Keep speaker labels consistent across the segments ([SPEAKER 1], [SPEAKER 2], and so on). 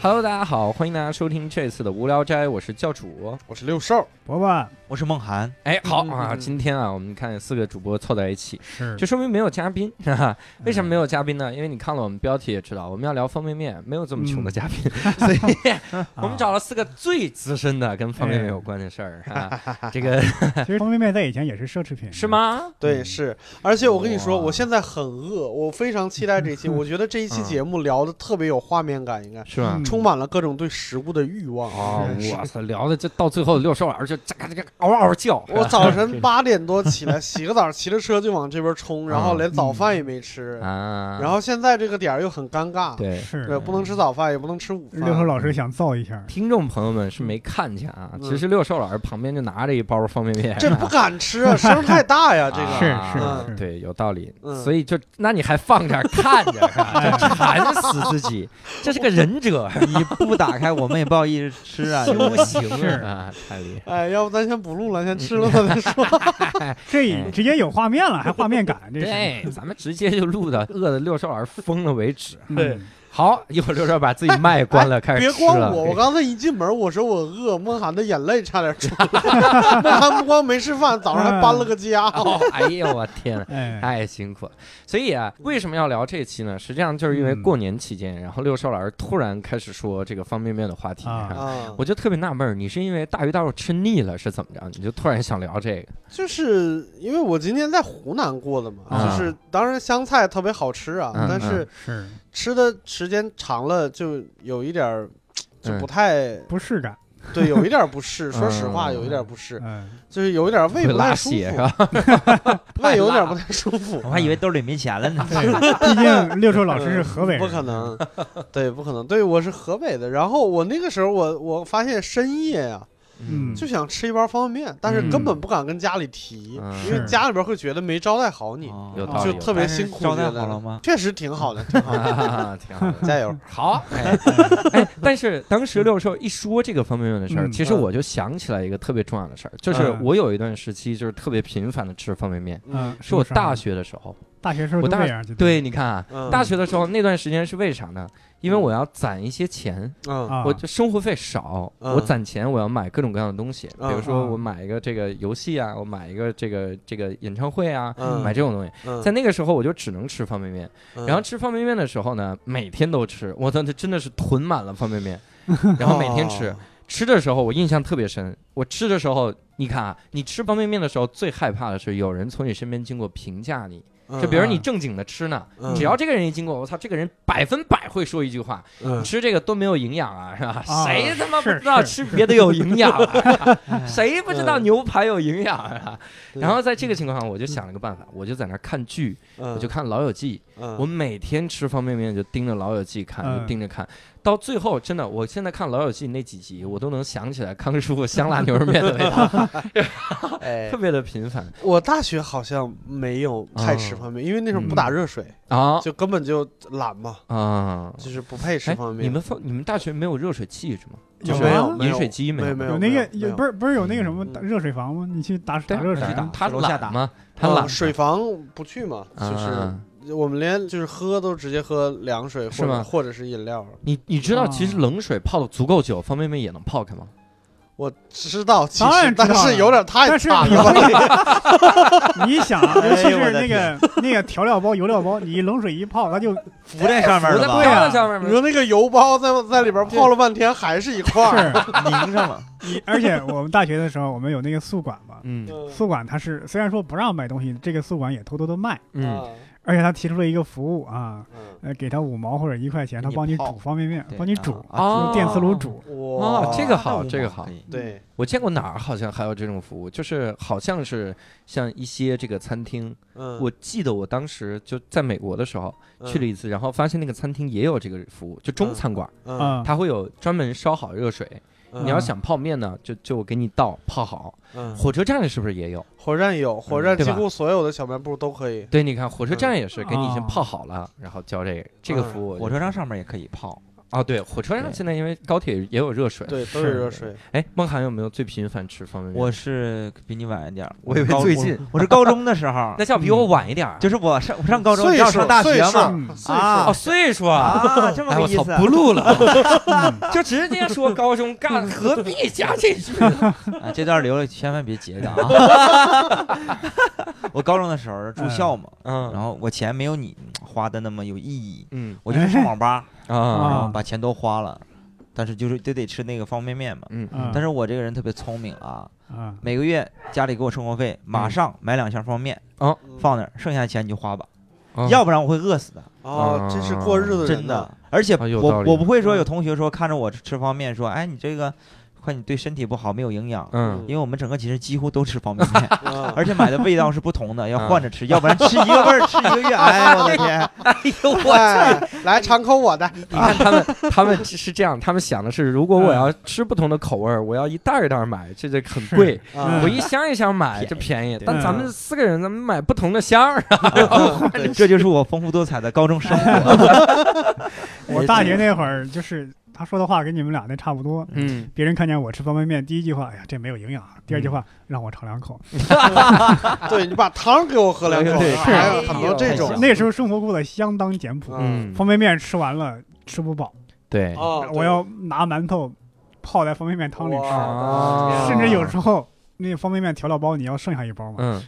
[SPEAKER 1] Hello，大家好，欢迎大家收听这次的无聊斋，我是教主。
[SPEAKER 2] 我是六兽，
[SPEAKER 3] 伯伯
[SPEAKER 4] 我是梦涵，
[SPEAKER 1] 哎，好
[SPEAKER 2] 嗯
[SPEAKER 1] 啊，
[SPEAKER 2] 嗯
[SPEAKER 1] 今天啊，我们看四个主播凑在一起，
[SPEAKER 3] 是
[SPEAKER 1] 就说明没有嘉宾，哈哈。为什么没有嘉宾呢？因为你看了我们标题也知道，我们要聊方便面，没有这么穷的嘉宾， 所以
[SPEAKER 3] 嗯啊
[SPEAKER 1] 我们找了四个最资深的跟方便面有关的事儿啊。这 个
[SPEAKER 3] 其实方便面在以前也是奢侈品，
[SPEAKER 1] 是？吗？
[SPEAKER 2] 对，
[SPEAKER 4] 嗯
[SPEAKER 2] 是，而且我跟你说，
[SPEAKER 1] 哇
[SPEAKER 2] 我现在很饿，我非常期待这一期，我觉得这一期节目聊的特别有画面感，应该
[SPEAKER 1] 是啊吗
[SPEAKER 3] 嗯？
[SPEAKER 2] 充满了各种对食物的欲望啊
[SPEAKER 1] 哦，
[SPEAKER 2] 是
[SPEAKER 1] 我操，聊的这到最后六兽老师就这这个嗷嗷 叫，
[SPEAKER 2] 我早晨八点多起来，洗个澡，骑着车就往这边冲，然后
[SPEAKER 1] 嗯
[SPEAKER 2] 连早饭也没吃，
[SPEAKER 1] 啊，
[SPEAKER 2] 然后现在这个点儿又很尴尬，
[SPEAKER 1] 对。
[SPEAKER 3] 是
[SPEAKER 2] 对，不能吃早饭，也不能吃午饭。
[SPEAKER 3] 六叔老师想造一下，
[SPEAKER 1] 听众朋友们是没看见啊，
[SPEAKER 2] 嗯
[SPEAKER 1] 其实六兽老师旁边就拿着一包方便面，
[SPEAKER 2] 这不敢吃啊，声儿太大呀，这
[SPEAKER 1] 啊
[SPEAKER 2] 个。
[SPEAKER 3] 是
[SPEAKER 2] 嗯
[SPEAKER 3] 是
[SPEAKER 1] 对，有道理。
[SPEAKER 2] 嗯
[SPEAKER 1] 所以就那你还放这儿看着是 吧，就馋死自己，这是个忍者
[SPEAKER 4] 你不打开我们也不好意思吃啊。这
[SPEAKER 1] 修
[SPEAKER 4] 个
[SPEAKER 1] 行
[SPEAKER 3] 是
[SPEAKER 1] 啊，太厉害。
[SPEAKER 2] 哎，要不咱先不录了，先吃了它再说。
[SPEAKER 3] 这直接有画面了，还画面感，这是
[SPEAKER 1] 哎对，咱们直接就录到饿的六兽老师疯了为 止。
[SPEAKER 2] 对
[SPEAKER 3] 嗯
[SPEAKER 1] 好，一会儿六兽把自己麦关了，开始
[SPEAKER 2] 别
[SPEAKER 1] 哎吃
[SPEAKER 2] 光
[SPEAKER 1] 了
[SPEAKER 2] 我，我刚才一进门，我说我饿，梦涵的眼泪差点出 来。梦涵不光没吃饭，早上还搬了个家伙。
[SPEAKER 1] 哦哎呦我天呐！
[SPEAKER 3] 哎，
[SPEAKER 1] 太辛苦了，所以啊，为什么要聊这期呢？实际上就是因为
[SPEAKER 3] 嗯
[SPEAKER 1] 过年期间，然后六兽老师突然开始说这个方便面的话题，
[SPEAKER 3] 啊
[SPEAKER 1] 然后
[SPEAKER 2] 啊，
[SPEAKER 1] 我就特别纳闷儿，你是因为大鱼大肉吃腻了是怎么着？你就突然想聊这个？
[SPEAKER 2] 就是因为我今天在湖南过的嘛，
[SPEAKER 1] 啊
[SPEAKER 2] 就是当然香菜特别好吃啊，
[SPEAKER 1] 嗯
[SPEAKER 2] 但是
[SPEAKER 3] 是
[SPEAKER 2] 吃的时间长了就有一点儿，就不太、
[SPEAKER 3] 不适感，
[SPEAKER 2] 对，有一点儿不适。说实话，
[SPEAKER 1] 嗯
[SPEAKER 2] 有一点儿不适，
[SPEAKER 3] 嗯，
[SPEAKER 2] 就是有一点儿胃
[SPEAKER 1] 会
[SPEAKER 2] 不
[SPEAKER 1] 拉
[SPEAKER 2] 太舒
[SPEAKER 1] 血是
[SPEAKER 2] 服，
[SPEAKER 1] 吧？
[SPEAKER 2] 胃有点儿不太舒服
[SPEAKER 4] 我。还以为兜里没钱了
[SPEAKER 1] 啊
[SPEAKER 4] 呢。
[SPEAKER 3] 对，毕竟六叔老师是河北人，
[SPEAKER 2] 呃不可 能，对，不可能，对我是河北的。然后我那个时候我，我发现深夜呀、
[SPEAKER 3] 嗯
[SPEAKER 2] 就想吃一包方便面，但是根本
[SPEAKER 3] 嗯
[SPEAKER 2] 不敢跟家里提，
[SPEAKER 1] 嗯
[SPEAKER 2] 因为
[SPEAKER 3] 是
[SPEAKER 2] 家里边会觉得没招待好你，
[SPEAKER 4] 哦
[SPEAKER 1] 有道
[SPEAKER 3] 道
[SPEAKER 1] 理
[SPEAKER 2] 就，特别辛苦。
[SPEAKER 4] 招待
[SPEAKER 2] 觉得
[SPEAKER 4] 好了吗？
[SPEAKER 2] 确实挺好的，挺好的，
[SPEAKER 1] 啊，挺好的。
[SPEAKER 2] 加 油！
[SPEAKER 3] 啊
[SPEAKER 1] 好，哎， 哎，但是当时六兽一说这个方便面的事儿，
[SPEAKER 3] 嗯
[SPEAKER 1] 其实我就想起来一个特别重要的事儿，就是
[SPEAKER 3] 嗯
[SPEAKER 1] 我有一段时期就是特别频繁的吃方便面，
[SPEAKER 3] 嗯，
[SPEAKER 1] 是我
[SPEAKER 3] 什么时候
[SPEAKER 1] 大学的时候。
[SPEAKER 3] 大学时候
[SPEAKER 1] 我
[SPEAKER 3] 都
[SPEAKER 1] 大
[SPEAKER 3] 这样，就
[SPEAKER 1] 啊对，你看啊，
[SPEAKER 2] 嗯
[SPEAKER 1] 大学的时候那段时间是为啥呢？因为我要攒一些钱，
[SPEAKER 2] 嗯
[SPEAKER 3] 啊，
[SPEAKER 1] 我就生活费少，
[SPEAKER 2] 嗯
[SPEAKER 1] 我攒钱，我要买各种各样的东西，比
[SPEAKER 2] 嗯
[SPEAKER 1] 如说
[SPEAKER 3] 嗯
[SPEAKER 1] 我买一个这个游戏啊，我买一个这个这个演唱会啊，
[SPEAKER 2] 嗯，
[SPEAKER 1] 买这种东西。
[SPEAKER 2] 嗯
[SPEAKER 1] 在那个时候我就只能吃方便面，
[SPEAKER 2] 嗯
[SPEAKER 1] 然后吃方便面的时候呢，每天都吃，我操，这真的是囤满了方便面，然后每天吃
[SPEAKER 2] 哦。
[SPEAKER 1] 吃的时候我印象特别深，我吃的时候，你看啊，你吃方便面的时候最害怕的是有人从你身边经过评价你，就比如你正经的吃呢，
[SPEAKER 2] 嗯
[SPEAKER 1] 只要这个人一经过，我操，这个人百分百会说一句话，
[SPEAKER 2] 嗯
[SPEAKER 1] 吃这个多没有营养啊，是吧？
[SPEAKER 3] 啊
[SPEAKER 1] 谁他妈不
[SPEAKER 3] 是
[SPEAKER 1] 知道吃
[SPEAKER 3] 是
[SPEAKER 1] 别的有营养 啊？
[SPEAKER 4] 哎
[SPEAKER 1] 谁不知道
[SPEAKER 2] 嗯
[SPEAKER 1] 牛排有营养啊？
[SPEAKER 2] 对
[SPEAKER 1] 然后在这个情况下，我就想了个办法，我就在那儿看剧，
[SPEAKER 2] 嗯
[SPEAKER 1] 我就看《老友记》，
[SPEAKER 2] 嗯
[SPEAKER 1] 我每天吃方便面就盯着《老友记》看，
[SPEAKER 3] 嗯
[SPEAKER 1] 就盯着看，到最后真的，我现在看《老友记》那几集，我都能想起来康师傅香辣牛肉面的味 道，
[SPEAKER 2] 哎
[SPEAKER 1] 特，别的频繁
[SPEAKER 2] 我大学好像没有太吃方便面，因为那时候不
[SPEAKER 3] 嗯
[SPEAKER 2] 打热水，
[SPEAKER 1] 嗯啊
[SPEAKER 2] 就根本就懒嘛，
[SPEAKER 1] 啊！
[SPEAKER 2] 就是不配吃
[SPEAKER 1] 哎
[SPEAKER 2] 方，便
[SPEAKER 1] 你
[SPEAKER 2] 面。
[SPEAKER 1] 们放你们大学没有热水器是吗？
[SPEAKER 3] 有
[SPEAKER 2] 没有
[SPEAKER 3] 啊
[SPEAKER 2] 没有
[SPEAKER 1] 饮水机
[SPEAKER 2] 没
[SPEAKER 1] 没有嗯
[SPEAKER 2] 没
[SPEAKER 3] 有那
[SPEAKER 2] 没
[SPEAKER 3] 个
[SPEAKER 2] 有
[SPEAKER 3] 有不是不是有那个什么打热水房吗？你去打
[SPEAKER 1] 对
[SPEAKER 3] 打
[SPEAKER 1] 啊，
[SPEAKER 3] 热水
[SPEAKER 1] 去打
[SPEAKER 3] 啊，
[SPEAKER 1] 他
[SPEAKER 4] 去楼下打
[SPEAKER 1] 懒吗？他懒
[SPEAKER 2] 嗯水房不去嘛，哦就是嗯
[SPEAKER 1] 啊
[SPEAKER 2] 我们连就是喝都直接喝凉水，
[SPEAKER 1] 是
[SPEAKER 2] 或
[SPEAKER 1] 吗
[SPEAKER 2] 者或者是饮料。
[SPEAKER 1] 你你知道，
[SPEAKER 3] 啊
[SPEAKER 1] 其实冷水泡的足够久，方便面也能泡开吗？
[SPEAKER 2] 我知道，其
[SPEAKER 3] 当然
[SPEAKER 2] 实
[SPEAKER 3] 知道
[SPEAKER 2] 但是有点太
[SPEAKER 3] 但是
[SPEAKER 2] 惨
[SPEAKER 3] 你
[SPEAKER 2] 了。
[SPEAKER 3] 会你想啊，尤其
[SPEAKER 4] 哎呦我
[SPEAKER 3] 是
[SPEAKER 4] 的
[SPEAKER 3] 那个那个调料包、油料包，你冷水一泡，它就
[SPEAKER 4] 浮在上面
[SPEAKER 1] 我在
[SPEAKER 4] 了
[SPEAKER 1] 泡
[SPEAKER 3] 对
[SPEAKER 4] 吧？
[SPEAKER 3] 啊
[SPEAKER 1] 在上面
[SPEAKER 2] 你
[SPEAKER 1] 吗？
[SPEAKER 2] 说那个油包在在里边泡了半天，还是一块儿。
[SPEAKER 3] 是
[SPEAKER 4] 凝上了。
[SPEAKER 3] 你，而且我们大学的时候，我们有那个宿管嘛，
[SPEAKER 1] 嗯
[SPEAKER 3] 宿管他是虽然说不让卖东西，这个宿管也偷偷的卖，
[SPEAKER 1] 嗯，
[SPEAKER 3] 而且他提出了一个服务啊，
[SPEAKER 2] 嗯
[SPEAKER 3] 呃，给他五毛或者一块钱，
[SPEAKER 4] 给
[SPEAKER 3] 他
[SPEAKER 4] 你
[SPEAKER 3] 帮你
[SPEAKER 4] 泡
[SPEAKER 3] 煮方便面
[SPEAKER 4] 对，
[SPEAKER 3] 帮你煮，
[SPEAKER 1] 啊
[SPEAKER 3] 用电磁炉煮，
[SPEAKER 2] 嗯，哇
[SPEAKER 1] 哦，这个好，
[SPEAKER 4] 那
[SPEAKER 1] 这个
[SPEAKER 4] 我
[SPEAKER 1] 好
[SPEAKER 4] 可。以
[SPEAKER 2] 对，
[SPEAKER 1] 我见过哪儿好像还有这种服务，就是好像是像一些这个餐厅，
[SPEAKER 2] 嗯，
[SPEAKER 1] 我记得我当时就在美国的时候去了一次，然后发现那个餐厅也有这个服务，就中餐馆，
[SPEAKER 2] 嗯，
[SPEAKER 3] 啊，
[SPEAKER 1] 它会有专门烧好热水，
[SPEAKER 2] 嗯
[SPEAKER 1] 你要想泡面呢，就就我给你倒泡好。
[SPEAKER 2] 嗯
[SPEAKER 1] 火车站是不是也有？
[SPEAKER 2] 火车站有，火车站
[SPEAKER 1] 对
[SPEAKER 2] 几
[SPEAKER 1] 吧
[SPEAKER 2] 乎所有的小卖部都可以。
[SPEAKER 1] 对，你看火车站也是
[SPEAKER 3] 嗯
[SPEAKER 1] 给你已经
[SPEAKER 3] 哦
[SPEAKER 1] 泡好了，然后交这个这个服务，
[SPEAKER 4] 火车站上面也可以泡，
[SPEAKER 1] 哦，对，火车上
[SPEAKER 4] 对
[SPEAKER 1] 现在因为高铁也有热水。
[SPEAKER 2] 对，都是热水。
[SPEAKER 1] 哎，孟涵有没有最频繁吃方便面？
[SPEAKER 4] 我是比你晚一点儿，
[SPEAKER 1] 我以为
[SPEAKER 4] 高
[SPEAKER 1] 最近
[SPEAKER 4] 我，我是高中的时候
[SPEAKER 1] 那，叫比我晚一点儿，
[SPEAKER 4] 就是我上我上高中，
[SPEAKER 2] 岁
[SPEAKER 4] 你要
[SPEAKER 2] 数
[SPEAKER 4] 上大学
[SPEAKER 2] 岁数
[SPEAKER 4] 嘛，
[SPEAKER 3] 嗯
[SPEAKER 2] 岁
[SPEAKER 4] 啊
[SPEAKER 1] 哦岁数啊。
[SPEAKER 4] 啊，这么
[SPEAKER 1] 哎，
[SPEAKER 4] 个
[SPEAKER 1] 我
[SPEAKER 4] 意
[SPEAKER 1] 操，
[SPEAKER 4] 思，
[SPEAKER 1] 不录了，
[SPEAKER 3] 嗯
[SPEAKER 1] 就直接说高中干，何必加这句？
[SPEAKER 4] 啊，这段留了千万别截着啊！ 我高中的时候住校嘛，然
[SPEAKER 1] 嗯
[SPEAKER 4] 后我钱没有你花的那么有意义，
[SPEAKER 1] 嗯
[SPEAKER 4] 我就是上网吧，然
[SPEAKER 1] 啊
[SPEAKER 4] 后把钱都花了，但是就是就得吃那个方便面嘛。
[SPEAKER 1] 嗯
[SPEAKER 3] 嗯
[SPEAKER 4] 但是我这个人特别聪明啊，
[SPEAKER 3] 啊，
[SPEAKER 4] 每个月家里给我生活费，马
[SPEAKER 1] 嗯
[SPEAKER 4] 上买两箱方便面
[SPEAKER 2] 数
[SPEAKER 4] 放那儿，剩下钱你就花吧，
[SPEAKER 1] 嗯，
[SPEAKER 4] 要不然我会饿死的，
[SPEAKER 2] 啊，这是过日子
[SPEAKER 4] 真
[SPEAKER 2] 的
[SPEAKER 4] 的。而且
[SPEAKER 1] 啊有道
[SPEAKER 4] 我
[SPEAKER 1] 理
[SPEAKER 4] 我不会说有同学说看着我吃方便面说，哎，你这个快你对身体不好，没有营养。
[SPEAKER 1] 嗯
[SPEAKER 4] 因为我们整个寝室几乎都吃方便面，
[SPEAKER 2] 啊
[SPEAKER 4] 而且买的味道是不同的，
[SPEAKER 1] 啊
[SPEAKER 4] 要换着吃，要不然吃一个味儿吃一个 月，哎我的天！
[SPEAKER 1] 哎呦我，
[SPEAKER 2] 哎，来尝口我的，
[SPEAKER 1] 你看他 们，他们是这样，他们想的是，如果我要吃不同的口味儿，我要一袋儿一袋儿买，这这很贵。
[SPEAKER 2] 啊
[SPEAKER 1] 我一箱一箱买，这便宜。嗯但咱们四个人，咱们买不同的箱儿。啊
[SPEAKER 2] 对
[SPEAKER 4] 这就是我丰富多彩的高中生
[SPEAKER 3] 哎
[SPEAKER 4] 活。
[SPEAKER 3] 我大学那会儿就是他说的话跟你们俩那差不多。
[SPEAKER 1] 嗯，
[SPEAKER 3] 别人看见我吃方便面，第一句话，哎呀，这没有营养啊。第二句话，让我尝两口。
[SPEAKER 2] 对你把汤给我喝两口，
[SPEAKER 1] 对
[SPEAKER 3] 是
[SPEAKER 2] 还有很多这
[SPEAKER 4] 哎
[SPEAKER 2] 种
[SPEAKER 4] 呦。
[SPEAKER 3] 那时候生活过得相当简朴，
[SPEAKER 1] 嗯，
[SPEAKER 3] 方便面吃完了吃不饱，
[SPEAKER 1] 对，
[SPEAKER 2] 哦，对
[SPEAKER 3] 我要拿馒头泡在方便面汤里吃，
[SPEAKER 1] 啊
[SPEAKER 3] 甚至有时候那方便面调料包你要剩下一包嘛，
[SPEAKER 1] 嗯，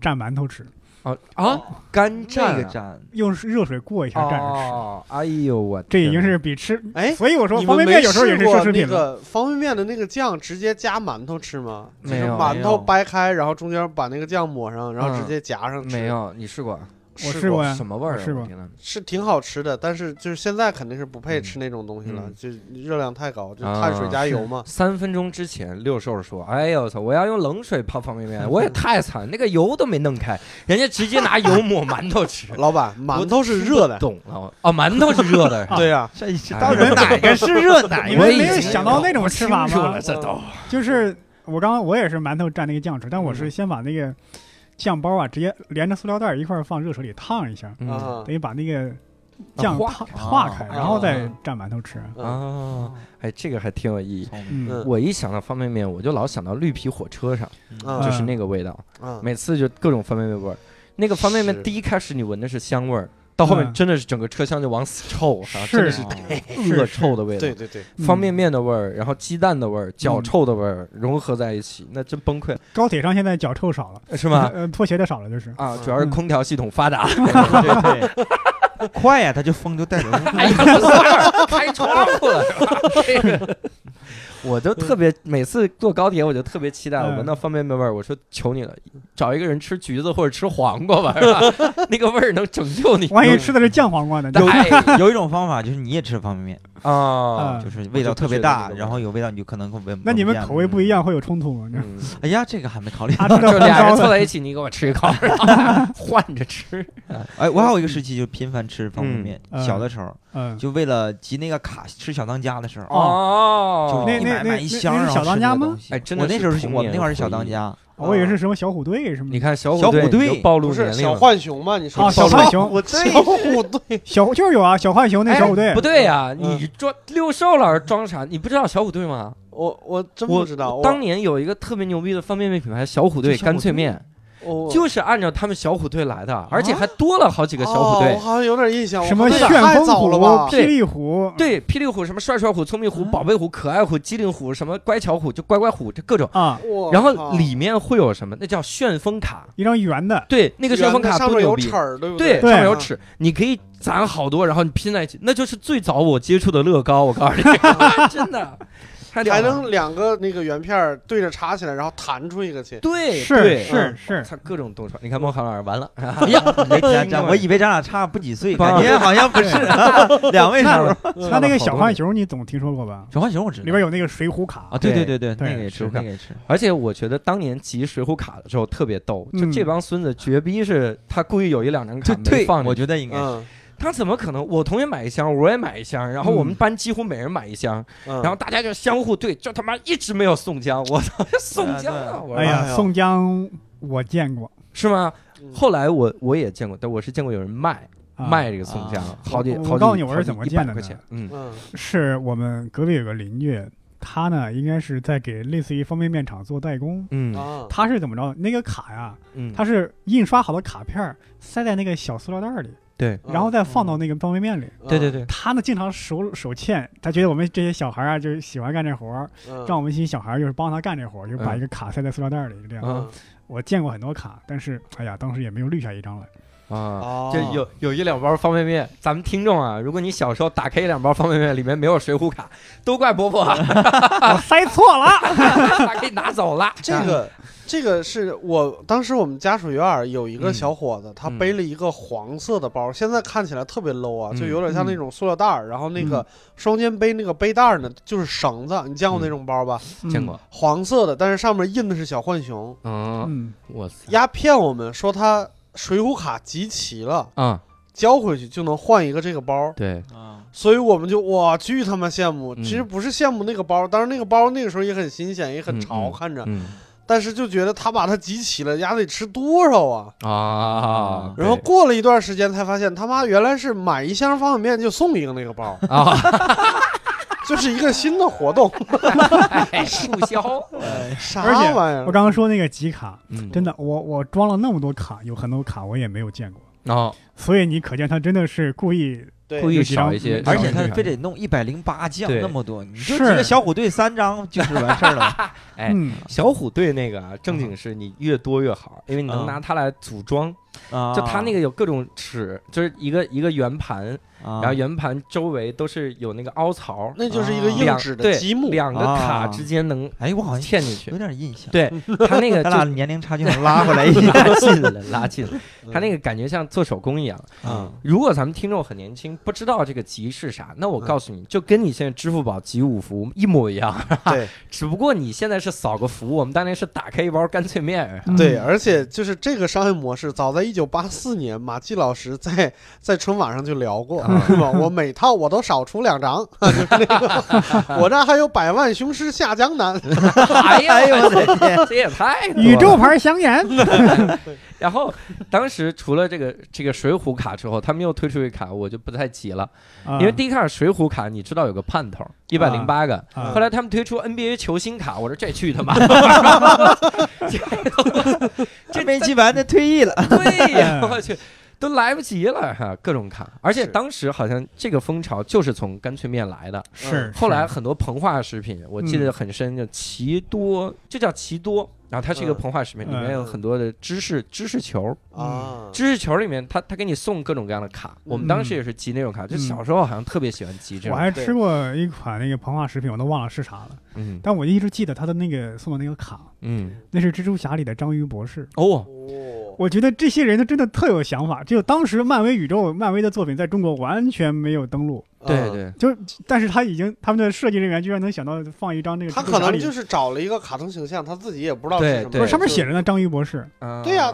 [SPEAKER 3] 蘸馒头吃，
[SPEAKER 1] 哦啊，干
[SPEAKER 4] 这
[SPEAKER 1] 蘸
[SPEAKER 4] 个蘸，
[SPEAKER 3] 用热水过一下蘸着吃，
[SPEAKER 1] 哦，哎呦我，
[SPEAKER 3] 这已经是比吃。
[SPEAKER 2] 哎
[SPEAKER 3] 所以我说
[SPEAKER 2] 你
[SPEAKER 3] 方
[SPEAKER 2] 们
[SPEAKER 3] 便
[SPEAKER 2] 没
[SPEAKER 3] 面有时候也
[SPEAKER 2] 试
[SPEAKER 3] 是
[SPEAKER 2] 过
[SPEAKER 3] 奢侈
[SPEAKER 2] 那
[SPEAKER 3] 品了。
[SPEAKER 2] 个方便面的那个酱直接加馒头吃吗？就是
[SPEAKER 1] 没有
[SPEAKER 2] 馒
[SPEAKER 4] 没
[SPEAKER 2] 头
[SPEAKER 4] 有
[SPEAKER 2] 掰开，然后中间把那个酱抹上，然
[SPEAKER 1] 嗯
[SPEAKER 2] 后直接夹上吃。
[SPEAKER 1] 没，有，你试过？
[SPEAKER 3] 我
[SPEAKER 2] 试
[SPEAKER 3] 试过呀
[SPEAKER 1] 什么味儿啊？
[SPEAKER 3] 我试过
[SPEAKER 1] 我天呐
[SPEAKER 2] 是挺好吃的，但是就是现在肯定是不配
[SPEAKER 1] 嗯
[SPEAKER 2] 吃那种东西了
[SPEAKER 1] 嗯，
[SPEAKER 2] 就热量太高，就
[SPEAKER 1] 啊
[SPEAKER 2] 碳水加油嘛。
[SPEAKER 1] 三分钟之前，六兽说：“哎呦我操，我要用冷水泡方便面，我也太惨，那个油都没弄开，人家直接拿油抹馒头吃。
[SPEAKER 2] 老板，馒头是热 的，
[SPEAKER 1] 懂了，哦，馒头是热的，
[SPEAKER 2] 对呀，
[SPEAKER 4] 这是
[SPEAKER 1] 哎
[SPEAKER 4] 到底哪个是热哪
[SPEAKER 3] 你
[SPEAKER 4] 个
[SPEAKER 3] 们
[SPEAKER 1] 我
[SPEAKER 4] 是
[SPEAKER 1] 已
[SPEAKER 3] 没有
[SPEAKER 1] 经
[SPEAKER 3] 想到那种吃法
[SPEAKER 1] 清楚
[SPEAKER 3] 吗
[SPEAKER 1] 了，？这都
[SPEAKER 3] 就是我刚刚我也是馒头蘸那个酱吃，但我是先把那个酱包啊直接连着塑料袋一块儿放热水里烫一下，
[SPEAKER 1] 啊
[SPEAKER 2] 啊
[SPEAKER 3] 等于把那个酱
[SPEAKER 1] 化
[SPEAKER 3] 烫
[SPEAKER 4] 开
[SPEAKER 3] 化开，
[SPEAKER 4] 啊
[SPEAKER 3] 然后再蘸馒头吃。
[SPEAKER 2] 嗯
[SPEAKER 1] 啊，哎，这个还挺有意义。
[SPEAKER 4] 聪明
[SPEAKER 3] 嗯，
[SPEAKER 1] 我一想到方便面，我就老想到绿皮火车上，
[SPEAKER 2] 嗯
[SPEAKER 1] 就是那个味道，
[SPEAKER 2] 嗯，
[SPEAKER 1] 每次就各种方便面味儿。那个方便面
[SPEAKER 2] 是
[SPEAKER 1] 第一开始你闻的是香味儿，到后面
[SPEAKER 3] 嗯
[SPEAKER 1] 真的是整个车厢就往死臭，啊
[SPEAKER 3] 是
[SPEAKER 1] 真的是
[SPEAKER 3] 是
[SPEAKER 1] 恶臭的味道
[SPEAKER 2] 对。对对，
[SPEAKER 3] 嗯
[SPEAKER 1] 方便面的味儿，然后鸡蛋的味儿，脚臭的味儿融合在一起，那真崩溃，
[SPEAKER 3] 高铁上现在脚臭少了，
[SPEAKER 1] 是 吗？
[SPEAKER 3] 呃，拖鞋的少了就是。
[SPEAKER 1] 啊，
[SPEAKER 2] 嗯
[SPEAKER 1] 主要是空调系统发达，
[SPEAKER 4] 对对对，快呀，他就风就带走。
[SPEAKER 1] 哎呀，我操开窗户了，是吧这个 我就特别每次坐高铁，我就特别期待，
[SPEAKER 3] 嗯
[SPEAKER 1] 我闻到方便面味儿，我说求你了，找一个人吃橘子或者吃黄瓜吧，是 吧那个味儿能拯救 你。
[SPEAKER 3] 万一吃的是酱黄瓜呢？就
[SPEAKER 1] 哎
[SPEAKER 4] 有一种方法就是你也吃方便面，
[SPEAKER 1] 啊
[SPEAKER 3] 嗯，
[SPEAKER 4] 嗯就是味道特别
[SPEAKER 1] 我
[SPEAKER 4] 大，
[SPEAKER 1] 就不觉得那个味道
[SPEAKER 4] 然后有味道你就可能会闻。
[SPEAKER 3] 那你们
[SPEAKER 4] 闻不见
[SPEAKER 3] 口味不一啊样会有冲突吗？你知道
[SPEAKER 1] 嗯
[SPEAKER 4] 哎呀，这个还没考虑
[SPEAKER 3] 他
[SPEAKER 4] 到。
[SPEAKER 3] 吃
[SPEAKER 1] 就
[SPEAKER 3] 的
[SPEAKER 1] 俩人
[SPEAKER 3] 黄
[SPEAKER 1] 凑
[SPEAKER 3] 糟
[SPEAKER 1] 在一 起，你给我吃一口，然后换着吃。
[SPEAKER 4] 哎，我还有一个时期就频繁吃方便面，
[SPEAKER 3] 嗯
[SPEAKER 4] 小的时候
[SPEAKER 3] 嗯，
[SPEAKER 4] 就为了集那个卡吃小当家的时候，
[SPEAKER 1] 哦
[SPEAKER 4] 就
[SPEAKER 3] 那
[SPEAKER 4] 是一买
[SPEAKER 3] 那
[SPEAKER 4] 买一箱，
[SPEAKER 3] 那那
[SPEAKER 4] 然
[SPEAKER 3] 是
[SPEAKER 4] 后
[SPEAKER 3] 小当家
[SPEAKER 4] 吃这个
[SPEAKER 3] 吗
[SPEAKER 4] 东西
[SPEAKER 1] 哎真的
[SPEAKER 4] 我那时候
[SPEAKER 1] 是
[SPEAKER 4] 是
[SPEAKER 1] 童
[SPEAKER 4] 我们那
[SPEAKER 1] 年
[SPEAKER 4] 会儿是
[SPEAKER 1] 回
[SPEAKER 4] 小当
[SPEAKER 1] 忆
[SPEAKER 4] 家，
[SPEAKER 3] 我以
[SPEAKER 1] 啊
[SPEAKER 3] 为是什么小虎队
[SPEAKER 2] 嗯
[SPEAKER 3] 什么
[SPEAKER 1] 你
[SPEAKER 3] 的。
[SPEAKER 1] 看小
[SPEAKER 4] 小
[SPEAKER 1] 虎
[SPEAKER 4] 虎
[SPEAKER 1] 队，
[SPEAKER 4] 队
[SPEAKER 1] 你就暴露
[SPEAKER 2] 不
[SPEAKER 1] 年
[SPEAKER 2] 是
[SPEAKER 1] 龄
[SPEAKER 2] 小
[SPEAKER 1] 了。
[SPEAKER 2] 浣熊吗？你说
[SPEAKER 3] 哦，小
[SPEAKER 2] 浣
[SPEAKER 3] 浣熊，
[SPEAKER 2] 小 虎队
[SPEAKER 3] 小就是有啊，小浣熊那
[SPEAKER 1] 哎
[SPEAKER 3] 小虎队，
[SPEAKER 1] 不对呀，
[SPEAKER 2] 嗯
[SPEAKER 1] 你装六兽老师装啥？你不知道小虎队吗？
[SPEAKER 2] 我我真不知道，我
[SPEAKER 1] 当年有一个特别牛逼的方便面品牌小虎队
[SPEAKER 4] 就小虎队
[SPEAKER 1] 干脆面，
[SPEAKER 2] 我啊
[SPEAKER 1] 就是按照他们小虎队来的，而且还多了好几个小虎
[SPEAKER 2] 哦
[SPEAKER 1] 队
[SPEAKER 2] 我。好像有点
[SPEAKER 1] 啊
[SPEAKER 2] 印象，
[SPEAKER 3] 什么
[SPEAKER 2] 我
[SPEAKER 3] 旋
[SPEAKER 2] 看太
[SPEAKER 3] 风
[SPEAKER 2] 早
[SPEAKER 3] 虎
[SPEAKER 2] 了吧？、
[SPEAKER 3] 霹雳虎，
[SPEAKER 1] 对，霹雳虎、什么帅帅虎、聪明虎、
[SPEAKER 2] 嗯
[SPEAKER 1] 宝贝虎、可爱虎、机灵虎、什么乖巧虎，就乖乖虎，这各种。
[SPEAKER 3] 啊，
[SPEAKER 2] 我
[SPEAKER 1] 然后
[SPEAKER 2] 靠
[SPEAKER 1] 里面会有什么？那叫旋风卡。
[SPEAKER 3] 一张圆的，
[SPEAKER 1] 对，那个旋风
[SPEAKER 2] 圆
[SPEAKER 1] 卡
[SPEAKER 2] 的上
[SPEAKER 1] 多
[SPEAKER 2] 面
[SPEAKER 1] 牛
[SPEAKER 2] 有
[SPEAKER 1] 逼
[SPEAKER 2] 齿。儿，对不
[SPEAKER 1] 对，
[SPEAKER 3] 对
[SPEAKER 1] 上面有
[SPEAKER 2] 啊
[SPEAKER 1] 齿，你可以攒好多，然后你拼在一起，那就是最早我接触的乐高。我告诉你，真的，太屌
[SPEAKER 2] 还
[SPEAKER 1] 了。
[SPEAKER 2] 能两个那个圆片儿对着插起来，然后弹出一个去。
[SPEAKER 1] 对，
[SPEAKER 3] 是
[SPEAKER 1] 对嗯
[SPEAKER 3] 是是，
[SPEAKER 1] 他各种动手。你看孟涵老师完了，
[SPEAKER 4] 哎呀，咱咱我以为咱俩差不几岁，
[SPEAKER 1] 棒
[SPEAKER 4] 感觉好 像 不是两位数。
[SPEAKER 3] 他那个小浣熊你总听说过吧？
[SPEAKER 4] 小浣熊我知
[SPEAKER 3] 里边有那个水浒卡
[SPEAKER 4] 啊，对对对对，
[SPEAKER 3] 对
[SPEAKER 4] 那个也吃，
[SPEAKER 1] 是
[SPEAKER 4] 那个也吃。
[SPEAKER 1] 而且我觉得当年集《水浒卡》的时候特别逗，就
[SPEAKER 3] 嗯
[SPEAKER 1] 这帮孙子绝逼是他故意有一两张卡
[SPEAKER 4] 就
[SPEAKER 1] 没
[SPEAKER 4] 对，
[SPEAKER 1] 放进
[SPEAKER 4] 我
[SPEAKER 1] 去，
[SPEAKER 4] 觉得应该是。
[SPEAKER 2] 嗯
[SPEAKER 1] 他怎么可能？我同学买一箱，我也买一箱，然后我们
[SPEAKER 3] 嗯
[SPEAKER 1] 班几乎每人买一箱，
[SPEAKER 2] 嗯，
[SPEAKER 1] 然后大家就相互对，就他妈一直没有宋江，我操，宋江
[SPEAKER 4] 对
[SPEAKER 1] 啊！
[SPEAKER 4] 啊
[SPEAKER 1] 我说
[SPEAKER 3] 哎
[SPEAKER 2] 哎
[SPEAKER 3] 呀，
[SPEAKER 2] 呦
[SPEAKER 3] 宋江我见过，
[SPEAKER 1] 是吗？
[SPEAKER 2] 嗯
[SPEAKER 1] 后来我我也见过，但我是见过有人卖，
[SPEAKER 3] 啊
[SPEAKER 1] 卖这个葱姜
[SPEAKER 4] 啊，
[SPEAKER 1] 好几
[SPEAKER 3] 我
[SPEAKER 1] 好
[SPEAKER 3] 我
[SPEAKER 1] 几，
[SPEAKER 3] 告诉你我是怎么见
[SPEAKER 1] 好几一百块
[SPEAKER 3] 的呢
[SPEAKER 1] 钱，嗯
[SPEAKER 2] 嗯
[SPEAKER 3] 是我们隔壁有个邻居，他呢应该是在给类似于方便面厂做代工。
[SPEAKER 1] 嗯
[SPEAKER 2] 啊，
[SPEAKER 3] 他是怎么着？那个卡呀，
[SPEAKER 1] 嗯，
[SPEAKER 3] 他是印刷好的卡片儿塞在那个小塑料袋儿里，
[SPEAKER 1] 对
[SPEAKER 3] 然后再放到那个方便面里。
[SPEAKER 2] 嗯
[SPEAKER 1] 对对，对，
[SPEAKER 3] 他呢，经常手手欠，他觉得我们这些小孩儿啊，就是喜欢干这活儿，
[SPEAKER 2] 嗯
[SPEAKER 3] 让我们一些小孩儿就是帮他干这活儿，就是把
[SPEAKER 1] 嗯
[SPEAKER 3] 一个卡塞在塑料袋儿里，就这样。
[SPEAKER 1] 嗯
[SPEAKER 3] 我见过很多卡，但是哎呀，当时也没有绿下一 张来。
[SPEAKER 1] 啊。
[SPEAKER 2] 哦，
[SPEAKER 1] 这有有一两包方便面，咱们听众啊，如果你小时候打开一两包方便面，里面没有水浒卡，都怪伯伯啊
[SPEAKER 3] 我塞错 了，
[SPEAKER 1] 把给拿走了。
[SPEAKER 2] 这个，这个是我当时我们家属院儿有
[SPEAKER 1] 嗯
[SPEAKER 2] 一个小伙子，他背了一个黄色的包，现在看起来特别 low 啊，
[SPEAKER 1] 嗯
[SPEAKER 2] 就有点像那种塑料袋儿，然后那个双肩背那个背带儿呢，就是绳子，你见
[SPEAKER 1] 嗯
[SPEAKER 2] 过那种包吧？
[SPEAKER 3] 嗯
[SPEAKER 1] 见过，
[SPEAKER 2] 黄色的，但是上面印的是小浣熊。
[SPEAKER 1] 嗯，
[SPEAKER 3] 嗯。
[SPEAKER 1] 我操，
[SPEAKER 2] 丫骗我们说他水浒卡集齐了，
[SPEAKER 1] 嗯，
[SPEAKER 2] 交回去就能换一个这个包。
[SPEAKER 1] 对，
[SPEAKER 4] 啊，
[SPEAKER 2] 所以我们就哇，巨他妈羡慕。
[SPEAKER 1] 嗯
[SPEAKER 2] 其实不是羡慕那个包，当然那个包那个时候也很新鲜，也很潮，
[SPEAKER 1] 嗯
[SPEAKER 2] 看着，
[SPEAKER 1] 嗯
[SPEAKER 2] 但是就觉得他把它集齐了，丫得吃多少啊！
[SPEAKER 1] 啊，
[SPEAKER 2] 然后
[SPEAKER 1] 对
[SPEAKER 2] 过了一段时间才发现，他妈原来是买一箱方便面就送一个那个 包，
[SPEAKER 1] 啊，
[SPEAKER 2] 就是一个新的活动，
[SPEAKER 1] 哎促销，哎
[SPEAKER 2] 啥
[SPEAKER 3] 而且
[SPEAKER 2] 玩意
[SPEAKER 3] 嗯我
[SPEAKER 2] 儿？
[SPEAKER 3] 刚刚说那个集卡，
[SPEAKER 1] 嗯，
[SPEAKER 3] 真的，我我装了那么多卡，有很多卡我也没有见过，
[SPEAKER 1] 哦，
[SPEAKER 3] 所以你可见他真的是故意
[SPEAKER 2] 对
[SPEAKER 1] 故意
[SPEAKER 3] 有几张
[SPEAKER 1] 少一些，
[SPEAKER 4] 而且
[SPEAKER 1] 少
[SPEAKER 4] 他
[SPEAKER 1] 一些
[SPEAKER 4] 非得弄一百零八将
[SPEAKER 1] 对
[SPEAKER 4] 那么多，你就是直接小虎队三张就是完事儿了。
[SPEAKER 1] 哎
[SPEAKER 3] 嗯
[SPEAKER 1] 小虎队那个啊，正经是你越多越好，因为你能
[SPEAKER 4] 嗯
[SPEAKER 1] 拿它来组装。
[SPEAKER 4] 啊，
[SPEAKER 1] 就它那个有各种尺，就是一个一个圆盘，
[SPEAKER 4] 啊，
[SPEAKER 1] 然后圆盘周围都是有那个凹槽，
[SPEAKER 2] 那就是一个硬
[SPEAKER 1] 两
[SPEAKER 2] 纸的
[SPEAKER 1] 对
[SPEAKER 2] 积木，
[SPEAKER 1] 两个卡
[SPEAKER 4] 啊
[SPEAKER 1] 之间能
[SPEAKER 4] 哎，我好像
[SPEAKER 1] 嵌进去
[SPEAKER 4] 有。点印象，
[SPEAKER 1] 对它那个
[SPEAKER 4] 咱俩
[SPEAKER 1] 就
[SPEAKER 4] 年龄差距好像拉回来 一嗯点。
[SPEAKER 1] 拉近了，拉近了。它那
[SPEAKER 2] 个
[SPEAKER 1] 个感觉像做手工一样。
[SPEAKER 4] 啊，
[SPEAKER 1] 如果咱们听众很年轻，不知道这个集是啥，那
[SPEAKER 4] 嗯
[SPEAKER 1] 我告诉你，就跟你现在支付宝集五福一模一样，
[SPEAKER 2] 对
[SPEAKER 1] 只不过你现在是扫个福，我们当年是打开一包干脆面。
[SPEAKER 2] 对，
[SPEAKER 3] 嗯
[SPEAKER 2] 而且就是这个商业模式，早在一九八四年，马季老师在在春晚上就聊过，
[SPEAKER 1] 啊
[SPEAKER 2] 是吧？我每套我都少出两张， 就是那个，我这还有百万雄师下江南，
[SPEAKER 1] 哎呀，哎呦我的天，这也太多了
[SPEAKER 3] 宇宙牌香烟，
[SPEAKER 1] 啊然后当时除了这个这个水浒卡之后，他们又推出一卡，我就不太急了，
[SPEAKER 3] 啊
[SPEAKER 1] 因为第一开始水浒卡你知道有个盼头，一百零八个。
[SPEAKER 3] 啊
[SPEAKER 1] 后来他们推出 NBA 球星卡，我说这去他妈，
[SPEAKER 4] 这没记完，那退役了。
[SPEAKER 1] 对呀，我去，都来不及了哈，各种卡。而且
[SPEAKER 2] 是
[SPEAKER 1] 当时好像这个风潮就是从干脆面来的，
[SPEAKER 3] 是
[SPEAKER 1] 后来很多膨化食品，我记得很深，叫奇多，就叫奇多，然后它是一个
[SPEAKER 2] 嗯
[SPEAKER 1] 膨化食品，里面
[SPEAKER 3] 嗯
[SPEAKER 1] 有很多的芝士芝士球，
[SPEAKER 2] 啊，
[SPEAKER 1] 知识球里面，他他给你送各种各样的卡，我们当时也是集那种卡，就小时候好像特别喜欢集这
[SPEAKER 3] 我
[SPEAKER 1] 种。
[SPEAKER 3] 还吃过一款那个膨化食品，我都忘了是啥了，
[SPEAKER 1] 嗯
[SPEAKER 3] 但我一直记得他的那个送的那个卡，
[SPEAKER 1] 嗯，
[SPEAKER 3] 那是蜘蛛侠里的章鱼博士。
[SPEAKER 1] 哦，
[SPEAKER 2] 哦，
[SPEAKER 3] 我觉得这些人他真的特有想法，就当时漫威宇宙、漫威的作品在中国完全没有登陆，
[SPEAKER 1] 对
[SPEAKER 2] 嗯。
[SPEAKER 1] 对，
[SPEAKER 3] 就是但是他已经他们的设计人员居然能想到放一张那个
[SPEAKER 2] 他
[SPEAKER 3] 蜘蛛
[SPEAKER 2] 可
[SPEAKER 3] 侠
[SPEAKER 2] 能
[SPEAKER 3] 里，
[SPEAKER 2] 就是找了一个卡通形象，他自己也不知道是
[SPEAKER 1] 对
[SPEAKER 2] 什么。
[SPEAKER 1] 对
[SPEAKER 3] 不是上面
[SPEAKER 2] 就
[SPEAKER 3] 写着呢，章鱼博士，
[SPEAKER 1] 啊
[SPEAKER 2] 对呀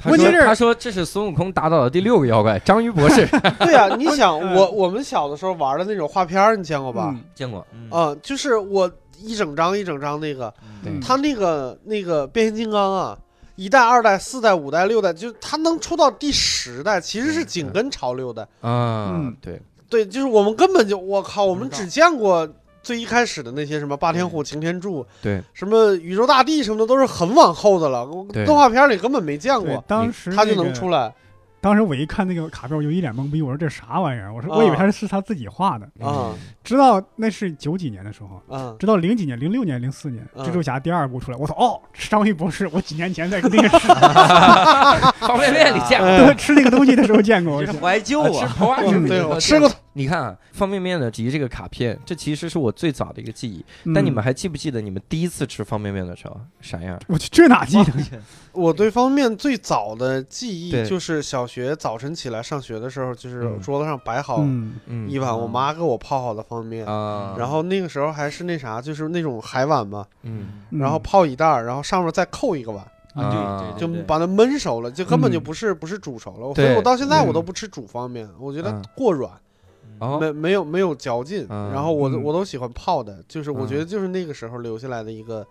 [SPEAKER 1] 他
[SPEAKER 3] 问题
[SPEAKER 1] 说
[SPEAKER 3] 是
[SPEAKER 1] 他说这是孙悟空打倒的第六个妖怪章鱼博士，
[SPEAKER 2] 对呀、你想
[SPEAKER 3] 嗯
[SPEAKER 2] 我我们小的时候玩的那种画片儿，你见过吧？
[SPEAKER 3] 嗯
[SPEAKER 1] 见过
[SPEAKER 4] 啊，
[SPEAKER 2] 啊，就是我一整张一整张那个，
[SPEAKER 1] 对
[SPEAKER 3] 嗯
[SPEAKER 2] 他那个那个变形金刚啊，一代、二代、四代、五代、六代，就他能出到第十代，其实是紧跟潮流的。
[SPEAKER 1] 啊
[SPEAKER 3] 嗯，
[SPEAKER 1] 对，
[SPEAKER 2] 对，就是我们根本就我靠，我们
[SPEAKER 4] 不知道
[SPEAKER 2] 只见过最一开始的那些什么霸天虎、擎天柱，
[SPEAKER 1] 对，
[SPEAKER 2] 什么宇宙大帝什么的，都是很往后的了，我
[SPEAKER 1] 对
[SPEAKER 2] 动画片里根本没见
[SPEAKER 3] 对
[SPEAKER 2] 过，，
[SPEAKER 3] 当时
[SPEAKER 2] 他就
[SPEAKER 3] 那
[SPEAKER 2] 能
[SPEAKER 3] 个
[SPEAKER 2] 出来
[SPEAKER 3] 当时我一看那个卡片，我就一脸懵逼，我说这啥玩意儿？我说我以为他是他自己画的，
[SPEAKER 1] 嗯
[SPEAKER 2] 啊
[SPEAKER 3] 直到那是九几年的时候。
[SPEAKER 2] 啊
[SPEAKER 3] 直到零几年，零六年、零四年，
[SPEAKER 2] 嗯
[SPEAKER 3] 蜘蛛侠第二部出来，我操！哦，吃章鱼博士，我几年前在那 个吃
[SPEAKER 1] 方便面里见 过。
[SPEAKER 2] 嗯
[SPEAKER 3] 对吃那个东西的时候见过。我
[SPEAKER 4] 这
[SPEAKER 3] 操
[SPEAKER 4] 是怀旧
[SPEAKER 1] 吃
[SPEAKER 4] 啊！
[SPEAKER 1] 膨 化食品
[SPEAKER 2] 对
[SPEAKER 1] 的
[SPEAKER 2] 我吃过它
[SPEAKER 1] 你看啊，方便面的集这个卡片，这其实是我最早的一个记忆。
[SPEAKER 3] 嗯
[SPEAKER 1] 但你们，还记不记得你们第一次吃方便面的时候啥样？
[SPEAKER 3] 嗯我去，这
[SPEAKER 4] 啊
[SPEAKER 3] 哪记得？
[SPEAKER 2] 我对方便面最早的记忆
[SPEAKER 1] 对
[SPEAKER 2] 就是小学早晨起来上学的时候，就是
[SPEAKER 1] 嗯
[SPEAKER 2] 桌子上摆好
[SPEAKER 3] 嗯，
[SPEAKER 1] 嗯
[SPEAKER 2] 一碗我妈给我泡好的方便面，
[SPEAKER 1] 啊，
[SPEAKER 2] 然后那个时候还是那啥，就是那种海碗嘛，
[SPEAKER 1] 嗯
[SPEAKER 3] 嗯
[SPEAKER 2] 然后泡一袋儿，然后上面再扣一个碗，
[SPEAKER 1] 啊
[SPEAKER 2] 就
[SPEAKER 4] 对对
[SPEAKER 2] 把它焖熟了，就根本
[SPEAKER 3] 嗯
[SPEAKER 2] 就不是不是煮熟了。所
[SPEAKER 1] 对
[SPEAKER 2] 以我到现在
[SPEAKER 3] 嗯
[SPEAKER 2] 我都不吃煮方便，我觉得
[SPEAKER 1] 嗯
[SPEAKER 2] 过软，
[SPEAKER 4] 嗯
[SPEAKER 1] 哦
[SPEAKER 2] 没没有没有嚼劲。
[SPEAKER 1] 嗯
[SPEAKER 2] 然后我都
[SPEAKER 3] 嗯
[SPEAKER 2] 我都喜欢泡的，就是我
[SPEAKER 1] 嗯
[SPEAKER 2] 觉得就是那个时候留下来的一个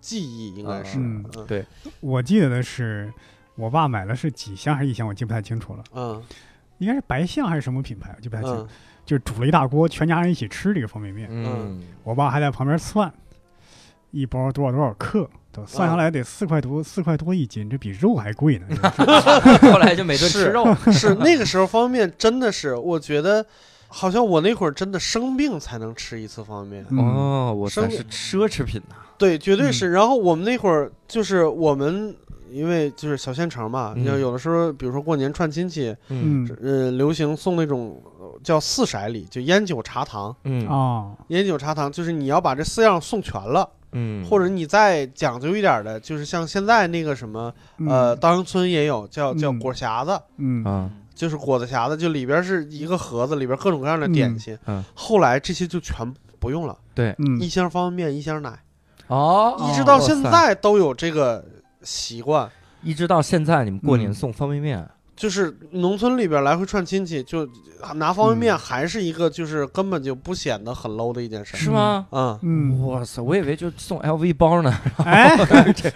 [SPEAKER 2] 记忆，应该是
[SPEAKER 3] 嗯
[SPEAKER 2] 嗯
[SPEAKER 1] 对
[SPEAKER 3] 我记得的是，我爸买了是几箱还是一箱，我记不太清楚了。
[SPEAKER 2] 嗯
[SPEAKER 3] 应该是白象还是什么品牌，我记不太清，
[SPEAKER 2] 嗯
[SPEAKER 3] 就煮了一大锅，全家人一起吃这个方便面。
[SPEAKER 1] 嗯
[SPEAKER 3] 我爸还在旁边算，一包多少多少克，都算下
[SPEAKER 2] 嗯
[SPEAKER 3] 来得四块多，四块多一斤，这比肉还 贵呢。这个
[SPEAKER 1] 后来就每顿吃肉，
[SPEAKER 2] 是那个时候方便面真的是，我觉得好像我那会儿真的生病才能吃一次方便面，
[SPEAKER 3] 嗯，
[SPEAKER 1] 哦，我算是奢侈品呐，
[SPEAKER 2] 对，绝对是。然后我们那会儿就是我们。因为就是小县城嘛，
[SPEAKER 1] 嗯
[SPEAKER 2] 要有的时候，比如说过年串亲戚，
[SPEAKER 1] 嗯
[SPEAKER 3] 嗯
[SPEAKER 2] 呃，流行送那种呃叫四色礼，就烟酒茶糖。
[SPEAKER 1] 嗯
[SPEAKER 3] 哦，
[SPEAKER 2] 烟酒茶糖就是你要把这四样送全了，
[SPEAKER 1] 嗯，
[SPEAKER 2] 或者你再讲究一点的，就是像现在那个什么，
[SPEAKER 3] 嗯
[SPEAKER 2] 呃，稻香村也有叫叫
[SPEAKER 3] 嗯
[SPEAKER 2] 果匣子，
[SPEAKER 3] 嗯
[SPEAKER 1] 啊，
[SPEAKER 2] 就是果子匣子，就里边是一个盒子，里边各种各样的点心。
[SPEAKER 1] 嗯嗯
[SPEAKER 2] 后来这些就全不用了，
[SPEAKER 3] 嗯
[SPEAKER 2] 一箱方便面，一箱奶，
[SPEAKER 1] 哦，
[SPEAKER 2] 一直到
[SPEAKER 1] 哇
[SPEAKER 2] 现
[SPEAKER 1] 塞
[SPEAKER 2] 在都有这个习惯。
[SPEAKER 1] 一直到现在，你们过年
[SPEAKER 3] 嗯
[SPEAKER 1] 送方便面，
[SPEAKER 2] 就是农村里边来回串亲戚，就拿方便面，
[SPEAKER 3] 嗯
[SPEAKER 2] 还是一个就是根本就不显得很 low 的一件事儿。
[SPEAKER 1] 是吗？
[SPEAKER 2] 嗯，
[SPEAKER 3] 嗯，
[SPEAKER 1] 哇塞，我以为就送 LV 包呢。
[SPEAKER 3] 哎，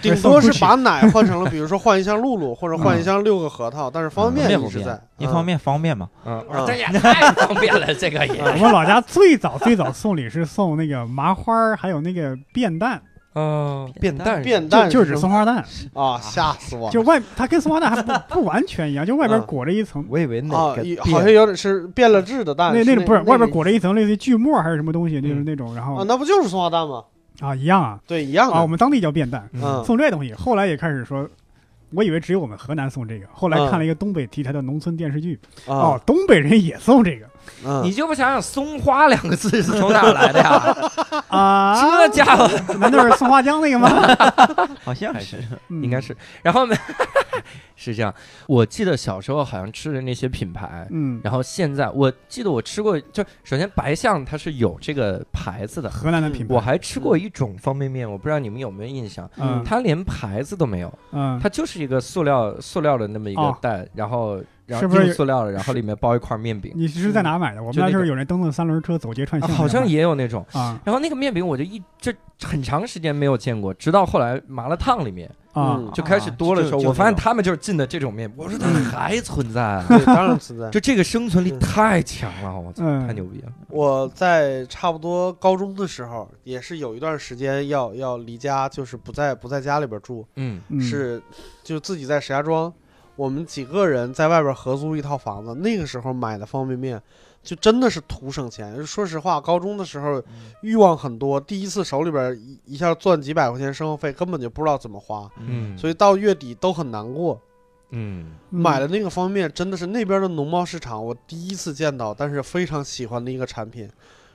[SPEAKER 2] 顶多是把 奶换成了，比如说换一箱露露，或者
[SPEAKER 3] 嗯
[SPEAKER 2] 换一箱六个核桃，但是方便
[SPEAKER 4] 嗯
[SPEAKER 2] 面一直在。
[SPEAKER 4] 一方面方便嘛，啊
[SPEAKER 1] 嗯
[SPEAKER 2] 嗯
[SPEAKER 1] 这也太方便了，这个也。
[SPEAKER 3] 我们老家最早最早送礼是送那个麻花儿，还有那个便蛋，
[SPEAKER 1] 嗯，
[SPEAKER 4] 变
[SPEAKER 1] 蛋
[SPEAKER 4] 淡
[SPEAKER 2] 变
[SPEAKER 3] 就
[SPEAKER 2] 蛋
[SPEAKER 3] 就是只
[SPEAKER 2] 什么
[SPEAKER 3] 松花蛋，
[SPEAKER 2] 啊，吓死我了！
[SPEAKER 3] 就外它跟松花蛋还不不完全一样，就外边
[SPEAKER 2] 嗯
[SPEAKER 3] 裹着一层。
[SPEAKER 1] 我以为哪
[SPEAKER 2] 啊
[SPEAKER 1] 个，
[SPEAKER 2] 一
[SPEAKER 1] 变
[SPEAKER 2] 好像有点是变了质的蛋，
[SPEAKER 3] 那
[SPEAKER 2] 啊是那
[SPEAKER 3] 那种不是外边裹
[SPEAKER 2] 着
[SPEAKER 3] 着一层类似于锯末还是什么东西，就是
[SPEAKER 1] 嗯
[SPEAKER 3] 那种，然
[SPEAKER 2] 啊，
[SPEAKER 3] 后
[SPEAKER 2] 那不就是松花蛋吗？
[SPEAKER 3] 啊一样啊
[SPEAKER 2] 对，一样
[SPEAKER 3] 啊，我
[SPEAKER 2] 的。
[SPEAKER 3] 们当地叫便蛋，
[SPEAKER 2] 嗯
[SPEAKER 3] 送这东西，后来也开始说，我以为只有我们河南送这个，后来看了一个东北题材的农村电视剧，哦
[SPEAKER 2] 啊，，
[SPEAKER 3] 东北人也送这个
[SPEAKER 2] 嗯
[SPEAKER 1] 你就不想想“松花”两个字是从哪儿来 的呀？
[SPEAKER 3] 啊，
[SPEAKER 1] 这家伙
[SPEAKER 3] 难道是松花江那个吗？
[SPEAKER 4] 好像是
[SPEAKER 3] 嗯
[SPEAKER 1] 应该，是。然后呢， 是这样，我记得小时候好像吃的那些品牌，
[SPEAKER 3] 嗯，
[SPEAKER 1] 然后现在我记得我吃过，就首先白象它是有这个牌子的，
[SPEAKER 3] 河南的品牌，
[SPEAKER 1] 我还吃过一种方便面，我不知道你们有没有印象，
[SPEAKER 3] 嗯
[SPEAKER 1] 它连牌子都没有，
[SPEAKER 3] 嗯，
[SPEAKER 1] 它就是一个塑料塑料的那么一个
[SPEAKER 3] 哦
[SPEAKER 1] 袋，然后然
[SPEAKER 3] 是
[SPEAKER 1] 后
[SPEAKER 3] 不是
[SPEAKER 1] 硬塑料的，然后里面包一块面饼，
[SPEAKER 3] 你是在哪买的？我们
[SPEAKER 1] 就那
[SPEAKER 3] 那
[SPEAKER 1] 个
[SPEAKER 3] 就是有人蹬着三轮车走街串
[SPEAKER 1] 啊
[SPEAKER 3] 巷那个嘛，
[SPEAKER 1] 好像也有那种。
[SPEAKER 3] 啊
[SPEAKER 1] 然后那个面饼我就一这很长时间没有见过，直到后来麻辣烫里面
[SPEAKER 3] 啊
[SPEAKER 2] 嗯
[SPEAKER 1] 就开始多了的时候，
[SPEAKER 4] 啊就
[SPEAKER 1] 我发现
[SPEAKER 4] 就
[SPEAKER 1] 他们就是进的这种面，我说
[SPEAKER 3] 嗯
[SPEAKER 1] 它还存在 啊，
[SPEAKER 2] 对，当然存在。
[SPEAKER 1] 就这个生存力
[SPEAKER 2] 嗯
[SPEAKER 1] 太强了，我操，
[SPEAKER 3] 嗯
[SPEAKER 1] 太牛逼了。
[SPEAKER 2] 我在差不多高中的时候，也是有一段时间要要离家，就是不在不在家里边住，
[SPEAKER 1] 嗯
[SPEAKER 3] 嗯
[SPEAKER 2] 是就自己在石家庄，我们几个人在外边合租一套房子。那个时候买的方便面，就真的是图省钱。说实话，高中的时候欲望很多，第一次手里边一一下攥几百块钱生活费，根本就不知道怎么花，
[SPEAKER 1] 嗯，
[SPEAKER 2] 所
[SPEAKER 1] 以
[SPEAKER 2] 以到月底都很难过。
[SPEAKER 1] 嗯
[SPEAKER 2] 买了
[SPEAKER 3] 嗯
[SPEAKER 2] 那个方便面，真的是那边的农贸市场，我第一次见到，但是非常喜欢的一个产品，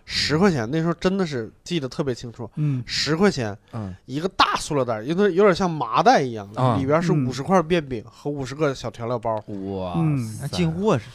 [SPEAKER 2] 十块钱，那时候真的是记得特别清楚，
[SPEAKER 3] 嗯
[SPEAKER 2] 十块钱
[SPEAKER 1] 嗯
[SPEAKER 2] 一个大塑料袋，有点有点像麻袋一样
[SPEAKER 1] 啊，
[SPEAKER 2] 里边是
[SPEAKER 3] 嗯
[SPEAKER 2] 五十块面饼和五十个小调料 包，
[SPEAKER 1] 哇
[SPEAKER 3] 嗯
[SPEAKER 1] 塞，
[SPEAKER 4] 进货是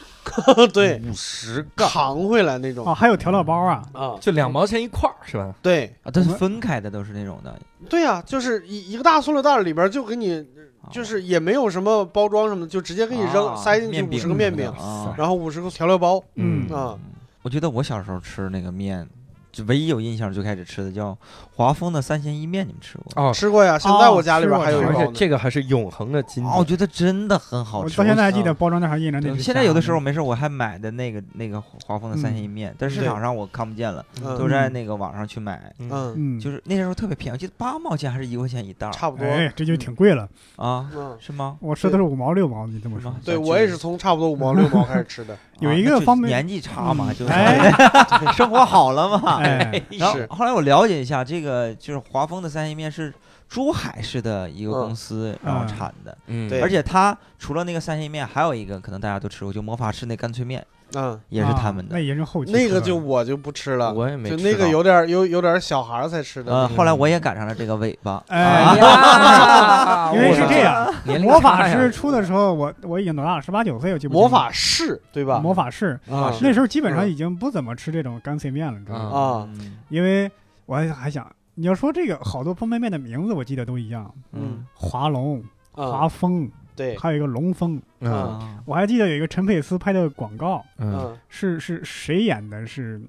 [SPEAKER 2] 对，
[SPEAKER 1] 五十个
[SPEAKER 2] 扛回来那种
[SPEAKER 3] 哦，还有调料包啊，
[SPEAKER 2] 啊，
[SPEAKER 1] 就两毛钱一块儿是吧？
[SPEAKER 2] 对
[SPEAKER 4] 啊，它是
[SPEAKER 3] 我
[SPEAKER 4] 分开的，都是那种的，
[SPEAKER 2] 对呀、就是一一个大塑料袋里边就给你，
[SPEAKER 4] 啊
[SPEAKER 2] 就是也没有什么包装什么的，就直接给你扔、
[SPEAKER 4] 啊
[SPEAKER 2] 塞进去
[SPEAKER 4] 面
[SPEAKER 2] 五
[SPEAKER 4] 饼
[SPEAKER 2] 十个面饼，
[SPEAKER 4] 啊
[SPEAKER 2] 然后五十个调料包，
[SPEAKER 3] 嗯
[SPEAKER 2] 啊
[SPEAKER 4] 我觉得我小时候吃那个面，就唯一有印象最开始吃的叫华丰的三鲜意面，你们吃过？
[SPEAKER 1] 哦，
[SPEAKER 2] 吃过呀，现在
[SPEAKER 3] 哦
[SPEAKER 2] 我家里边还有一
[SPEAKER 3] 吃
[SPEAKER 1] 而
[SPEAKER 2] 包
[SPEAKER 1] 且
[SPEAKER 2] 呢。
[SPEAKER 1] 这个还是永恒的金
[SPEAKER 2] 哦
[SPEAKER 4] 啊，我
[SPEAKER 1] 句。
[SPEAKER 4] 觉得真的很好
[SPEAKER 1] 哦
[SPEAKER 3] 我
[SPEAKER 4] 吃。
[SPEAKER 3] 到现在还记
[SPEAKER 4] 啊
[SPEAKER 3] 得包装袋上印着那
[SPEAKER 4] 对
[SPEAKER 3] 只
[SPEAKER 4] 现在有的时候
[SPEAKER 3] 虾
[SPEAKER 4] 没事，我还买的那个那个华丰的三鲜意面，但市
[SPEAKER 2] 嗯对
[SPEAKER 4] 场上我看不见了，
[SPEAKER 2] 嗯
[SPEAKER 4] 都在那个网上去买，
[SPEAKER 1] 嗯，
[SPEAKER 2] 嗯，
[SPEAKER 3] 嗯，
[SPEAKER 4] 就是是那时候特别便宜，我记得八毛钱还是一块钱一袋儿
[SPEAKER 2] 差不多。
[SPEAKER 3] 哎，这
[SPEAKER 4] 嗯
[SPEAKER 3] 就挺贵了，
[SPEAKER 4] 啊？
[SPEAKER 2] 嗯，
[SPEAKER 4] 是吗？
[SPEAKER 3] 我吃的是五毛六毛，你这么
[SPEAKER 4] 是
[SPEAKER 3] 说
[SPEAKER 4] 吗，
[SPEAKER 2] 对我也是从差不多五毛六毛开始 吃的。
[SPEAKER 3] 有
[SPEAKER 4] 啊
[SPEAKER 3] 一
[SPEAKER 4] 那
[SPEAKER 3] 个
[SPEAKER 4] 就
[SPEAKER 3] 方便
[SPEAKER 4] 年纪差嘛，
[SPEAKER 3] 嗯
[SPEAKER 4] 就
[SPEAKER 3] 哎
[SPEAKER 4] 是 生活好了嘛。
[SPEAKER 3] 哎，
[SPEAKER 4] 然后
[SPEAKER 2] 是
[SPEAKER 4] 后来我了解一下，这个就是华丰的三鲜面是珠海市的一个
[SPEAKER 2] 嗯
[SPEAKER 4] 公司然后
[SPEAKER 3] 嗯
[SPEAKER 4] 产的，
[SPEAKER 1] 嗯
[SPEAKER 2] 对
[SPEAKER 4] 而且它除了那个三鲜面，还有一个可能大家都吃过，就魔法师那干脆面
[SPEAKER 2] 嗯，
[SPEAKER 4] 也是
[SPEAKER 3] 啊
[SPEAKER 4] 他们的
[SPEAKER 3] 那。也是后期
[SPEAKER 2] 那
[SPEAKER 3] 出
[SPEAKER 2] 个
[SPEAKER 3] 的
[SPEAKER 2] 就我就不吃了，
[SPEAKER 1] 我也没
[SPEAKER 2] 就
[SPEAKER 1] 吃
[SPEAKER 2] 那个
[SPEAKER 1] 到啊
[SPEAKER 2] 有点儿有有点儿小孩儿才吃的
[SPEAKER 4] 呃，
[SPEAKER 2] 那个。啊
[SPEAKER 4] 后来我也赶上了这个尾巴，啊
[SPEAKER 1] 哎
[SPEAKER 3] 哎，
[SPEAKER 1] 呀，
[SPEAKER 3] 因为是这样，
[SPEAKER 1] 年龄
[SPEAKER 3] 魔
[SPEAKER 1] 差
[SPEAKER 3] 法
[SPEAKER 1] 呀
[SPEAKER 3] 师出的时候，我我已经多大了？十八九岁，我记不清
[SPEAKER 2] 魔法士对吧？
[SPEAKER 3] 魔法士
[SPEAKER 2] 啊
[SPEAKER 4] 嗯
[SPEAKER 3] 那时候基本上已经不怎么吃这种干脆面了，你知道吗？
[SPEAKER 2] 啊，
[SPEAKER 4] 嗯
[SPEAKER 3] 因为我还还想，你要说这个好多方便面的名字，我记得都一样，
[SPEAKER 2] 嗯
[SPEAKER 3] 华龙、华
[SPEAKER 4] 嗯
[SPEAKER 2] 啊，
[SPEAKER 3] 丰，
[SPEAKER 2] 对，
[SPEAKER 3] 还有一个龙丰。
[SPEAKER 1] 嗯
[SPEAKER 4] 啊
[SPEAKER 3] 我还记得有一个陈佩斯拍的广告，
[SPEAKER 1] 嗯
[SPEAKER 2] 嗯
[SPEAKER 3] 是是谁演的？是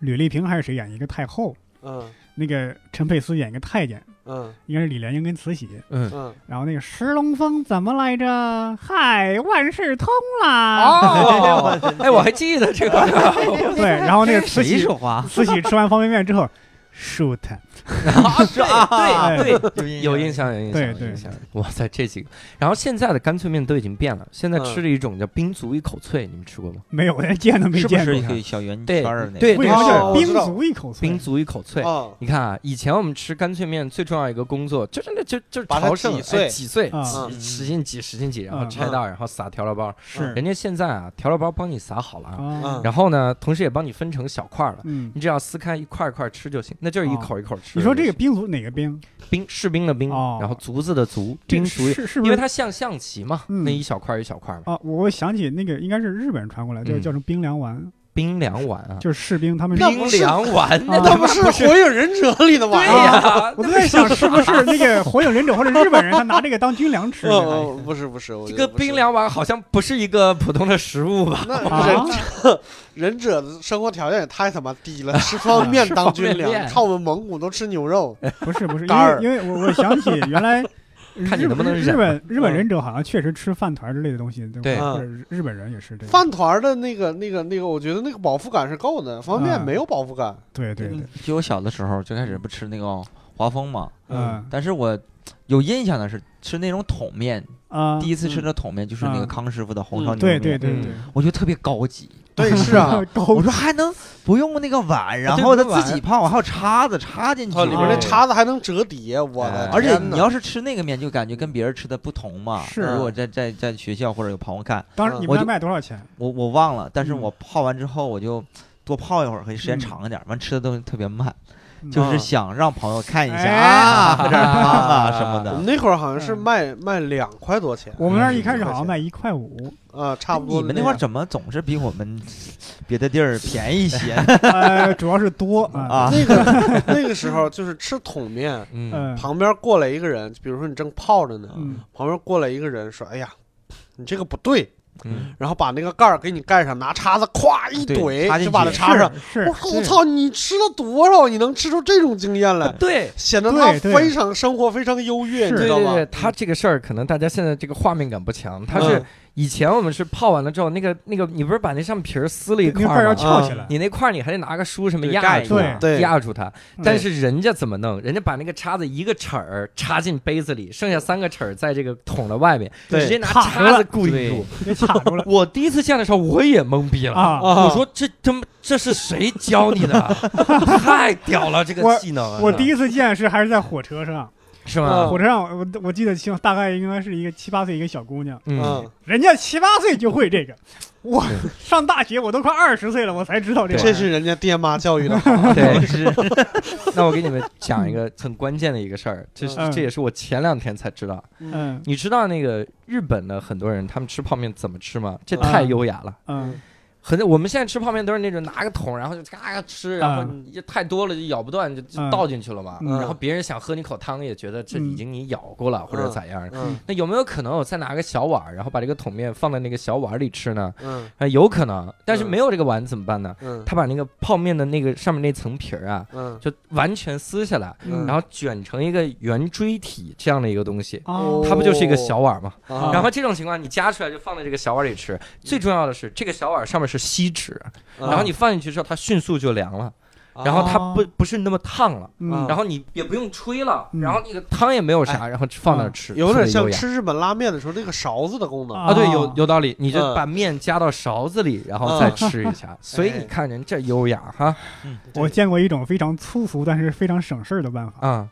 [SPEAKER 3] 吕丽萍还是谁演一个太后？
[SPEAKER 2] 嗯
[SPEAKER 3] 那个陈佩斯演一个太监，
[SPEAKER 2] 嗯
[SPEAKER 3] 应该是李莲英跟慈禧，
[SPEAKER 4] 嗯，
[SPEAKER 2] 嗯，
[SPEAKER 3] 然后那个石龙峰怎么来着？嗨，万事通啦。
[SPEAKER 1] 哦， 哎，我还记得这个，
[SPEAKER 3] 对，然后那个慈
[SPEAKER 4] 谁
[SPEAKER 3] 禧
[SPEAKER 4] 说话？
[SPEAKER 3] 慈禧吃完方便面之后，shoot，哎
[SPEAKER 4] 是啊，
[SPEAKER 1] 对对，
[SPEAKER 4] 对
[SPEAKER 1] 有印，象，有印象，
[SPEAKER 3] 对
[SPEAKER 1] 有
[SPEAKER 3] 对
[SPEAKER 1] 印象。哇塞，这几个，然后现在的干脆面都已经变了，现在
[SPEAKER 2] 嗯
[SPEAKER 1] 吃了一种叫冰足一口脆，你们吃过吗？
[SPEAKER 3] 没有人见都没
[SPEAKER 4] 是不
[SPEAKER 3] 见
[SPEAKER 4] 是
[SPEAKER 3] 过
[SPEAKER 4] 一。个小圆
[SPEAKER 1] 对
[SPEAKER 4] 圈儿的那个？
[SPEAKER 1] 对
[SPEAKER 3] 为
[SPEAKER 1] 对
[SPEAKER 3] 什么叫
[SPEAKER 2] 哦
[SPEAKER 3] 冰
[SPEAKER 2] 我知道
[SPEAKER 3] 足一口脆？
[SPEAKER 1] 冰足一口脆，
[SPEAKER 2] 哦，
[SPEAKER 1] 你看啊，以前我们吃干脆面最重要一个工作，就真的就就是
[SPEAKER 2] 把它
[SPEAKER 1] 朝圣，
[SPEAKER 2] 挤碎
[SPEAKER 1] 哎挤碎，
[SPEAKER 3] 啊
[SPEAKER 1] 挤
[SPEAKER 4] 嗯
[SPEAKER 1] 使劲挤，使劲挤，然后
[SPEAKER 3] 嗯
[SPEAKER 1] 拆到，然后撒调料包。
[SPEAKER 3] 是
[SPEAKER 1] 人家现在啊，调料包帮你撒好了啊，
[SPEAKER 3] 啊
[SPEAKER 2] 嗯，
[SPEAKER 1] 然后呢，同时也帮你分成小块了，
[SPEAKER 3] 嗯，
[SPEAKER 1] 你只要撕开一块一块吃就行，那就是一口一口吃。
[SPEAKER 3] 哦你说这个冰足哪个冰？
[SPEAKER 1] 冰士兵的冰，
[SPEAKER 3] 哦
[SPEAKER 1] 然后竹子的竹，
[SPEAKER 3] 这
[SPEAKER 1] 冰
[SPEAKER 3] 个
[SPEAKER 1] 竹，
[SPEAKER 3] 是是不
[SPEAKER 1] 因
[SPEAKER 3] 是
[SPEAKER 1] 为它像象棋嘛，
[SPEAKER 3] 嗯
[SPEAKER 1] 那一小块一小块嘛，
[SPEAKER 3] 啊，我想起那个应该是日本人传过来，就是
[SPEAKER 1] 嗯
[SPEAKER 3] 叫成冰凉丸，
[SPEAKER 1] 冰凉丸啊，
[SPEAKER 3] 就是士兵他们。
[SPEAKER 2] 那不
[SPEAKER 1] 冰
[SPEAKER 2] 是
[SPEAKER 1] 凉丸，
[SPEAKER 3] 啊
[SPEAKER 1] 那
[SPEAKER 2] 那
[SPEAKER 1] 他
[SPEAKER 2] 不
[SPEAKER 1] 妈
[SPEAKER 2] 是
[SPEAKER 1] 不
[SPEAKER 2] 《火影忍者》里的
[SPEAKER 1] 对
[SPEAKER 2] 玩意儿？
[SPEAKER 1] 呀，
[SPEAKER 3] 我都在想是不是那个火影忍者或者日本人他拿这个当军粮吃？
[SPEAKER 2] 嗯嗯，不是不是，我
[SPEAKER 1] 这
[SPEAKER 2] 觉
[SPEAKER 1] 哎个
[SPEAKER 2] 得不是
[SPEAKER 1] 冰凉丸好像不是一个普通的食物吧？
[SPEAKER 2] 那忍
[SPEAKER 3] 啊，
[SPEAKER 2] 忍者的生活条件也太他妈低 了，吃方便面当军
[SPEAKER 1] 吃方便
[SPEAKER 2] 粮，
[SPEAKER 1] 面
[SPEAKER 2] 看我们蒙古都吃牛肉，
[SPEAKER 3] 不是不是，因
[SPEAKER 2] 杆儿
[SPEAKER 3] 为因为我我想起原来日。
[SPEAKER 1] 看你能不能
[SPEAKER 3] 日
[SPEAKER 1] 忍
[SPEAKER 3] 本日
[SPEAKER 2] 嗯
[SPEAKER 3] 本忍者好像确实吃饭团之类的东西，吧
[SPEAKER 1] 对
[SPEAKER 3] 或者日本人也是这个。
[SPEAKER 2] 饭团儿的那个那个那个，我觉得那个饱腹感是够的，方便面
[SPEAKER 3] 嗯
[SPEAKER 2] 没有饱腹感。
[SPEAKER 3] 对对对，
[SPEAKER 4] 嗯就我小的时候最开始不吃那个华丰嘛，
[SPEAKER 3] 嗯
[SPEAKER 4] 但是我有印象的是吃那种桶面，
[SPEAKER 3] 啊
[SPEAKER 4] 第，一次吃的桶面就是那个康师傅嗯的红烧牛肉
[SPEAKER 3] 嗯对
[SPEAKER 4] 面，
[SPEAKER 3] 对对
[SPEAKER 1] 嗯
[SPEAKER 3] 对，
[SPEAKER 4] 我觉得特别高级。
[SPEAKER 2] 对，是 啊，，
[SPEAKER 4] 我
[SPEAKER 3] 狗
[SPEAKER 4] 说还能不用那个碗，然后他自己泡，我还有叉子插进去，
[SPEAKER 2] 它里边那
[SPEAKER 1] 哦
[SPEAKER 2] 叉子还能折叠，我
[SPEAKER 4] 哎
[SPEAKER 2] 的
[SPEAKER 4] 而且
[SPEAKER 2] 天
[SPEAKER 4] 你
[SPEAKER 2] 哪
[SPEAKER 4] 要是吃那个面，就感觉跟别人吃的不同嘛。
[SPEAKER 3] 是
[SPEAKER 4] 如果在在在学校或者有朋友看，
[SPEAKER 3] 当时你
[SPEAKER 4] 我
[SPEAKER 3] 们那
[SPEAKER 4] 就
[SPEAKER 3] 卖多少钱？啊
[SPEAKER 4] 我我忘了，但是
[SPEAKER 3] 嗯
[SPEAKER 4] 我泡完之后我就多泡一会儿，可以时间
[SPEAKER 3] 嗯
[SPEAKER 4] 长一点。完吃的东西特别慢，
[SPEAKER 3] 嗯
[SPEAKER 4] 就
[SPEAKER 2] 啊
[SPEAKER 4] 是想让朋友看一下
[SPEAKER 3] 哎
[SPEAKER 4] 啊，喝点汤啊什么
[SPEAKER 2] 我
[SPEAKER 4] 的
[SPEAKER 2] 们。那会儿好像是
[SPEAKER 4] 嗯
[SPEAKER 2] 卖卖两块多钱
[SPEAKER 3] 我们那儿一开始好像卖一块五，
[SPEAKER 2] 啊， 差不
[SPEAKER 4] 你
[SPEAKER 2] 多那样。
[SPEAKER 4] 们那块儿怎么总是比我们别的地儿便宜一些
[SPEAKER 3] 呃， 主要是多 啊，
[SPEAKER 4] 啊？
[SPEAKER 2] 那 个那个时候就是吃桶面，
[SPEAKER 1] 嗯，
[SPEAKER 3] 嗯
[SPEAKER 2] 旁边过来一个人，比如说你正泡着呢，
[SPEAKER 3] 嗯
[SPEAKER 2] 旁边过来一个人说：“哎呀，你这个不对。”
[SPEAKER 1] 嗯
[SPEAKER 2] 然后把那个盖儿给你盖上，拿叉子咵一
[SPEAKER 4] 对
[SPEAKER 2] 怼
[SPEAKER 4] 插，进
[SPEAKER 2] 就把它
[SPEAKER 4] 去
[SPEAKER 2] 插上。
[SPEAKER 3] 是
[SPEAKER 2] 啊我靠！我操！你吃了多少？你能吃出这种经验来？
[SPEAKER 1] 啊对。
[SPEAKER 2] 显得他
[SPEAKER 3] 对对
[SPEAKER 2] 非常生活非常优越，
[SPEAKER 3] 是
[SPEAKER 2] 你
[SPEAKER 1] 对
[SPEAKER 2] 知道
[SPEAKER 1] 对对
[SPEAKER 2] 吗，？
[SPEAKER 1] 他这个事儿可能大家现在这个画面感不强，他是
[SPEAKER 2] 嗯
[SPEAKER 1] 以前我们是泡完了之后，那个那个你不是把那上皮儿撕了一
[SPEAKER 3] 那
[SPEAKER 1] 块
[SPEAKER 3] 块儿
[SPEAKER 1] 儿
[SPEAKER 3] 要
[SPEAKER 1] 吗？
[SPEAKER 3] 翘起来，
[SPEAKER 1] 你那块儿你还得拿个书什么
[SPEAKER 4] 对
[SPEAKER 1] 压
[SPEAKER 4] 盖
[SPEAKER 1] 住
[SPEAKER 3] 住
[SPEAKER 1] 它，
[SPEAKER 2] 嗯对嗯
[SPEAKER 1] 压住它。
[SPEAKER 3] 嗯
[SPEAKER 1] 但
[SPEAKER 2] 对
[SPEAKER 1] 是人家怎么弄？人家把那个叉子一个齿儿插进杯子里，剩下三个齿儿在这个桶的外面，
[SPEAKER 2] 对
[SPEAKER 1] 直接拿
[SPEAKER 3] 卡
[SPEAKER 1] 叉
[SPEAKER 3] 了
[SPEAKER 1] 子固定
[SPEAKER 4] 对
[SPEAKER 1] 住。
[SPEAKER 3] 给卡 住了
[SPEAKER 1] 我第一次见的时候我也懵逼了，
[SPEAKER 3] 啊。
[SPEAKER 2] 啊
[SPEAKER 1] 我说这他妈这是谁教你 的？啊太屌了，这个技能啊！
[SPEAKER 3] 我第一次见是还是在火车上，
[SPEAKER 1] 是吗？
[SPEAKER 2] 嗯
[SPEAKER 3] 火车上我我记得清，大概应该是一个七八岁一个小姑娘，
[SPEAKER 1] 嗯
[SPEAKER 2] 嗯，，
[SPEAKER 3] 人家七八岁就会这个，我上大学我都快二十岁了，我才知道这个。
[SPEAKER 2] 这是人家爹妈教育的好，
[SPEAKER 1] 对，是。那我给你们讲一个很关键的一个事儿，这是
[SPEAKER 3] 嗯
[SPEAKER 1] 这也是我前两天才知道。
[SPEAKER 3] 嗯
[SPEAKER 1] 你知道那个日本的很多人他们吃泡面怎么吃吗？这太
[SPEAKER 3] 嗯
[SPEAKER 1] 优雅了。
[SPEAKER 3] 嗯
[SPEAKER 1] 很，我们现在吃泡面都是那种拿个桶，然后就嘎嘎吃，然后
[SPEAKER 3] 嗯
[SPEAKER 1] 你太多了就咬不断，就就
[SPEAKER 3] 嗯
[SPEAKER 1] 倒进去了嘛。
[SPEAKER 3] 嗯
[SPEAKER 1] 然后别人想喝你口汤，也觉得这
[SPEAKER 3] 嗯
[SPEAKER 1] 已经你咬过了或者咋样。
[SPEAKER 2] 嗯
[SPEAKER 1] 那有没有可能我再拿个小碗儿，然后把这个桶面放在那个小碗儿里吃呢？
[SPEAKER 2] 嗯
[SPEAKER 1] 啊、有可能，但是
[SPEAKER 2] 嗯
[SPEAKER 1] 没有这个碗怎么办呢？
[SPEAKER 2] 嗯
[SPEAKER 1] 他把那个泡面的那个上面那层皮儿啊，
[SPEAKER 2] 嗯，
[SPEAKER 1] 就完全撕下来，
[SPEAKER 2] 嗯
[SPEAKER 1] 然后卷成一个圆锥体这样的一个东西，
[SPEAKER 3] 哦
[SPEAKER 1] 它不就是一个小碗吗？
[SPEAKER 2] 啊
[SPEAKER 1] 然后这种情况你夹出来就放在这个小碗里
[SPEAKER 2] 嗯
[SPEAKER 1] 吃。最重要的是，这个小碗上面是锡纸，然后你放进去之后，它迅速就凉了，
[SPEAKER 2] 啊哦
[SPEAKER 1] 然后它不不是那么烫了。
[SPEAKER 3] 嗯
[SPEAKER 1] 然后你也不用吹了，
[SPEAKER 3] 嗯
[SPEAKER 1] 然后那个汤也没有啥，然后放那儿吃，
[SPEAKER 2] 哎嗯有
[SPEAKER 1] 特
[SPEAKER 2] 点
[SPEAKER 1] 别
[SPEAKER 2] 像
[SPEAKER 1] 优雅
[SPEAKER 2] 吃日本拉面的时候那个勺子的功能，
[SPEAKER 1] 啊，对，有有道理，你就
[SPEAKER 2] 嗯
[SPEAKER 1] 把面夹到勺子里，然后再吃一 下。所
[SPEAKER 2] 哎
[SPEAKER 1] 以你看人这优雅哈
[SPEAKER 3] 我见过一种非常粗俗但是非常省事儿的办法，
[SPEAKER 1] 啊，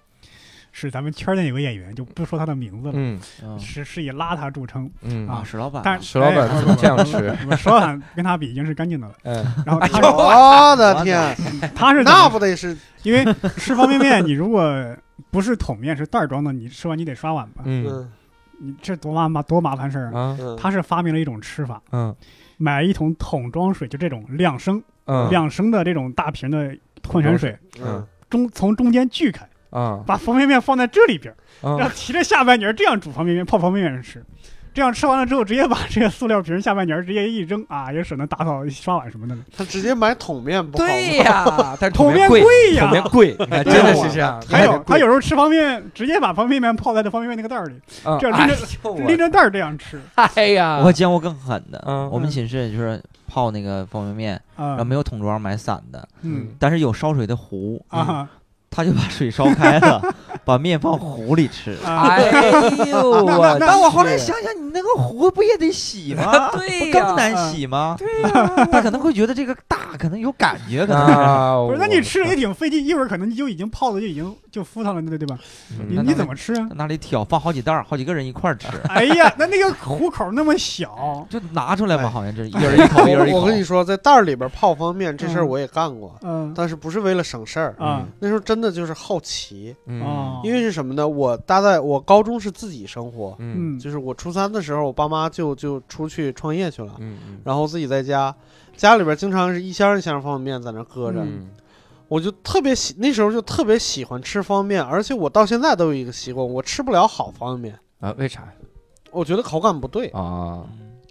[SPEAKER 3] 是咱们圈内有个演员，就不说他的名字了，
[SPEAKER 1] 嗯
[SPEAKER 4] 嗯
[SPEAKER 3] 是是以邋遢著称，
[SPEAKER 1] 嗯
[SPEAKER 4] 啊，史老板，
[SPEAKER 3] 但
[SPEAKER 1] 石老板
[SPEAKER 3] 哎
[SPEAKER 1] 怎么这样 吃
[SPEAKER 3] 不是石老板跟他比已经是干净的了。
[SPEAKER 1] 嗯
[SPEAKER 3] 然后他 是
[SPEAKER 2] 我的天，
[SPEAKER 3] 他是怎
[SPEAKER 2] 那
[SPEAKER 3] 么
[SPEAKER 2] 不得是
[SPEAKER 3] 因为吃方便面，你如果不是桶面是袋儿装的，你吃完你得刷碗吧？
[SPEAKER 1] 嗯
[SPEAKER 2] 嗯
[SPEAKER 3] 你这多麻麻多麻烦事儿啊！
[SPEAKER 1] 啊
[SPEAKER 2] 嗯
[SPEAKER 3] 他是发明了一种吃法，
[SPEAKER 1] 嗯
[SPEAKER 3] 买一桶桶装水，就这种两升、
[SPEAKER 1] 嗯
[SPEAKER 3] 两升的这种大瓶的矿泉水，
[SPEAKER 2] 嗯
[SPEAKER 3] 中从中间锯开，
[SPEAKER 1] 啊
[SPEAKER 3] 把方便面放在这里边儿，然
[SPEAKER 1] 啊
[SPEAKER 3] 后提着下半截儿这样煮方便面、泡方便面吃。这样吃完了之后，直接把 这个塑料瓶下半年直接一扔啊，也省得打扫刷碗什么的了。
[SPEAKER 2] 他直接买桶面不好吗？
[SPEAKER 1] 对 呀，但是
[SPEAKER 3] 桶面
[SPEAKER 1] 贵
[SPEAKER 3] 贵呀
[SPEAKER 1] 桶面贵，你看真的是这样。
[SPEAKER 3] 还有他
[SPEAKER 1] 有，
[SPEAKER 3] 有时候吃方便面，直接把方便面泡在这方便面那个袋儿里，
[SPEAKER 1] 嗯
[SPEAKER 3] 这拎着
[SPEAKER 1] 哎呦我
[SPEAKER 3] 拎着袋儿这样吃
[SPEAKER 1] 哎呀，
[SPEAKER 4] 啊我见过更狠的，
[SPEAKER 1] 嗯
[SPEAKER 4] 我们寝室就是泡那个方便面，然
[SPEAKER 3] 啊
[SPEAKER 4] 后，没有桶装买散的，
[SPEAKER 3] 嗯
[SPEAKER 4] 但是有烧水的壶，嗯
[SPEAKER 3] 啊
[SPEAKER 4] 他就把水烧开了， 把面放壶里吃。
[SPEAKER 3] 啊，
[SPEAKER 1] 哎呦我，
[SPEAKER 4] 但我后来想想，你那个壶不也得洗 吗？
[SPEAKER 1] 对
[SPEAKER 4] 不
[SPEAKER 1] 呀
[SPEAKER 4] 更难洗吗？
[SPEAKER 1] 对呀
[SPEAKER 4] 他可能会觉得这个大，可能有感觉，可能
[SPEAKER 1] 啊，
[SPEAKER 3] 不
[SPEAKER 1] 我
[SPEAKER 3] 是，那你吃着也挺费劲，一会儿可能你就已经泡的就已经就敷上了，对对吧？你
[SPEAKER 1] 嗯
[SPEAKER 4] 那
[SPEAKER 3] 你
[SPEAKER 4] 咱
[SPEAKER 3] 怎
[SPEAKER 4] 们
[SPEAKER 3] 么吃啊？
[SPEAKER 4] 在那里挑，放好几袋儿，好几个人一块儿吃，
[SPEAKER 3] 哎呀，那那个虎口那么小，
[SPEAKER 4] 就拿出来吧，
[SPEAKER 2] 哎
[SPEAKER 4] 好像这一 人一口，一人一
[SPEAKER 2] 我
[SPEAKER 4] 口。
[SPEAKER 2] 我跟你说，在袋儿里边泡方便面这事儿
[SPEAKER 3] 嗯
[SPEAKER 2] 我也干过，
[SPEAKER 3] 嗯
[SPEAKER 2] 但是不是为了省事儿，
[SPEAKER 3] 啊
[SPEAKER 2] 那时候真的就是好奇，
[SPEAKER 1] 嗯
[SPEAKER 3] 哦，
[SPEAKER 2] 因为是什么呢？我搭在我高中是自己生活，
[SPEAKER 1] 嗯
[SPEAKER 3] 嗯
[SPEAKER 2] 就是我初三的时候，我爸妈就就出去创业去了，
[SPEAKER 1] 嗯嗯
[SPEAKER 2] 然后自己在家，家里边经常是一箱一箱方便面在那儿搁着，
[SPEAKER 1] 嗯
[SPEAKER 2] 我就特别喜，那时候就特别喜欢吃方便面，而且我到现在都有一个习惯，我吃不了好方便面，
[SPEAKER 1] 啊，为啥
[SPEAKER 2] 我觉得口感不对。
[SPEAKER 1] 啊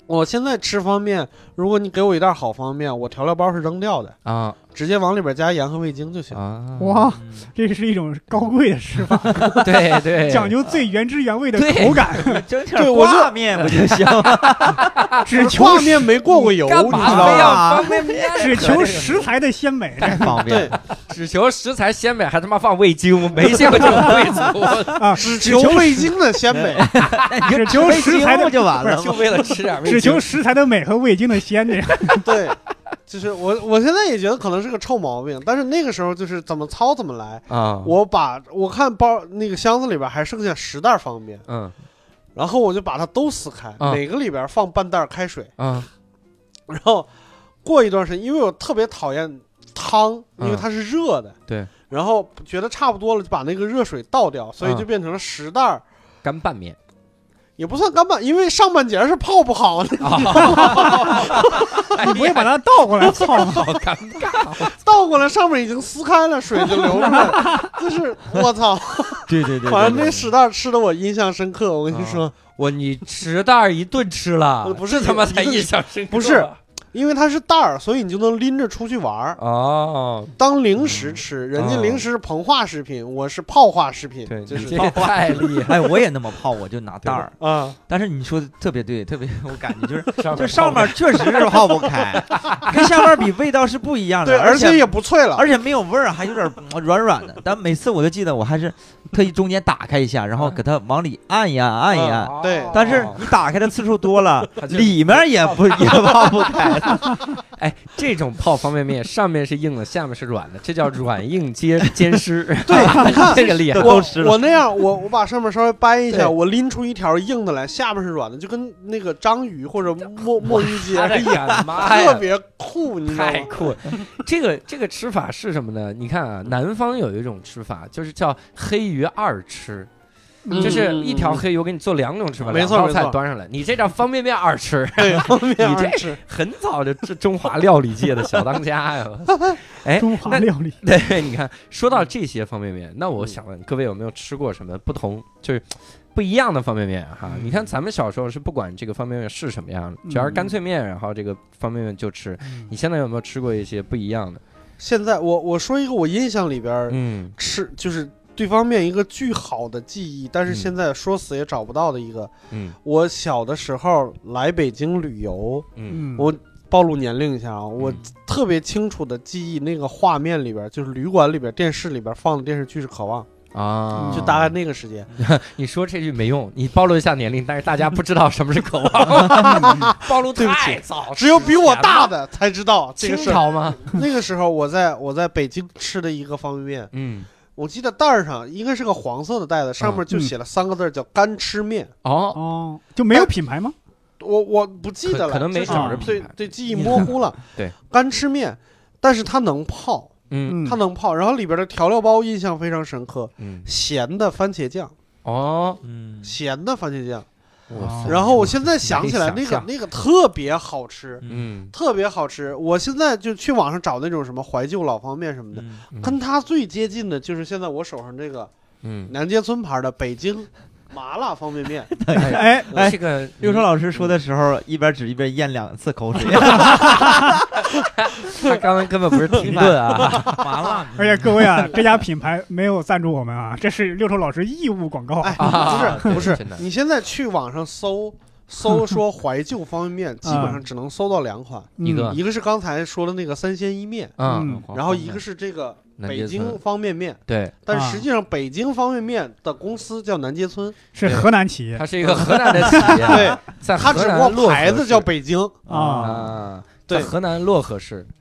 [SPEAKER 2] 我现在吃方便面，如果你给我一袋好方便面，我调料包是扔掉的，
[SPEAKER 1] 啊
[SPEAKER 2] 直接往里边加盐和味精就行。
[SPEAKER 1] 啊！
[SPEAKER 3] 哇，
[SPEAKER 4] 嗯
[SPEAKER 3] 这是一种高贵的吃法，
[SPEAKER 1] 对对，
[SPEAKER 3] 讲究最原汁原味的
[SPEAKER 1] 对
[SPEAKER 3] 口感，
[SPEAKER 4] 你 蒸点
[SPEAKER 2] 对我就
[SPEAKER 4] 挂面不就行了？
[SPEAKER 3] 只求
[SPEAKER 2] 挂面没过过油，你
[SPEAKER 1] 干
[SPEAKER 2] 知
[SPEAKER 1] 嘛
[SPEAKER 2] 道
[SPEAKER 1] 非
[SPEAKER 2] 吗？
[SPEAKER 1] 要
[SPEAKER 4] 吗
[SPEAKER 1] 方便面？
[SPEAKER 3] 只求食材的鲜美。
[SPEAKER 4] 太方便了
[SPEAKER 2] 对。，
[SPEAKER 1] 只求食材鲜美，还他妈放味精，我没见过这种贵 族，
[SPEAKER 2] 只求味精的鲜美。
[SPEAKER 4] 那你
[SPEAKER 3] 啊只
[SPEAKER 4] 就
[SPEAKER 3] 求
[SPEAKER 4] 吃
[SPEAKER 3] 食材的
[SPEAKER 4] 不就完了
[SPEAKER 1] 就
[SPEAKER 4] 吗？
[SPEAKER 1] 为了吃点味
[SPEAKER 3] 只
[SPEAKER 1] 精。
[SPEAKER 3] 求食材的美和味精的鲜，这样
[SPEAKER 2] 对，就是我，我现在也觉得可能是个臭毛病，但是那个时候就是怎么操怎么来。
[SPEAKER 1] 啊，
[SPEAKER 2] 我把我看包那个箱子里边还剩下十袋方便，
[SPEAKER 1] 嗯
[SPEAKER 2] 然后我就把它都撕开，
[SPEAKER 1] 啊
[SPEAKER 2] 每个里边放半袋开水，
[SPEAKER 1] 嗯
[SPEAKER 2] 然后过一段时间，因为我特别讨厌汤，因为
[SPEAKER 1] 嗯
[SPEAKER 2] 它是热的，
[SPEAKER 1] 对，
[SPEAKER 2] 然后觉得差不多了，就把那个热水倒掉，所以
[SPEAKER 1] 嗯
[SPEAKER 2] 就变成了十袋儿。
[SPEAKER 1] 干拌面
[SPEAKER 2] 也不算干拌，因为上半截是泡不好的，
[SPEAKER 1] 啊，哎
[SPEAKER 3] 你不会把它倒过来啊操 吗？
[SPEAKER 1] 好尴尬，
[SPEAKER 2] 倒过来上面已经撕开了，水就流出来了。就是我操，
[SPEAKER 4] 对对对，
[SPEAKER 2] 反正那屎蛋吃的我印象深刻。我跟你说，
[SPEAKER 1] 我你十袋儿一顿吃了，
[SPEAKER 2] 呃不是
[SPEAKER 1] 这他妈才印象深刻，
[SPEAKER 2] 不是因为它是袋儿，所以你就能拎着出去玩儿，
[SPEAKER 1] 哦，
[SPEAKER 2] 当零食吃。人家零食是膨化食品，我是泡化食品
[SPEAKER 1] 对，，
[SPEAKER 2] 就
[SPEAKER 1] 你
[SPEAKER 2] 是
[SPEAKER 1] 这太厉 害，
[SPEAKER 4] 哎，我也那么泡，我就拿袋儿。
[SPEAKER 2] 啊，
[SPEAKER 4] 但是你说的特别对，特别我感觉就是，
[SPEAKER 1] 了，
[SPEAKER 4] 就上面确实是泡不开，跟下面比味道是不一样的，
[SPEAKER 2] 对，而
[SPEAKER 4] 啊且
[SPEAKER 2] 且也不脆了，
[SPEAKER 4] 而且没有味儿，还有点儿软软的。但每次我都记得，我还是 特意中间打开一下，然后给它往里按一按，按一按。
[SPEAKER 1] 哦
[SPEAKER 2] 对
[SPEAKER 4] 但是你打开的次数多了
[SPEAKER 1] 它， 就
[SPEAKER 4] 里面也 不也泡不开了。
[SPEAKER 1] 哎，这种泡方便面上面是硬的，下面是软的，这叫软硬兼兼施。
[SPEAKER 2] 对你 看
[SPEAKER 1] 这个厉害
[SPEAKER 4] 都。
[SPEAKER 2] 我
[SPEAKER 4] 吃了
[SPEAKER 2] 我那样，我我把上面稍微掰一
[SPEAKER 1] 对
[SPEAKER 2] 下，我拎出一条硬的来，下面是软的，就跟那个章鱼或者墨墨鱼
[SPEAKER 1] 哎
[SPEAKER 2] 节一样，
[SPEAKER 1] 呀妈
[SPEAKER 2] 特
[SPEAKER 1] 呀！
[SPEAKER 2] 别酷，你知道
[SPEAKER 1] 太
[SPEAKER 2] 吗？
[SPEAKER 1] 酷了！这个这个吃法是什么呢？你看啊，南方有一种吃法，就是叫黑鱼二吃，
[SPEAKER 2] 嗯
[SPEAKER 1] 就是一条黑鱼，我给你做两种吃法，
[SPEAKER 2] 没
[SPEAKER 1] 两
[SPEAKER 2] 错
[SPEAKER 1] 道
[SPEAKER 2] 没
[SPEAKER 1] 菜
[SPEAKER 2] 错
[SPEAKER 1] 端上来。你这叫方便面二 吃，
[SPEAKER 2] 对，方便面
[SPEAKER 1] 你这
[SPEAKER 2] 二吃
[SPEAKER 1] 很早就这中华料理界的小当家 呀！哎
[SPEAKER 3] 中华
[SPEAKER 1] 那
[SPEAKER 3] 料理
[SPEAKER 1] 对，你看，说到这些方便面，那我想问各位有没有吃过什么不同，就是不一样的方便面
[SPEAKER 2] 嗯
[SPEAKER 1] 哈？你看咱们小时候是不管这个方便面是什么样的，只要是干脆面，然后这个方便面就吃。
[SPEAKER 2] 嗯
[SPEAKER 1] 你现在有没有吃过一些不一样的？
[SPEAKER 2] 现在我我说一个我印象里边儿
[SPEAKER 1] 嗯
[SPEAKER 2] 吃就是对方面一个巨好的记忆，但是
[SPEAKER 1] 嗯
[SPEAKER 2] 现在说死也找不到的一个。
[SPEAKER 1] 嗯
[SPEAKER 2] 我小的时候来北京旅游，
[SPEAKER 1] 嗯
[SPEAKER 3] 嗯，
[SPEAKER 2] 我暴露年龄一下啊，我特别清楚的记忆那个画面里边，就是旅馆里边、电视里边放的电视剧是《渴望
[SPEAKER 1] 啊，》，
[SPEAKER 2] 嗯
[SPEAKER 1] 哦
[SPEAKER 2] 就大概那个时间。
[SPEAKER 1] 你说这句没用，你暴露一下年龄，但是大家不知道什么是渴望， 暴露太早，
[SPEAKER 2] 只有比我大的才知道这
[SPEAKER 1] 啊清
[SPEAKER 2] 个事儿。
[SPEAKER 1] 朝吗？
[SPEAKER 2] 那个时候我在我在北京吃的一个方便面，
[SPEAKER 1] 嗯，
[SPEAKER 2] 我记得袋儿上应该是个黄色的袋子，
[SPEAKER 1] 啊
[SPEAKER 2] 上面就
[SPEAKER 3] 嗯
[SPEAKER 2] 写了三个字儿叫“干吃面”。
[SPEAKER 1] 哦，
[SPEAKER 3] 哦，就没有品牌吗？
[SPEAKER 2] 我我不记
[SPEAKER 1] 可
[SPEAKER 2] 得了，
[SPEAKER 1] 可能没
[SPEAKER 2] 就是
[SPEAKER 3] 找着
[SPEAKER 2] 啊
[SPEAKER 1] 品
[SPEAKER 2] 对
[SPEAKER 1] 牌
[SPEAKER 2] 对，记忆模糊了
[SPEAKER 1] 。对，
[SPEAKER 2] 干吃面，但是它能泡，
[SPEAKER 1] 嗯
[SPEAKER 3] 嗯
[SPEAKER 2] 它，能泡。然后里边的调料包印象非常深刻，
[SPEAKER 1] 嗯，
[SPEAKER 2] 咸的番茄酱，
[SPEAKER 1] 哦，
[SPEAKER 4] 嗯，
[SPEAKER 2] 咸的番茄酱。
[SPEAKER 1] 哇塞
[SPEAKER 3] 哦
[SPEAKER 2] 然后我现在想起来，
[SPEAKER 1] 可以
[SPEAKER 2] 那
[SPEAKER 1] 想象
[SPEAKER 2] 个那个特别好吃，
[SPEAKER 1] 嗯，
[SPEAKER 2] 特别好吃。我现在就去网上找那种什么怀旧老方面什么的，
[SPEAKER 4] 嗯
[SPEAKER 1] 嗯
[SPEAKER 2] 跟它最接近的就是现在我手上这个
[SPEAKER 1] 嗯
[SPEAKER 2] 南街村牌的北京麻辣方便面，
[SPEAKER 4] 哎
[SPEAKER 1] 我
[SPEAKER 4] 哎，
[SPEAKER 1] 嗯这 个
[SPEAKER 4] 六叔老师说的时候，一边指一边咽两次口水，
[SPEAKER 1] 他刚刚根本不 是
[SPEAKER 4] 嗯
[SPEAKER 1] 停顿啊，
[SPEAKER 4] 麻辣
[SPEAKER 3] 而且各位啊，这家品牌没有赞助我们啊， 这是六兽老师义务广告。
[SPEAKER 2] 哎，
[SPEAKER 1] 啊对
[SPEAKER 2] 不是不 是
[SPEAKER 1] 真的，
[SPEAKER 2] 你现在去网上搜搜说怀旧方便面，基本上只能搜到两款，
[SPEAKER 1] 一个
[SPEAKER 2] 一个是刚才说的那个三鲜伊面，
[SPEAKER 1] 嗯，
[SPEAKER 3] 嗯
[SPEAKER 2] 然后一个是这个
[SPEAKER 1] 南
[SPEAKER 2] 北
[SPEAKER 1] 街
[SPEAKER 2] 京
[SPEAKER 1] 村啊
[SPEAKER 2] 方便面，
[SPEAKER 1] 对，
[SPEAKER 2] 但实际上北京方便面的公司叫南 街村，
[SPEAKER 3] 是河南企业
[SPEAKER 1] 它是一个河南的企业，啊
[SPEAKER 2] 对，
[SPEAKER 1] 在
[SPEAKER 2] 它
[SPEAKER 1] 河
[SPEAKER 2] 只
[SPEAKER 1] 南
[SPEAKER 2] 不
[SPEAKER 1] 漯
[SPEAKER 2] 过
[SPEAKER 1] 河
[SPEAKER 2] 牌子
[SPEAKER 1] 市
[SPEAKER 2] 叫北京，
[SPEAKER 3] 啊，
[SPEAKER 1] 啊，
[SPEAKER 2] 对
[SPEAKER 1] 在河南漯河市。
[SPEAKER 2] 嗯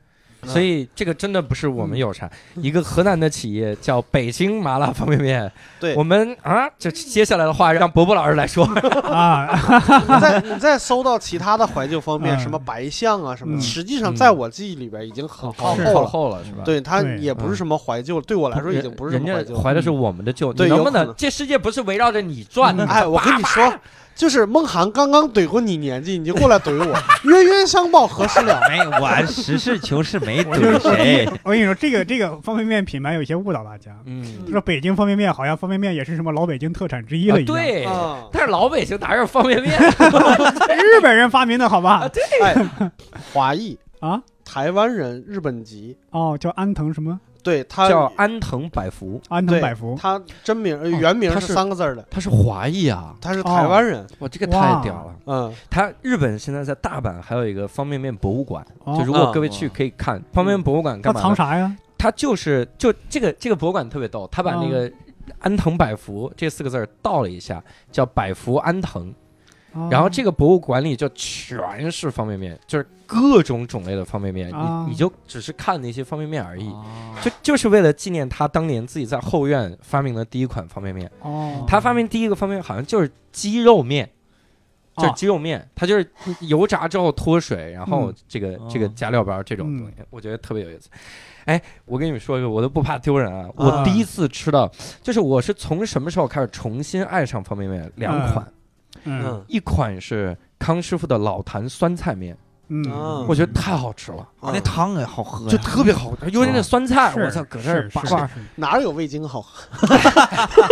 [SPEAKER 1] 所以这个真的不是我们有啥，一个河南的企业叫北京麻辣方便面。
[SPEAKER 2] 对
[SPEAKER 1] 我们啊，这接下来的话让伯伯老师来说。
[SPEAKER 3] 啊，
[SPEAKER 2] 你再你再搜到其他的怀旧方面，
[SPEAKER 3] 嗯
[SPEAKER 2] 什么白象啊什么的，
[SPEAKER 3] 嗯
[SPEAKER 2] 实际上
[SPEAKER 1] 嗯
[SPEAKER 2] 在我记忆里边已经很靠
[SPEAKER 1] 靠
[SPEAKER 2] 后
[SPEAKER 3] 是
[SPEAKER 1] 靠
[SPEAKER 2] 了。
[SPEAKER 1] 后了是吧？，
[SPEAKER 2] 对，它
[SPEAKER 3] 对
[SPEAKER 2] 也不是
[SPEAKER 1] 嗯
[SPEAKER 2] 什么怀旧，对我来说已经不是
[SPEAKER 1] 人
[SPEAKER 2] 什么怀旧
[SPEAKER 1] 家
[SPEAKER 2] 了。
[SPEAKER 1] 怀的是我们的旧，你
[SPEAKER 2] 对
[SPEAKER 1] 能
[SPEAKER 2] 有
[SPEAKER 1] 不
[SPEAKER 2] 可
[SPEAKER 1] 能
[SPEAKER 2] 能
[SPEAKER 1] 这世界不是围绕着你转的？
[SPEAKER 2] 哎，我跟你说，就是梦涵刚刚怼过你年纪，你就过来怼我，冤冤相报何时 了？
[SPEAKER 4] 没，我实事求是没
[SPEAKER 3] 我就是
[SPEAKER 4] 怼
[SPEAKER 3] 说
[SPEAKER 4] 谁，哎
[SPEAKER 3] 我跟你说，这个这个方便面品牌有些误导大家。
[SPEAKER 1] 嗯，
[SPEAKER 3] 就说北京方便面好像方便面也是什么老北京特产之一
[SPEAKER 1] 啊
[SPEAKER 3] 了一样，
[SPEAKER 1] 对。
[SPEAKER 2] 啊，
[SPEAKER 1] 但是老北京哪有方便面
[SPEAKER 3] 日本人发明的好
[SPEAKER 1] 啊？
[SPEAKER 3] 吧？
[SPEAKER 1] 对，
[SPEAKER 2] 哎，华裔
[SPEAKER 3] 啊，
[SPEAKER 2] 台湾人，日本籍，
[SPEAKER 3] 哦，叫安藤什么
[SPEAKER 2] 对 他
[SPEAKER 1] 叫安藤百福，
[SPEAKER 3] 安藤
[SPEAKER 2] 对
[SPEAKER 3] 百福，
[SPEAKER 2] 他真名呃原名
[SPEAKER 1] 他
[SPEAKER 2] 是
[SPEAKER 1] 是
[SPEAKER 2] 三个字儿的，
[SPEAKER 1] 他是华裔啊！
[SPEAKER 2] 他是台湾人，
[SPEAKER 1] 哇，这个
[SPEAKER 3] 哇
[SPEAKER 1] 太屌了！
[SPEAKER 2] 嗯，
[SPEAKER 1] 他日本现在在大阪还有一个方便面博物馆，
[SPEAKER 3] 哦
[SPEAKER 1] 就如果
[SPEAKER 2] 啊
[SPEAKER 1] 各位去可以看方便面博物馆
[SPEAKER 3] 他
[SPEAKER 1] 干嘛呢？
[SPEAKER 3] 藏啥呀？
[SPEAKER 1] 他就是就这个这个博物馆特别逗，他把那
[SPEAKER 3] 嗯
[SPEAKER 1] 个安藤百福这四个字儿倒了一下，叫百福安藤。
[SPEAKER 3] 哦
[SPEAKER 1] 然后这
[SPEAKER 3] 个
[SPEAKER 1] 个博物馆里就全是方便面，就是各种种类的方便面，
[SPEAKER 3] 啊
[SPEAKER 1] 你你就只是看那些方便面而
[SPEAKER 3] 哦
[SPEAKER 1] 已，
[SPEAKER 4] 哦
[SPEAKER 1] 就就是为了纪念他当年自己在后院发明的第一款方便面。
[SPEAKER 3] 哦，
[SPEAKER 1] 他发明第一个方便面好像就是鸡肉面。
[SPEAKER 3] 哦
[SPEAKER 1] 就是鸡肉面，它就是油炸之后脱水，然后
[SPEAKER 3] 嗯
[SPEAKER 1] 这个、
[SPEAKER 4] 哦
[SPEAKER 1] 这个加料包这种东西，我觉得特别有意思。哎，我跟你们说一个，我都不怕丢人啊！我第一次吃到，就是我是从什么时候开始重新爱上方便面？两款，
[SPEAKER 3] 嗯
[SPEAKER 2] 嗯
[SPEAKER 1] 一款是康师傅的老坛酸菜面，
[SPEAKER 3] 嗯
[SPEAKER 2] 嗯，
[SPEAKER 1] 我觉得太好吃了，
[SPEAKER 4] 那汤也好喝呀，
[SPEAKER 1] 就特别好吃，尤其那酸菜，
[SPEAKER 3] 嗯是
[SPEAKER 1] 我操，搁这儿
[SPEAKER 3] 是
[SPEAKER 1] 扒
[SPEAKER 3] 是
[SPEAKER 1] 拉
[SPEAKER 3] 是
[SPEAKER 2] 哪有味精好喝？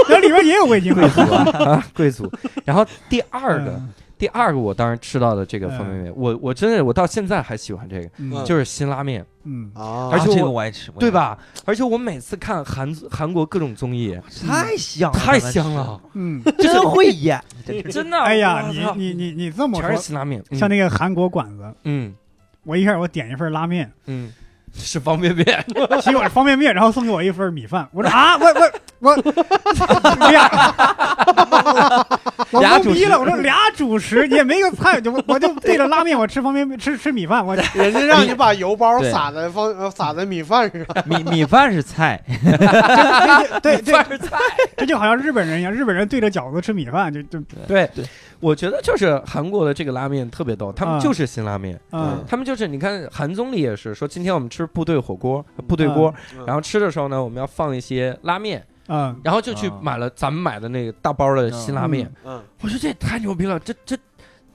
[SPEAKER 3] 这里边也有味精
[SPEAKER 1] 贵族啊，贵族。然后第二个，
[SPEAKER 3] 嗯
[SPEAKER 1] 第二个我当时吃到的这个方便面，我我真的我到现在还喜欢这个，
[SPEAKER 3] 嗯
[SPEAKER 1] 就是辛拉面，
[SPEAKER 3] 嗯
[SPEAKER 2] 啊，
[SPEAKER 1] 而且我
[SPEAKER 4] 这个我爱吃，我也
[SPEAKER 1] 对？吧？而且我每次看韩韩国各种综艺，
[SPEAKER 4] 嗯太香了，
[SPEAKER 1] 太香了，
[SPEAKER 3] 嗯，
[SPEAKER 4] 真会演，
[SPEAKER 1] 真的。
[SPEAKER 3] 哎呀，
[SPEAKER 1] 我
[SPEAKER 3] 你
[SPEAKER 1] 操
[SPEAKER 3] 你你你这么
[SPEAKER 1] 全是
[SPEAKER 3] 说，
[SPEAKER 1] 辛拉面，嗯
[SPEAKER 3] 像那个韩国馆子，
[SPEAKER 1] 嗯
[SPEAKER 3] 我一开始我点一份拉面，
[SPEAKER 1] 嗯，是方便 面，
[SPEAKER 3] 结果是方便面，然后送给我一份米饭，我说啊，我我我，哎呀，我
[SPEAKER 1] 俩
[SPEAKER 3] 懵
[SPEAKER 1] 主
[SPEAKER 3] 逼
[SPEAKER 1] 食
[SPEAKER 3] 了，我说俩主食也没个菜，就我就对着拉面我吃方便面吃吃米饭，我
[SPEAKER 2] 人家让你把油包
[SPEAKER 4] 对
[SPEAKER 2] 撒在方呃撒在米 饭上，
[SPEAKER 4] 米米饭是菜，
[SPEAKER 3] 对
[SPEAKER 1] 米
[SPEAKER 3] 对，
[SPEAKER 1] 饭是菜。
[SPEAKER 3] 这就好像日本人一样，日本人对着饺子吃米饭，就就
[SPEAKER 1] 对
[SPEAKER 4] 对，
[SPEAKER 1] 我觉得就是韩国的这个拉面特别逗，他们
[SPEAKER 3] 啊
[SPEAKER 1] 就是辛拉面，
[SPEAKER 3] 嗯
[SPEAKER 1] 他们就是你看韩综里也是说，今天我们吃部队火锅，部队锅，
[SPEAKER 2] 嗯
[SPEAKER 1] 然后吃的时候呢，我们要放一些拉面，
[SPEAKER 3] 嗯
[SPEAKER 1] 然后就去
[SPEAKER 4] 啊
[SPEAKER 1] 买了咱们买的那个大包的辛拉面。
[SPEAKER 2] 嗯，
[SPEAKER 1] 我说这也太牛逼了，这这。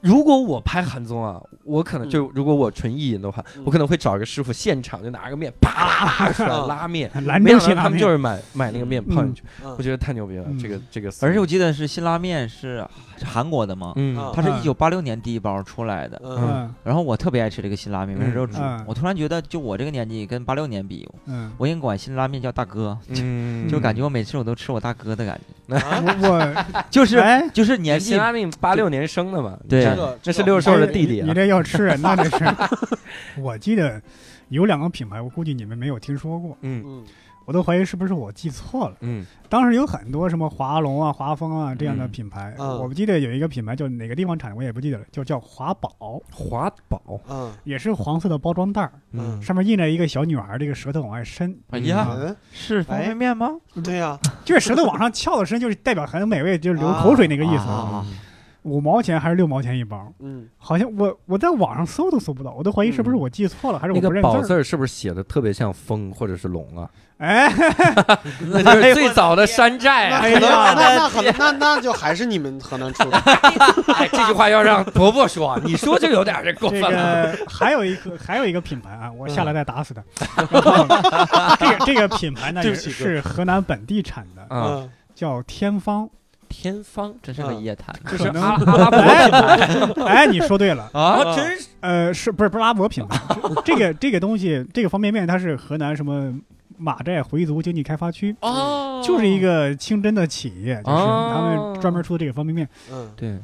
[SPEAKER 1] 如果我拍韩综啊，我可能就如果我纯意淫的话，
[SPEAKER 2] 嗯
[SPEAKER 1] 我可能会找一个师傅现场就拿个面啪啦啦出来拉面，
[SPEAKER 3] 兰
[SPEAKER 1] 没
[SPEAKER 3] 州
[SPEAKER 1] 想到
[SPEAKER 3] 辛
[SPEAKER 1] 他
[SPEAKER 3] 拉
[SPEAKER 1] 们
[SPEAKER 3] 面
[SPEAKER 1] 就是买买那个面泡进去，
[SPEAKER 2] 嗯
[SPEAKER 1] 我觉得太牛逼了，
[SPEAKER 3] 嗯
[SPEAKER 1] 这个这个思路。
[SPEAKER 4] 而且我记得是辛拉面是韩国的嘛，
[SPEAKER 1] 嗯
[SPEAKER 2] 啊
[SPEAKER 4] 它是
[SPEAKER 3] 嗯
[SPEAKER 4] 一九八六年第一包出来的。
[SPEAKER 2] 嗯
[SPEAKER 3] 嗯
[SPEAKER 4] 然后我特别爱吃这个辛拉面，没事就煮
[SPEAKER 3] 嗯嗯。
[SPEAKER 4] 我突然觉得，就我这个年纪跟八六年比，
[SPEAKER 3] 嗯，
[SPEAKER 4] 我应该管辛拉面叫大哥，
[SPEAKER 1] 嗯，
[SPEAKER 4] 就感觉我每次我都吃我大哥的感觉，
[SPEAKER 2] 啊
[SPEAKER 3] 嗯我 我
[SPEAKER 4] 就是
[SPEAKER 3] 哎
[SPEAKER 4] 就是年
[SPEAKER 1] 辛
[SPEAKER 4] 纪
[SPEAKER 1] 拉面八六年生的嘛，
[SPEAKER 4] 对
[SPEAKER 1] 你
[SPEAKER 2] 这
[SPEAKER 1] 看
[SPEAKER 2] 个
[SPEAKER 1] 这是
[SPEAKER 2] 个
[SPEAKER 1] 六兽的弟弟
[SPEAKER 3] 你
[SPEAKER 1] 啊，
[SPEAKER 3] 这要吃人呐，这 是。我记得有两个品牌，我估计你们没有听说过，
[SPEAKER 1] 嗯
[SPEAKER 2] 嗯
[SPEAKER 3] 我都怀疑是不是我记错了。
[SPEAKER 1] 嗯
[SPEAKER 3] 当时有很多什么华龙啊、华丰啊这样的
[SPEAKER 4] 嗯
[SPEAKER 3] 品牌，
[SPEAKER 2] 嗯
[SPEAKER 3] 我记得有一个品牌叫哪个地方产的，我也不记得了，就叫华宝，
[SPEAKER 1] 华宝，
[SPEAKER 2] 嗯
[SPEAKER 3] 也是黄色的包装袋儿，
[SPEAKER 1] 嗯
[SPEAKER 2] 嗯
[SPEAKER 3] 上面印着一个小女孩，这个舌头往外伸，
[SPEAKER 4] 哎
[SPEAKER 1] 啊
[SPEAKER 4] 呀，
[SPEAKER 2] 嗯，
[SPEAKER 4] 是方便面吗？
[SPEAKER 2] 对呀，
[SPEAKER 3] 就是舌头往上翘的伸，就是代表很美味，就是流口水那个意思。
[SPEAKER 4] 啊
[SPEAKER 3] 五毛钱还是六毛钱一包？
[SPEAKER 2] 嗯
[SPEAKER 3] 好像我我在网上搜都搜不到，我都怀疑是不是
[SPEAKER 4] 嗯
[SPEAKER 3] 我记错了，还是我
[SPEAKER 1] 那
[SPEAKER 3] 不
[SPEAKER 1] 个
[SPEAKER 3] 认
[SPEAKER 1] 宝
[SPEAKER 3] 字
[SPEAKER 1] 字
[SPEAKER 3] 儿？
[SPEAKER 1] 儿是不是写的特别像风或者是龙 啊？
[SPEAKER 3] 哎，
[SPEAKER 1] 那就是最早的山寨
[SPEAKER 2] 那
[SPEAKER 1] 啊！
[SPEAKER 2] 可能
[SPEAKER 3] 哎呀
[SPEAKER 2] 那那可能那那就还是你们河南出的，
[SPEAKER 1] 哎，这句话要让伯伯说，你说就有点这过
[SPEAKER 3] 这
[SPEAKER 1] 分了。
[SPEAKER 3] 个还有一个还有一个品牌啊，我下来再打死他。然后
[SPEAKER 1] 嗯
[SPEAKER 3] 这个这个品牌呢
[SPEAKER 2] 对
[SPEAKER 3] 也
[SPEAKER 2] 不起
[SPEAKER 3] 是河南本地产的，
[SPEAKER 1] 啊，
[SPEAKER 2] 嗯
[SPEAKER 3] 叫天方。
[SPEAKER 1] 天方，这是个
[SPEAKER 2] 嗯
[SPEAKER 1] 夜谭这
[SPEAKER 3] 就
[SPEAKER 1] 是
[SPEAKER 3] 可能
[SPEAKER 1] 阿阿拉 伯品牌
[SPEAKER 3] 哎，你说对了，
[SPEAKER 1] 啊，真是
[SPEAKER 3] 呃，是不是不是阿拉伯品牌？这个这个东西，这个方便面它是河南什么马寨回族经济开发区，
[SPEAKER 1] 哦，
[SPEAKER 3] 就是一个清真的企业，就是
[SPEAKER 1] 哦
[SPEAKER 3] 他们专门出的这个方便面，
[SPEAKER 2] 嗯
[SPEAKER 4] 对，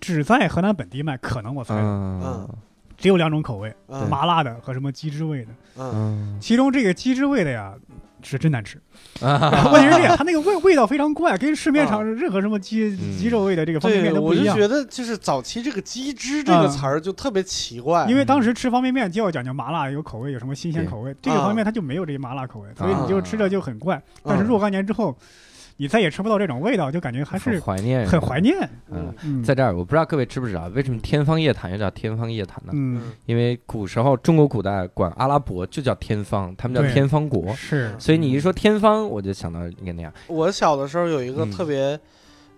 [SPEAKER 3] 只在河南本地卖，可能我猜
[SPEAKER 4] 嗯
[SPEAKER 3] 只有两种口味，
[SPEAKER 2] 嗯
[SPEAKER 3] 麻辣的和什么鸡汁味的。
[SPEAKER 2] 嗯
[SPEAKER 4] 嗯
[SPEAKER 3] 其中这个鸡汁味的呀，是真难吃。
[SPEAKER 1] 啊，
[SPEAKER 3] 问题是这样，它那个味味道非常怪，跟市面上任何什么鸡
[SPEAKER 1] 嗯
[SPEAKER 3] 鸡肉味的这个方便面
[SPEAKER 2] 对，
[SPEAKER 3] 都
[SPEAKER 2] 我
[SPEAKER 3] 不
[SPEAKER 2] 就
[SPEAKER 3] 一样。
[SPEAKER 2] 觉得就是早期这个“鸡汁”这个词儿就特别奇怪，
[SPEAKER 3] 因为当时吃方便面就要讲究麻辣，有口味，有什么新鲜口味。这个
[SPEAKER 2] 啊
[SPEAKER 3] 方便面它就没有这些麻辣口味，所以你就吃着就很怪。但是
[SPEAKER 2] 嗯
[SPEAKER 3] 若干年之后，你再也吃不到这种味道，就感觉还是
[SPEAKER 1] 很怀念，
[SPEAKER 3] 很怀。念。
[SPEAKER 1] 嗯，
[SPEAKER 3] 嗯，
[SPEAKER 1] 在这儿，我不知道各位知不知道，为什么天方夜谭又叫天方夜谭呢？
[SPEAKER 3] 嗯
[SPEAKER 1] 因为古时候中国古代管阿拉伯就叫天方，他们叫
[SPEAKER 3] 对
[SPEAKER 1] 天方国，
[SPEAKER 3] 是
[SPEAKER 1] 所以你一说天方，我就想到应该那样。
[SPEAKER 2] 我小的时候有一个
[SPEAKER 1] 嗯
[SPEAKER 2] 特别、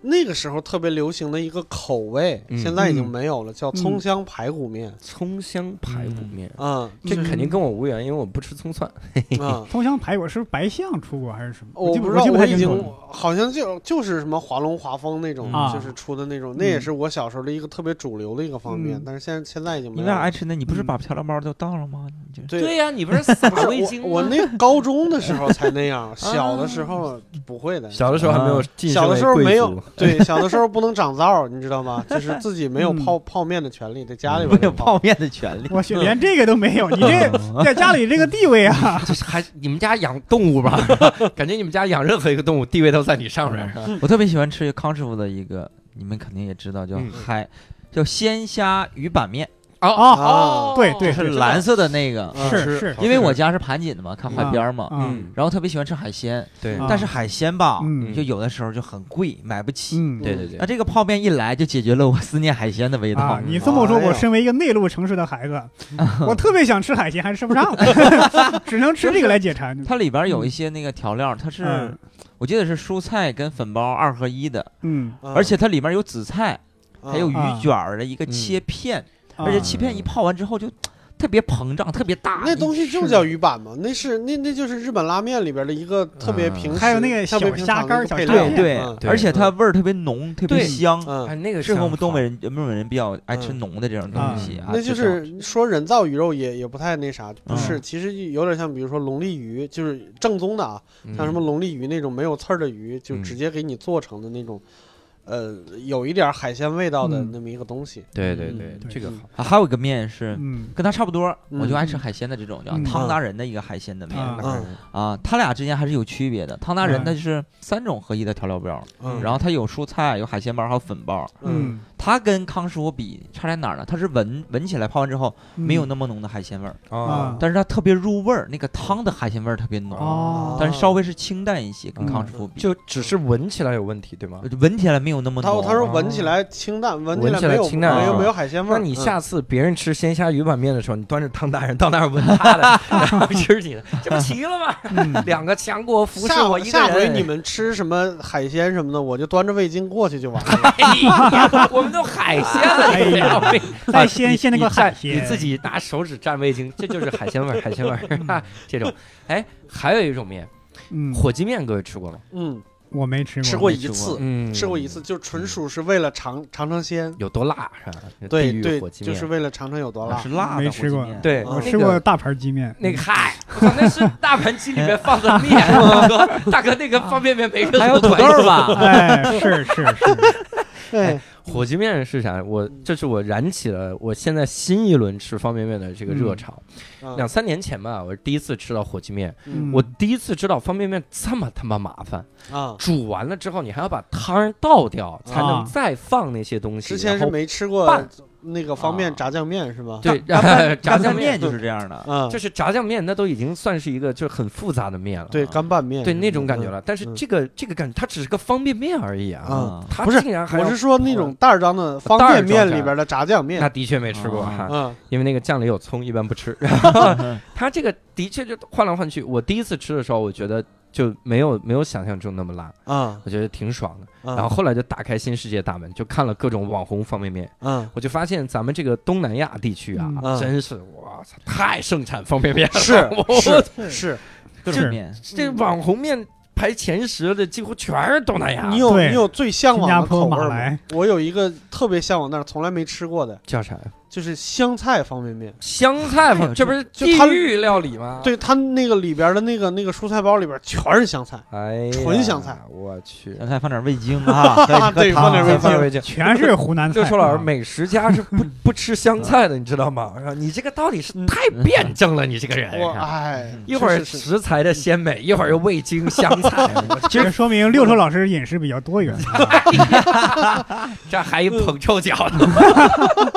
[SPEAKER 2] 那个时候特别流行的一个口味，
[SPEAKER 1] 嗯
[SPEAKER 2] 现在已经没有了，叫
[SPEAKER 3] 嗯
[SPEAKER 2] 葱香排骨面。
[SPEAKER 1] 葱香排骨面，
[SPEAKER 2] 嗯
[SPEAKER 1] 这
[SPEAKER 3] 嗯
[SPEAKER 1] 肯定跟我无缘，因为我不吃葱蒜。
[SPEAKER 2] 嗯，
[SPEAKER 3] 葱香排骨是不是白象出过还是什么？
[SPEAKER 2] 哦我
[SPEAKER 3] 记
[SPEAKER 2] 不
[SPEAKER 3] 不
[SPEAKER 2] 知道，
[SPEAKER 3] 记不太
[SPEAKER 2] 已
[SPEAKER 3] 清
[SPEAKER 2] 经
[SPEAKER 3] 楚了
[SPEAKER 2] 好像就就是什么华龙华丰那种，
[SPEAKER 3] 啊
[SPEAKER 2] 就是出的那种，
[SPEAKER 1] 嗯
[SPEAKER 2] 那也是我小时候的一个特别主流的一个方面，
[SPEAKER 3] 嗯
[SPEAKER 2] 但是现在现在已经没
[SPEAKER 4] 你
[SPEAKER 2] 有
[SPEAKER 4] 为啥
[SPEAKER 2] 了。
[SPEAKER 4] 爱吃那？你不是把调料包都倒了吗？你就
[SPEAKER 2] 对。
[SPEAKER 1] 呀、你不是撒
[SPEAKER 2] 不是
[SPEAKER 1] 味精
[SPEAKER 2] 我，我
[SPEAKER 1] 吗
[SPEAKER 2] 那高中的时候才那样，小的时候不会的。
[SPEAKER 1] 小的时候还没有
[SPEAKER 4] 啊
[SPEAKER 1] 晋
[SPEAKER 2] 小
[SPEAKER 1] 升
[SPEAKER 2] 的
[SPEAKER 1] 为
[SPEAKER 2] 时候
[SPEAKER 1] 贵
[SPEAKER 2] 没
[SPEAKER 1] 族
[SPEAKER 2] 有，对，小的时候不能长灶儿，你知道吗？就是自己没有
[SPEAKER 3] 嗯
[SPEAKER 2] 泡泡面的权利，在家里
[SPEAKER 1] 嗯
[SPEAKER 4] 没
[SPEAKER 2] 边
[SPEAKER 4] 有
[SPEAKER 2] 泡
[SPEAKER 4] 泡面的 权利。
[SPEAKER 3] 我去，连这个都没有，你这在家里这个地位啊，
[SPEAKER 1] 这是还你们家养动物吧？ 感觉你们家养任何一个动物地位都在你上面。
[SPEAKER 4] 我特别喜欢吃康师傅的一个，你们肯定也知道，叫
[SPEAKER 1] 嗯
[SPEAKER 4] 嗨，叫鲜虾鱼板面，
[SPEAKER 1] 哦
[SPEAKER 2] 哦
[SPEAKER 3] 对对
[SPEAKER 4] 是蓝色的那个。
[SPEAKER 2] 嗯
[SPEAKER 3] 是
[SPEAKER 1] 吃
[SPEAKER 3] 是，
[SPEAKER 1] 好
[SPEAKER 4] 因为我家是盘锦的嘛，看海边嘛，
[SPEAKER 3] 啊
[SPEAKER 1] 嗯，
[SPEAKER 4] 然后特别喜欢吃海鲜，
[SPEAKER 1] 对
[SPEAKER 3] 啊
[SPEAKER 4] 但是海鲜吧，
[SPEAKER 3] 嗯
[SPEAKER 4] 就有的时候就很贵，买不起。
[SPEAKER 3] 嗯，
[SPEAKER 1] 对对对
[SPEAKER 4] 那，这个泡面一来就解决了我思念海鲜的味道
[SPEAKER 3] 啊，。你这么说，
[SPEAKER 2] 哎呦
[SPEAKER 3] 我身为一个内陆城市的孩子，我特别想吃海鲜，还吃不上， 只能吃这个来解馋。
[SPEAKER 4] 它里边有一些那个调料，它是
[SPEAKER 3] 嗯
[SPEAKER 4] 我记得是蔬菜跟粉包二合一的，
[SPEAKER 3] 嗯，
[SPEAKER 2] 嗯
[SPEAKER 4] 而且它里面有紫菜，还有
[SPEAKER 2] 嗯
[SPEAKER 4] 鱼卷儿的一个切片，
[SPEAKER 3] 啊
[SPEAKER 4] 而且切片一泡完之后就特别膨胀，特别大。
[SPEAKER 2] 啊那东西
[SPEAKER 3] 是
[SPEAKER 2] 就叫鱼板嘛，那是那那就是日本拉面里边的一个特别
[SPEAKER 1] 嗯
[SPEAKER 2] 平时，
[SPEAKER 3] 还有那个
[SPEAKER 2] 特别
[SPEAKER 3] 小
[SPEAKER 2] 平
[SPEAKER 3] 虾
[SPEAKER 2] 常的
[SPEAKER 3] 干儿
[SPEAKER 2] 一个
[SPEAKER 3] 小
[SPEAKER 2] 配
[SPEAKER 3] 虾
[SPEAKER 2] 料
[SPEAKER 4] 对
[SPEAKER 3] 片
[SPEAKER 4] 对
[SPEAKER 2] 嗯，
[SPEAKER 1] 对
[SPEAKER 4] 而且它味儿特别浓，特别
[SPEAKER 1] 对
[SPEAKER 4] 香，
[SPEAKER 1] 哎，
[SPEAKER 2] 嗯，
[SPEAKER 1] 那个
[SPEAKER 4] 适合我们
[SPEAKER 1] 香
[SPEAKER 4] 东北
[SPEAKER 1] 好
[SPEAKER 4] 人、日本人比较爱吃
[SPEAKER 2] 嗯
[SPEAKER 4] 浓的这种东西啊。
[SPEAKER 2] 那
[SPEAKER 4] 这
[SPEAKER 2] 就
[SPEAKER 4] 种
[SPEAKER 2] 是说人造鱼肉也也不太那啥，不
[SPEAKER 4] 嗯
[SPEAKER 2] 是，其实有点像，比如说龙利鱼，就是正宗的啊，像什么龙利鱼那种没有刺儿的鱼，就
[SPEAKER 1] 嗯
[SPEAKER 2] 直接给你做成的那种，呃，有一点海鲜味道的
[SPEAKER 3] 嗯
[SPEAKER 2] 那么一个东西。
[SPEAKER 1] 对对对
[SPEAKER 3] 嗯，
[SPEAKER 1] 这个
[SPEAKER 2] 对
[SPEAKER 1] 好。
[SPEAKER 4] 啊，还有一个面是
[SPEAKER 3] 嗯
[SPEAKER 4] 跟它差不多，
[SPEAKER 2] 嗯
[SPEAKER 4] 我就爱吃海鲜的这种叫
[SPEAKER 3] 嗯
[SPEAKER 4] 汤达人的一个海鲜的面
[SPEAKER 3] 嗯
[SPEAKER 2] 嗯
[SPEAKER 4] 啊，它俩之间还是有区别的。汤达人它就是三种合一的调料包，
[SPEAKER 2] 嗯，
[SPEAKER 4] 然后它有蔬菜、有海鲜包还有粉包。
[SPEAKER 2] 嗯，
[SPEAKER 3] 嗯，
[SPEAKER 4] 它跟康师傅比差在哪儿呢？它是闻闻起来泡完之后
[SPEAKER 3] 嗯
[SPEAKER 4] 没有那么浓的海鲜味儿，
[SPEAKER 3] 啊
[SPEAKER 4] 但是它特别入味儿，那个汤的海鲜味儿特别浓，
[SPEAKER 3] 哦，
[SPEAKER 4] 嗯但是稍微是清淡一些，跟
[SPEAKER 1] 嗯
[SPEAKER 4] 康师傅比，
[SPEAKER 1] 就只是闻起来有问题，对吗？
[SPEAKER 4] 闻起来没有那么
[SPEAKER 2] 他
[SPEAKER 4] 浓。啊
[SPEAKER 2] 他说闻起来清淡，闻起
[SPEAKER 1] 闻
[SPEAKER 2] 来
[SPEAKER 1] 起
[SPEAKER 2] 没
[SPEAKER 1] 来
[SPEAKER 2] 有
[SPEAKER 1] 清淡
[SPEAKER 2] 没
[SPEAKER 4] 是
[SPEAKER 2] 有
[SPEAKER 4] 吧
[SPEAKER 2] 没有海鲜味
[SPEAKER 1] 那
[SPEAKER 2] 儿。
[SPEAKER 1] 你
[SPEAKER 2] 嗯
[SPEAKER 1] 下次别人吃鲜虾鱼板面的时候，你端着汤大人到那儿闻他的， 然后吃你的，这不齐了 吗？
[SPEAKER 3] 嗯
[SPEAKER 1] 两个强国服侍
[SPEAKER 2] 下
[SPEAKER 1] 我
[SPEAKER 2] 回
[SPEAKER 1] 一个
[SPEAKER 2] 下
[SPEAKER 1] 人。哎
[SPEAKER 2] 回 你们吃什么海鲜什么的，我就端着味精过去就完了。
[SPEAKER 1] 哎呀，我们都海鲜了，你不要被
[SPEAKER 3] 再鲜鲜那个 海鲜
[SPEAKER 1] 你蘸你自己拿手指蘸味精，这就是海鲜 味儿，海鲜味儿 这种。哎，还有一种面，
[SPEAKER 3] 嗯，
[SPEAKER 1] 火鸡面，各位吃过吗？
[SPEAKER 2] 嗯，
[SPEAKER 3] 我没吃过，
[SPEAKER 2] 吃过
[SPEAKER 4] 没
[SPEAKER 2] 一
[SPEAKER 4] 吃过
[SPEAKER 2] 次，
[SPEAKER 1] 嗯
[SPEAKER 2] 吃过一次，，就纯属是为了尝尝尝鲜。
[SPEAKER 1] 有多辣是吧？地
[SPEAKER 2] 对
[SPEAKER 1] 狱
[SPEAKER 2] 对
[SPEAKER 1] 火，鸡
[SPEAKER 2] 就
[SPEAKER 1] 面
[SPEAKER 2] 是为了尝尝有多
[SPEAKER 4] 啊
[SPEAKER 2] 辣
[SPEAKER 4] 是。辣的
[SPEAKER 3] 没
[SPEAKER 4] 火
[SPEAKER 3] 吃
[SPEAKER 4] 鸡
[SPEAKER 3] 过
[SPEAKER 4] 面
[SPEAKER 1] 对，
[SPEAKER 2] 嗯
[SPEAKER 1] 我
[SPEAKER 3] 吃过大盘鸡面，
[SPEAKER 1] 那个 嗨，我操那是大盘鸡里面放的面， 大哥，大哥那个
[SPEAKER 3] 啊
[SPEAKER 1] 方便面没任何
[SPEAKER 4] 还有土豆
[SPEAKER 1] 关系
[SPEAKER 4] 儿？吧？
[SPEAKER 3] 哎，是是是，
[SPEAKER 2] 对，
[SPEAKER 1] 火鸡面是啥？我这是我燃起了我现在新一轮吃方便面的这个热潮。
[SPEAKER 2] 嗯
[SPEAKER 1] 两三年前吧，我是第一次吃到火鸡面，
[SPEAKER 3] 嗯
[SPEAKER 1] 我第一次知道方便面这么他妈麻烦，
[SPEAKER 2] 啊，
[SPEAKER 1] 煮完了之后你还要把汤倒掉，才能
[SPEAKER 3] 啊
[SPEAKER 1] 再放那些东西。
[SPEAKER 2] 之前是
[SPEAKER 1] 然后
[SPEAKER 2] 没吃过
[SPEAKER 1] 拌
[SPEAKER 2] 那个方
[SPEAKER 4] 啊
[SPEAKER 2] 便炸酱面是吧？
[SPEAKER 1] 对
[SPEAKER 4] 干拌
[SPEAKER 1] 炸
[SPEAKER 4] 干
[SPEAKER 1] 酱
[SPEAKER 4] 拌
[SPEAKER 1] 面
[SPEAKER 4] 面就是这样的，
[SPEAKER 2] 啊
[SPEAKER 1] 就，是炸酱面，那都已经算是一个就是很复杂的面了，
[SPEAKER 2] 对，干拌面
[SPEAKER 1] 对
[SPEAKER 2] 是
[SPEAKER 1] 那
[SPEAKER 2] 吧
[SPEAKER 1] 种感觉。
[SPEAKER 2] 嗯
[SPEAKER 1] 了。但是这个这个感觉，它只是个方便面而已啊，
[SPEAKER 2] 嗯
[SPEAKER 4] 啊，
[SPEAKER 1] 它
[SPEAKER 2] 不是
[SPEAKER 1] 竟然还
[SPEAKER 2] 我
[SPEAKER 1] 要
[SPEAKER 2] 是说那种袋儿装的方
[SPEAKER 1] 袋儿
[SPEAKER 2] 便面
[SPEAKER 1] 装的
[SPEAKER 2] 里边的炸酱
[SPEAKER 1] 那
[SPEAKER 2] 面，
[SPEAKER 1] 的确没吃过
[SPEAKER 4] 啊
[SPEAKER 1] 哈，
[SPEAKER 2] 嗯
[SPEAKER 1] 因为那个酱里有葱，一般不吃。 它这个的确就换来换去。我第一次吃的时候，我觉得就没有没有想象中那么辣，
[SPEAKER 2] 嗯
[SPEAKER 1] 我觉得挺爽的。
[SPEAKER 2] 嗯，
[SPEAKER 1] 然后后来就打开新世界大门，就看了各种网红方便面，
[SPEAKER 2] 嗯，
[SPEAKER 1] 我就发现咱们这个东南亚地区啊，
[SPEAKER 2] 嗯
[SPEAKER 1] 真是我操，太盛产方便面了。
[SPEAKER 2] 是
[SPEAKER 1] 我
[SPEAKER 2] 是是，
[SPEAKER 4] 各
[SPEAKER 3] 是
[SPEAKER 4] 种面，
[SPEAKER 1] 嗯这网红面。排前十的几乎全是东南亚。
[SPEAKER 2] 你有
[SPEAKER 3] 对
[SPEAKER 2] 你有最向
[SPEAKER 3] 新加
[SPEAKER 2] 往的口
[SPEAKER 3] 坡、
[SPEAKER 2] 味
[SPEAKER 3] 马
[SPEAKER 2] 儿吗？
[SPEAKER 3] 来，
[SPEAKER 2] 我有一个特别向往，但是从来没吃过的，
[SPEAKER 1] 叫啥呀？
[SPEAKER 2] 就是香菜方便面。
[SPEAKER 1] 香菜
[SPEAKER 4] 哎
[SPEAKER 1] 嘛，
[SPEAKER 4] 呦
[SPEAKER 1] 这不是
[SPEAKER 2] 就
[SPEAKER 1] 地
[SPEAKER 2] 它
[SPEAKER 1] 狱料理吗？，
[SPEAKER 2] 对，它那个里边的那个那个蔬菜包里边全是香菜，
[SPEAKER 1] 哎呀，
[SPEAKER 2] 纯香菜
[SPEAKER 1] 我去。
[SPEAKER 4] 香菜放点味精啊， 再喝
[SPEAKER 2] 对
[SPEAKER 4] 汤
[SPEAKER 2] 放点味
[SPEAKER 4] 啊
[SPEAKER 2] 精
[SPEAKER 1] 放味精。
[SPEAKER 3] 全是湖 南菜。
[SPEAKER 1] 六臭老师，
[SPEAKER 3] 啊
[SPEAKER 1] 美食家是 不不吃香菜的，你知道吗？然后你这个到底是太辩证了，你这个人。
[SPEAKER 2] 我哎，
[SPEAKER 3] 嗯
[SPEAKER 1] 一会儿
[SPEAKER 2] 是是是
[SPEAKER 1] 食材的鲜美，一会儿又味精、香 菜，
[SPEAKER 3] 这说明六臭老师饮食比较多元。
[SPEAKER 1] 这还一捧臭脚呢。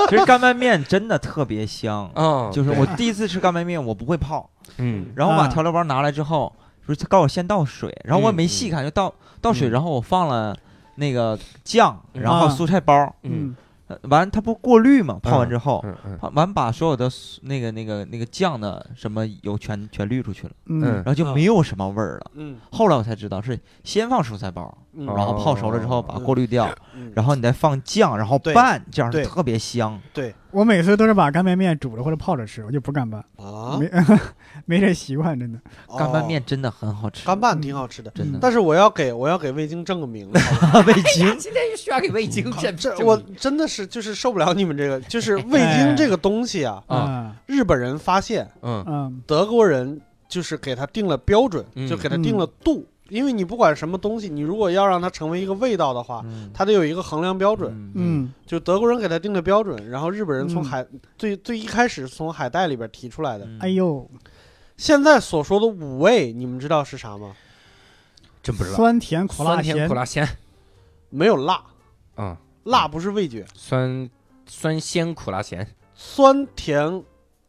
[SPEAKER 4] 其实干拌面真的特别香，
[SPEAKER 1] 嗯
[SPEAKER 4] 就是我第一次吃干拌面，我不会泡，
[SPEAKER 1] 嗯
[SPEAKER 4] 然后我把
[SPEAKER 3] 啊
[SPEAKER 4] 调料包拿来之后，说告诉我先倒水，然后我也没
[SPEAKER 1] 嗯
[SPEAKER 4] 细看，就倒倒水，
[SPEAKER 1] 嗯
[SPEAKER 4] 然后我放了那个酱，然后
[SPEAKER 3] 啊
[SPEAKER 4] 蔬菜包，
[SPEAKER 1] 嗯
[SPEAKER 3] 嗯，
[SPEAKER 4] 呃完它不过滤嘛，泡完之后，
[SPEAKER 1] 嗯嗯
[SPEAKER 4] 泡完把所有的蔬那个那个那个酱的什么油全全滤出去了，
[SPEAKER 1] 嗯
[SPEAKER 3] 嗯
[SPEAKER 4] 然后就
[SPEAKER 2] 啊
[SPEAKER 4] 没有什么味儿了。
[SPEAKER 2] 嗯
[SPEAKER 4] 后来我才知道是先放蔬菜包，
[SPEAKER 2] 嗯
[SPEAKER 4] 然后泡熟了之后把它过滤掉，
[SPEAKER 2] 嗯
[SPEAKER 4] 然后你再放酱，然后
[SPEAKER 2] 对
[SPEAKER 4] 拌，这样
[SPEAKER 2] 对
[SPEAKER 4] 特别香。
[SPEAKER 3] 我每次都是把干拌面煮了或者泡着吃，我就不干拌，
[SPEAKER 2] 啊
[SPEAKER 3] 没 没这习惯，真的。
[SPEAKER 2] 哦
[SPEAKER 4] 干拌面嗯真的很好吃，
[SPEAKER 2] 干拌挺好吃的，
[SPEAKER 4] 真的。
[SPEAKER 2] 但是我要给我要给味精正个名字。
[SPEAKER 4] 味精
[SPEAKER 1] 今天又需要给味精嗯这
[SPEAKER 2] 这我真的是就是受不了你们这个， 就是味
[SPEAKER 3] 哎
[SPEAKER 2] 精这个东西啊，
[SPEAKER 1] 啊
[SPEAKER 3] 啊
[SPEAKER 2] 日本人发现，
[SPEAKER 1] 嗯
[SPEAKER 3] 嗯
[SPEAKER 2] 德国人就是给它定了标准
[SPEAKER 1] 嗯，
[SPEAKER 2] 就给它定了度，因为你不管什么东西，你如果要让它成为一个味道的话，
[SPEAKER 4] 嗯
[SPEAKER 2] 它得有一个衡量标准。
[SPEAKER 3] 嗯
[SPEAKER 2] 就德国人给他定的标准，然后日本人从
[SPEAKER 3] 嗯
[SPEAKER 2] 海、最最一开始从海带里边提出来的。
[SPEAKER 4] 嗯
[SPEAKER 3] 哎呦，
[SPEAKER 2] 现在所说的五味，你们知道是啥吗？
[SPEAKER 1] 真不知道。
[SPEAKER 3] 酸甜苦辣
[SPEAKER 1] 酸甜
[SPEAKER 3] 咸
[SPEAKER 1] 苦，辣咸，
[SPEAKER 2] 没有辣，
[SPEAKER 1] 嗯，
[SPEAKER 2] 辣不是味觉，
[SPEAKER 1] 酸酸鲜苦辣咸
[SPEAKER 2] 酸甜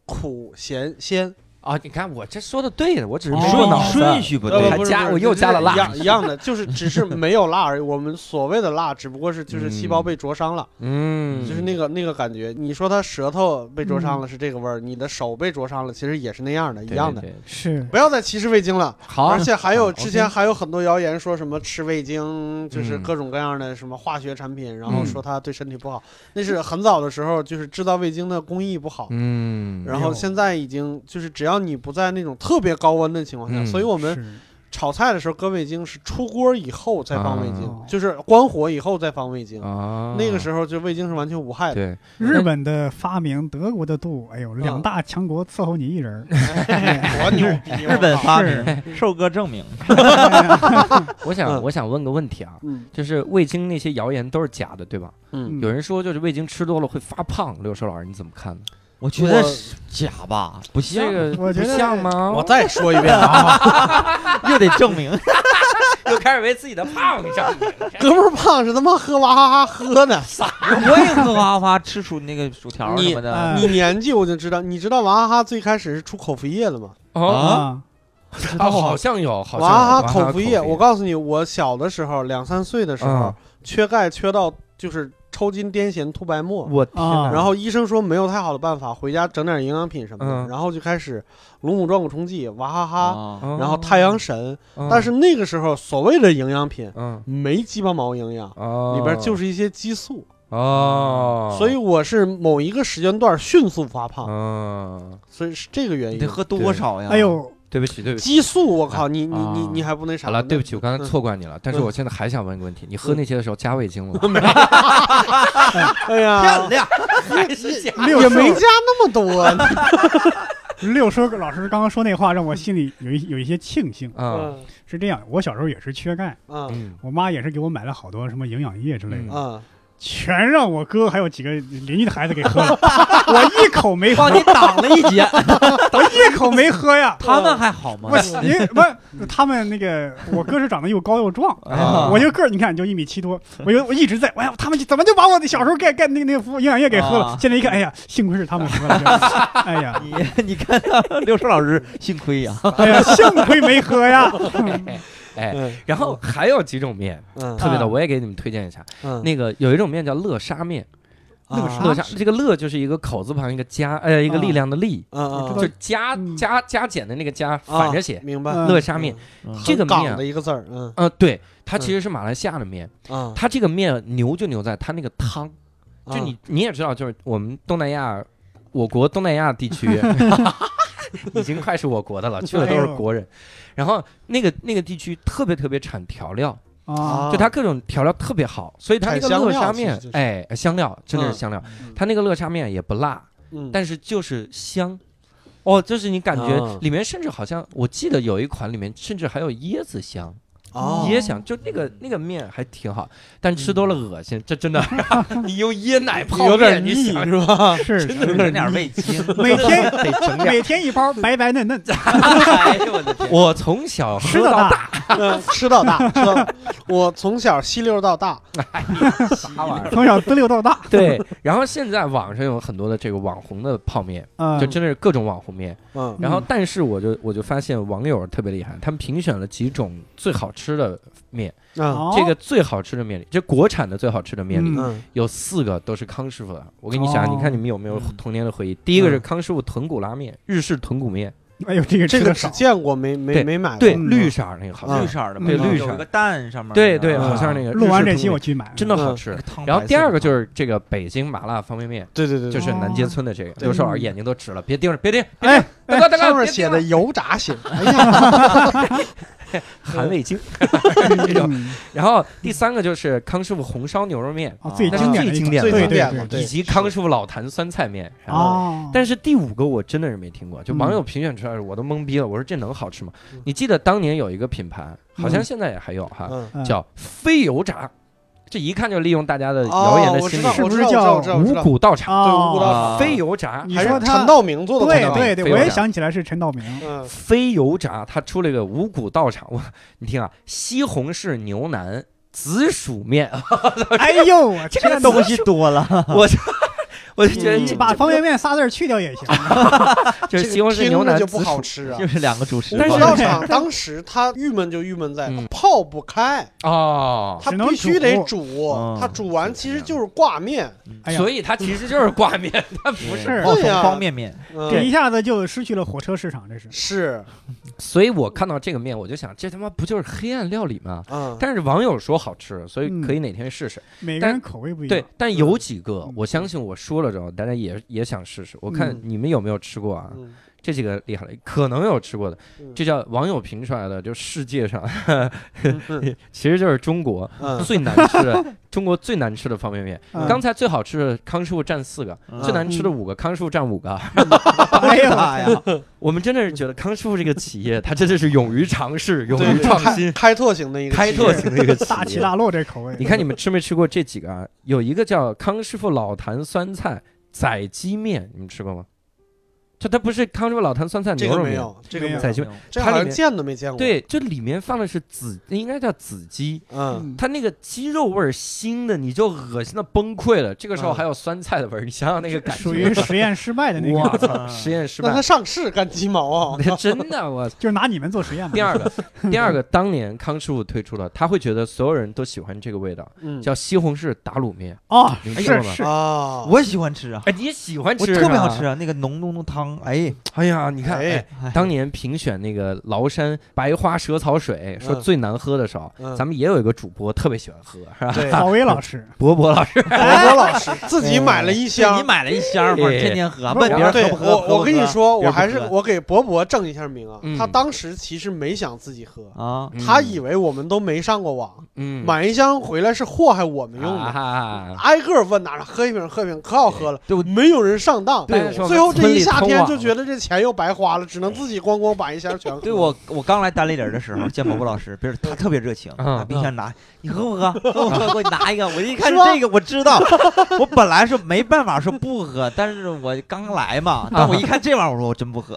[SPEAKER 2] 苦咸鲜，
[SPEAKER 1] 啊！你看我这说的对的，我只是
[SPEAKER 4] 哦
[SPEAKER 1] 没有脑子
[SPEAKER 4] 顺序不
[SPEAKER 1] 对
[SPEAKER 2] 呃
[SPEAKER 1] 还
[SPEAKER 2] 不是
[SPEAKER 1] 加
[SPEAKER 2] 不是
[SPEAKER 1] 我又加了辣
[SPEAKER 2] 一样一样的，就是只是没有辣而已。我们所谓的辣，只不过是就是细胞被灼伤了，
[SPEAKER 1] 嗯，
[SPEAKER 2] 就是那个那个感觉。你说他舌头被灼伤了是这个味儿，你的手被灼伤了其实也是那样的，一
[SPEAKER 1] 对
[SPEAKER 2] 样的。
[SPEAKER 1] 对对
[SPEAKER 3] 是
[SPEAKER 2] 不要再歧视味精了。
[SPEAKER 1] 好
[SPEAKER 4] 啊
[SPEAKER 2] 而，且还有
[SPEAKER 1] 好
[SPEAKER 2] 之前
[SPEAKER 1] OK
[SPEAKER 2] 还有很多谣言说什么吃味精就是
[SPEAKER 1] 嗯
[SPEAKER 2] 各种各样的什么化学产品，然后
[SPEAKER 1] 嗯
[SPEAKER 2] 说它对身体不好，那是很早的时候就是制造味精的工艺不好。
[SPEAKER 1] 嗯，
[SPEAKER 2] 然后现在已经就是，只要你不在那种特别高温的情况下，
[SPEAKER 1] 嗯
[SPEAKER 2] 所以我
[SPEAKER 3] 我
[SPEAKER 2] 们炒菜的时候搁味精是出锅以后再放味精，
[SPEAKER 1] 哦
[SPEAKER 3] 啊
[SPEAKER 2] 就是关火以后再放味精，
[SPEAKER 1] 啊，
[SPEAKER 2] 那个时候就味精是完全无害的。
[SPEAKER 1] 对，
[SPEAKER 3] 日本的发明，德国的度，哎呦，两大强国伺候你一人儿。
[SPEAKER 2] 多牛逼！ 我
[SPEAKER 4] 日本
[SPEAKER 2] 靠
[SPEAKER 4] 发明，瘦哥证明。
[SPEAKER 1] 我想
[SPEAKER 2] 嗯
[SPEAKER 1] 我想问个问题啊，
[SPEAKER 2] 嗯
[SPEAKER 1] 就是味精那些谣言都是假的，对吧？
[SPEAKER 2] 嗯，
[SPEAKER 1] 有人说就是味精吃多了会发胖，刘寿老师你怎么看呢？
[SPEAKER 4] 我觉得是假吧，不像
[SPEAKER 1] 这，个
[SPEAKER 3] 我觉
[SPEAKER 1] 不
[SPEAKER 3] 得
[SPEAKER 1] 像吗？
[SPEAKER 2] 嗯我再说一遍啊，
[SPEAKER 4] 又得证 明。
[SPEAKER 1] 又开始为自己的胖上瘾。
[SPEAKER 2] 哥们儿胖是他妈喝娃哈哈喝 的，
[SPEAKER 4] 我也喝哇哇吃出那个薯条什么的，
[SPEAKER 3] 哎
[SPEAKER 2] 你年纪我就知道，你知道娃哈哈最开始是出口服液的吗？
[SPEAKER 1] 哦，
[SPEAKER 4] 啊
[SPEAKER 3] 啊，
[SPEAKER 1] 啊好像有，好像有
[SPEAKER 2] 娃哈
[SPEAKER 1] 娃
[SPEAKER 2] 哈
[SPEAKER 1] 哈
[SPEAKER 2] 口服液，我告诉你，我小的时候两三岁的时候
[SPEAKER 1] 嗯，
[SPEAKER 2] 缺钙缺到就是抽筋、癫痫、吐白沫，
[SPEAKER 1] 我天哪，
[SPEAKER 3] 啊
[SPEAKER 2] 然后医生说没有太好的办法，回家整点营养品什么
[SPEAKER 1] 嗯
[SPEAKER 2] 的，然后就开始龙骨壮骨冲剂、娃哈哈，
[SPEAKER 4] 啊，
[SPEAKER 1] 嗯
[SPEAKER 2] 然后太阳，神，但是那个时候所谓的营养品
[SPEAKER 1] 嗯
[SPEAKER 2] 没鸡巴毛营养。
[SPEAKER 1] 哦
[SPEAKER 2] 里边就是一些激素，
[SPEAKER 1] 哦，
[SPEAKER 2] 所以我是某一个时间段迅速发胖，
[SPEAKER 1] 嗯，
[SPEAKER 2] 所以是这个原
[SPEAKER 4] 你
[SPEAKER 2] 因。
[SPEAKER 4] 得喝多少呀？
[SPEAKER 3] 哎，呦，
[SPEAKER 1] 对不起，对不起。
[SPEAKER 2] 激素，我靠，你你你
[SPEAKER 4] 啊
[SPEAKER 2] 你还不那啥？
[SPEAKER 1] 好了，
[SPEAKER 2] 那
[SPEAKER 1] 对不起，我刚才
[SPEAKER 2] 嗯
[SPEAKER 1] 错怪你了。但是我现在还想问一个问题：你喝那些的时候加味精了吗？
[SPEAKER 2] 哎 呀，
[SPEAKER 4] 亮，
[SPEAKER 3] 六
[SPEAKER 2] 也
[SPEAKER 3] 兽
[SPEAKER 2] 没加那么多啊呢。
[SPEAKER 3] 六叔老师刚刚说那话，让我心里有一有一些庆幸。
[SPEAKER 1] 啊，
[SPEAKER 2] 嗯
[SPEAKER 3] 是这样，我小时候也是缺钙，
[SPEAKER 2] 嗯
[SPEAKER 1] 嗯，
[SPEAKER 3] 我妈也是给我买了好多什么营养液之类的，
[SPEAKER 1] 嗯
[SPEAKER 2] 嗯，
[SPEAKER 3] 全让我哥还有几个邻居的孩子给喝了，我一口没喝
[SPEAKER 4] 帮， 你挡了一 劫。
[SPEAKER 3] 我一口没喝呀。
[SPEAKER 4] 他们还好吗
[SPEAKER 3] 不？，因为不，他们那个我哥是长得又高又壮，
[SPEAKER 4] 啊
[SPEAKER 3] 我就个儿你看就一米七多，我就我一直在，哎呀，他们就怎么就把我的小时候盖盖那个那个服营养液给喝
[SPEAKER 4] 啊
[SPEAKER 3] 了？现在一看，哎呀，幸亏是他们喝了，这样哎呀，
[SPEAKER 4] 你 你看到刘硕老师，幸亏呀，
[SPEAKER 3] 哎呀，幸亏没喝呀。
[SPEAKER 1] 哎，
[SPEAKER 2] 嗯
[SPEAKER 1] 然后还有几种面
[SPEAKER 2] 嗯
[SPEAKER 1] 特别的，
[SPEAKER 3] 啊
[SPEAKER 1] 我也给你们推荐一下。
[SPEAKER 2] 嗯，啊
[SPEAKER 1] 那个有一种面叫乐沙面，
[SPEAKER 2] 那个
[SPEAKER 1] 乐沙这个乐就是一个口字旁一个加，呃，一个
[SPEAKER 3] 啊
[SPEAKER 1] 力量的力，
[SPEAKER 2] 嗯
[SPEAKER 1] 就
[SPEAKER 2] 嗯，
[SPEAKER 1] 是加
[SPEAKER 3] 嗯
[SPEAKER 1] 加加减的那个加，
[SPEAKER 2] 啊
[SPEAKER 1] 反着写
[SPEAKER 2] 明白。
[SPEAKER 3] 嗯
[SPEAKER 1] 乐沙面。
[SPEAKER 4] 嗯
[SPEAKER 1] 这个
[SPEAKER 2] 很港
[SPEAKER 1] 面
[SPEAKER 2] 的一个字儿，嗯
[SPEAKER 1] 呃，对，它其实是马来西亚的面，
[SPEAKER 2] 嗯，
[SPEAKER 1] 它这个面牛就牛在它那个汤，就
[SPEAKER 2] 嗯
[SPEAKER 1] 你你也知道，就是我们东南亚，我国东南亚地区已经快是我国的了，去
[SPEAKER 2] 哎
[SPEAKER 1] 了都是国人。然后那个那个地区特别特别产调料，
[SPEAKER 3] 啊，
[SPEAKER 1] 就它各种调料特别好，所以它那个
[SPEAKER 2] 产香
[SPEAKER 1] 乐
[SPEAKER 2] 料
[SPEAKER 1] 沙
[SPEAKER 2] 其实
[SPEAKER 1] 面
[SPEAKER 2] 就，是
[SPEAKER 1] 哎，香料真的是香料，
[SPEAKER 2] 嗯
[SPEAKER 1] 它那个乐沙面也不辣，
[SPEAKER 2] 嗯，
[SPEAKER 1] 但是就是香。哦，就是你感觉
[SPEAKER 2] 啊
[SPEAKER 1] 里面甚至好像，我记得有一款里面甚至还有椰子香，
[SPEAKER 2] 哦
[SPEAKER 1] 椰香，就那个那个面还挺好，但吃多了恶心，这 真的，你用椰奶泡
[SPEAKER 2] 嗯有点
[SPEAKER 1] 面
[SPEAKER 2] 腻
[SPEAKER 1] 你想
[SPEAKER 2] 是吧？
[SPEAKER 3] 是
[SPEAKER 1] 真
[SPEAKER 4] 有
[SPEAKER 1] 的
[SPEAKER 4] 点
[SPEAKER 1] 是
[SPEAKER 4] 点味精。
[SPEAKER 3] 每天
[SPEAKER 1] 得整点。
[SPEAKER 3] 每天一包，白白嫩嫩，
[SPEAKER 4] 哎呦我的天！
[SPEAKER 1] 我从小
[SPEAKER 3] 吃
[SPEAKER 1] 喝
[SPEAKER 3] 的
[SPEAKER 1] 到
[SPEAKER 3] 大，
[SPEAKER 2] 嗯吃到大，吃到大。我从小吸溜到大，
[SPEAKER 1] 啥玩意儿？
[SPEAKER 3] 从小自溜到大，
[SPEAKER 1] 对，然后现在网上有很多的这个网红的泡面，
[SPEAKER 3] 啊
[SPEAKER 1] 就，真的是各种网红面。
[SPEAKER 2] 嗯
[SPEAKER 1] 然后，但是我就我就发现网友特别厉害，他们评选了几种最好吃的面，
[SPEAKER 2] 嗯
[SPEAKER 3] 哦
[SPEAKER 1] 这个最好吃的面里，这国产的最好吃的面里，
[SPEAKER 3] 嗯
[SPEAKER 2] 嗯，
[SPEAKER 1] 有四个都是康师傅的。我跟你讲，
[SPEAKER 3] 哦
[SPEAKER 1] 你看你们有没有
[SPEAKER 4] 嗯
[SPEAKER 1] 童年的回忆？第一个是康师傅豚骨拉面，日式豚骨面，
[SPEAKER 3] 哎呦，这 个
[SPEAKER 2] 这
[SPEAKER 3] 吃
[SPEAKER 2] 个
[SPEAKER 3] 的
[SPEAKER 2] 只
[SPEAKER 3] 少，
[SPEAKER 2] 见过没没
[SPEAKER 1] 对
[SPEAKER 2] 没买过。
[SPEAKER 1] 对，
[SPEAKER 3] 嗯
[SPEAKER 1] 绿色儿那个好像
[SPEAKER 4] 绿
[SPEAKER 1] 是，
[SPEAKER 4] 色儿的，
[SPEAKER 3] 对
[SPEAKER 1] 绿色儿
[SPEAKER 4] 有个蛋上面儿。
[SPEAKER 1] 对对，
[SPEAKER 4] 啊
[SPEAKER 1] 好像那个。
[SPEAKER 3] 录完这期
[SPEAKER 1] 期
[SPEAKER 3] 我去买，
[SPEAKER 1] 真的好
[SPEAKER 2] 嗯
[SPEAKER 1] 吃
[SPEAKER 4] 那个。汤
[SPEAKER 1] 然后
[SPEAKER 4] 白
[SPEAKER 1] 第
[SPEAKER 4] 色
[SPEAKER 1] 二
[SPEAKER 4] 的啊
[SPEAKER 1] 个就是这个北京麻辣方便面，
[SPEAKER 2] 对对对
[SPEAKER 1] 就
[SPEAKER 2] 对，
[SPEAKER 1] 是南街村的这个。
[SPEAKER 2] 对
[SPEAKER 1] 刘少老师啊眼睛都直了，别盯着，别盯着，
[SPEAKER 3] 哦嗯 哎，
[SPEAKER 1] 大哥大哥，
[SPEAKER 2] 上面
[SPEAKER 1] 别
[SPEAKER 2] 写
[SPEAKER 1] 盯
[SPEAKER 2] 的
[SPEAKER 1] 了
[SPEAKER 3] 嗯
[SPEAKER 2] 油 炸型，哎呀，
[SPEAKER 1] 含味精。
[SPEAKER 3] 嗯
[SPEAKER 1] 然后第三个就是康师傅红烧牛肉面，
[SPEAKER 3] 啊，最
[SPEAKER 1] 那
[SPEAKER 3] 经
[SPEAKER 1] 是
[SPEAKER 3] 典
[SPEAKER 1] 最
[SPEAKER 3] 的
[SPEAKER 1] 经典的，
[SPEAKER 2] 最经
[SPEAKER 3] 一款，对对
[SPEAKER 2] 典
[SPEAKER 3] 对
[SPEAKER 2] 的，对，
[SPEAKER 1] 以及康师傅老坛酸菜面。然后
[SPEAKER 3] 哦，
[SPEAKER 1] 但是第五个我真的是没听过，就网友评选出来，我都懵逼了。我说这能好吃吗？你记得当年有一个品牌，好像
[SPEAKER 3] 嗯
[SPEAKER 1] 现在也还有哈，
[SPEAKER 2] 嗯，
[SPEAKER 3] 嗯
[SPEAKER 1] 叫非油炸，这一看就利用大家的谣言的
[SPEAKER 2] 哦我
[SPEAKER 1] 心
[SPEAKER 2] 知
[SPEAKER 1] 理
[SPEAKER 2] 道，，
[SPEAKER 3] 是
[SPEAKER 2] 我
[SPEAKER 3] 不
[SPEAKER 2] 知
[SPEAKER 3] 是
[SPEAKER 2] 道，我知道，我知道，我知
[SPEAKER 1] 五
[SPEAKER 2] 道，
[SPEAKER 1] 谷道场，
[SPEAKER 2] 对五谷
[SPEAKER 3] 哦，
[SPEAKER 2] 道
[SPEAKER 4] 啊
[SPEAKER 1] 非油炸，
[SPEAKER 3] 你
[SPEAKER 2] 还
[SPEAKER 3] 说
[SPEAKER 2] 是
[SPEAKER 3] 他
[SPEAKER 2] 陈道明做的
[SPEAKER 3] 对
[SPEAKER 2] 蛋糕，
[SPEAKER 3] 对
[SPEAKER 1] 非
[SPEAKER 3] 对，
[SPEAKER 1] 常
[SPEAKER 3] 我
[SPEAKER 1] 好
[SPEAKER 3] 也想起来是陈道 明，
[SPEAKER 2] 嗯，
[SPEAKER 1] 非油炸，它出了一个五谷道场， 哇，你听啊，西红柿牛腩紫薯面，
[SPEAKER 3] 哎呦，我天哪，
[SPEAKER 4] 东西多了，
[SPEAKER 1] 我就我就觉得
[SPEAKER 2] 嗯
[SPEAKER 1] 这
[SPEAKER 3] 把方便面仨字儿去掉也行，啊
[SPEAKER 1] 就是
[SPEAKER 2] 这个
[SPEAKER 1] 西红柿
[SPEAKER 2] 听
[SPEAKER 1] 牛
[SPEAKER 2] 着
[SPEAKER 1] 腩
[SPEAKER 2] 就
[SPEAKER 1] 紫
[SPEAKER 2] 不好
[SPEAKER 1] 薯，
[SPEAKER 2] 吃啊
[SPEAKER 4] 就。是两个主食
[SPEAKER 2] 五
[SPEAKER 1] 但
[SPEAKER 2] 谷
[SPEAKER 1] 是
[SPEAKER 2] 道场当时他郁闷就郁闷在
[SPEAKER 1] 嗯
[SPEAKER 2] 泡不开，
[SPEAKER 1] 哦，
[SPEAKER 2] 他
[SPEAKER 3] 只能
[SPEAKER 2] 必须得
[SPEAKER 3] 煮
[SPEAKER 2] 煮
[SPEAKER 4] 嗯，
[SPEAKER 2] 他煮完其实就是挂面。
[SPEAKER 3] 哎呀
[SPEAKER 1] 所以它其实就是挂面，它不是。
[SPEAKER 3] 是
[SPEAKER 4] 爆
[SPEAKER 2] 对呀
[SPEAKER 4] 成方便面，
[SPEAKER 2] 嗯
[SPEAKER 3] 这一下子就失去了火车市场，这是，
[SPEAKER 2] 是，
[SPEAKER 1] 所以我看到这个面，我就想，这他妈不就是黑暗料理吗？
[SPEAKER 2] 嗯，
[SPEAKER 1] 但是网友说好吃，所以
[SPEAKER 3] 嗯
[SPEAKER 1] 可以哪天试试。
[SPEAKER 3] 每个
[SPEAKER 1] 但
[SPEAKER 3] 人口味不一样，
[SPEAKER 1] 对，但有几个
[SPEAKER 3] 嗯
[SPEAKER 1] 我相信我说了之后，大家也也想试试。我看
[SPEAKER 2] 嗯
[SPEAKER 1] 你们有没有吃过啊？
[SPEAKER 2] 嗯
[SPEAKER 1] 这几个厉害了，可能有吃过的，
[SPEAKER 2] 嗯
[SPEAKER 1] 这叫网友评出来的，就世界上
[SPEAKER 2] 嗯嗯
[SPEAKER 1] 其实就是中国
[SPEAKER 2] 嗯
[SPEAKER 1] 最难吃 的，中国最难吃的方便面。
[SPEAKER 3] 嗯
[SPEAKER 1] 刚才最好吃的康师傅占四个，
[SPEAKER 4] 嗯
[SPEAKER 1] 最难吃的五个，康师傅占五
[SPEAKER 2] 嗯
[SPEAKER 1] 个。
[SPEAKER 3] 哎呦，
[SPEAKER 4] 哎呀，
[SPEAKER 1] 我们真的是觉得康师傅这个企业，它真的是勇于尝试、勇于
[SPEAKER 2] 对，
[SPEAKER 1] 创
[SPEAKER 2] 开
[SPEAKER 1] 新、
[SPEAKER 2] 开拓型的一个
[SPEAKER 1] 开
[SPEAKER 2] 企
[SPEAKER 1] 拓
[SPEAKER 2] 业
[SPEAKER 1] 型的一个企
[SPEAKER 3] 大起
[SPEAKER 1] 业。
[SPEAKER 3] 大落这 口味，
[SPEAKER 1] 你看你们吃没吃过这几个啊？有一个叫康师傅老坛酸菜宰鸡面，你们吃过吗？这它不是康师傅老坛酸菜
[SPEAKER 2] 这
[SPEAKER 1] 牛
[SPEAKER 2] 个
[SPEAKER 1] 肉
[SPEAKER 2] 没
[SPEAKER 1] 面，
[SPEAKER 2] 有，这个
[SPEAKER 3] 没
[SPEAKER 2] 没
[SPEAKER 3] 有
[SPEAKER 2] 有，
[SPEAKER 1] 宰鸡面。
[SPEAKER 2] 这
[SPEAKER 1] 它
[SPEAKER 2] 好
[SPEAKER 1] 里
[SPEAKER 2] 像
[SPEAKER 1] 面
[SPEAKER 2] 见都没见过。，
[SPEAKER 1] 对，这里面放的是紫，应该叫紫鸡，
[SPEAKER 2] 嗯，
[SPEAKER 3] 嗯，
[SPEAKER 1] 它那个鸡肉味儿腥的，你就恶心的崩溃了。这个时候
[SPEAKER 2] 嗯
[SPEAKER 1] 还有酸菜的味儿，你想想那个感觉，
[SPEAKER 3] 属于实验失败的那
[SPEAKER 1] 哇
[SPEAKER 3] 个，
[SPEAKER 4] 嗯
[SPEAKER 1] 操， 实验失
[SPEAKER 2] 那他
[SPEAKER 1] 败，
[SPEAKER 2] 上市干鸡毛啊？
[SPEAKER 1] 真的我。
[SPEAKER 3] 就是拿你们做实验嘛，
[SPEAKER 1] 第 二个，第二个，当年康师傅推出了，他会觉得所有人都喜欢这个味道，
[SPEAKER 2] 嗯，
[SPEAKER 1] 叫西红柿打卤面。
[SPEAKER 3] 哦，
[SPEAKER 1] 你们吃过
[SPEAKER 3] 是
[SPEAKER 1] 吗
[SPEAKER 3] 是，
[SPEAKER 2] 啊，
[SPEAKER 4] 我喜欢吃啊，
[SPEAKER 1] 哎，你喜欢
[SPEAKER 4] 我
[SPEAKER 1] 吃？
[SPEAKER 4] 特别好吃。啊，那个浓浓的汤，哎，
[SPEAKER 1] 哎呀，你看，
[SPEAKER 2] 哎
[SPEAKER 1] 哎， 当年评选那个崂山白花蛇草水说
[SPEAKER 2] 嗯
[SPEAKER 1] 最难喝的时候，
[SPEAKER 2] 嗯
[SPEAKER 1] 咱们也有一个主播特别喜欢喝， 是吧？
[SPEAKER 2] 对，
[SPEAKER 3] 郝威老 师，
[SPEAKER 1] 博博老师，
[SPEAKER 2] 博博老师自己买了一
[SPEAKER 4] 哎对
[SPEAKER 2] 箱
[SPEAKER 4] 你。买了一箱，不是
[SPEAKER 1] 哎
[SPEAKER 4] 天天喝，
[SPEAKER 3] 不
[SPEAKER 4] 问别人
[SPEAKER 2] 对
[SPEAKER 4] 喝不喝？喝不
[SPEAKER 2] 我，我跟你
[SPEAKER 4] 喝
[SPEAKER 2] 说，
[SPEAKER 4] 别人
[SPEAKER 2] 我
[SPEAKER 4] 不
[SPEAKER 2] 还是
[SPEAKER 4] 喝
[SPEAKER 2] 我给博博正一下名啊
[SPEAKER 1] 嗯。
[SPEAKER 2] 他当时其实没想自己喝，
[SPEAKER 4] 啊，
[SPEAKER 2] 他以为我们都没上过网，
[SPEAKER 1] 嗯
[SPEAKER 2] 买一箱回来是祸害我们用
[SPEAKER 1] 啊
[SPEAKER 2] 的。
[SPEAKER 1] 哈
[SPEAKER 2] 挨个问哪喝一瓶喝一瓶，可好喝了，
[SPEAKER 4] 对我
[SPEAKER 2] 没有人上当。
[SPEAKER 1] 对我
[SPEAKER 2] 最后这一夏天
[SPEAKER 1] 村里通
[SPEAKER 2] 就
[SPEAKER 1] 网
[SPEAKER 2] 觉得这钱又白花了，只能自己咣咣把一箱 全喝。
[SPEAKER 4] 对我，我刚来单立人的时候，见伯伯老师，别人他特别热情，
[SPEAKER 1] 嗯
[SPEAKER 4] 拿冰箱拿，你喝不喝？喝不喝？给我拿一个。我一看
[SPEAKER 2] 是吧
[SPEAKER 4] 这个，我知道，我本来说没办法说不喝，但是我刚来嘛，但我一看这玩意儿，我说我真不喝，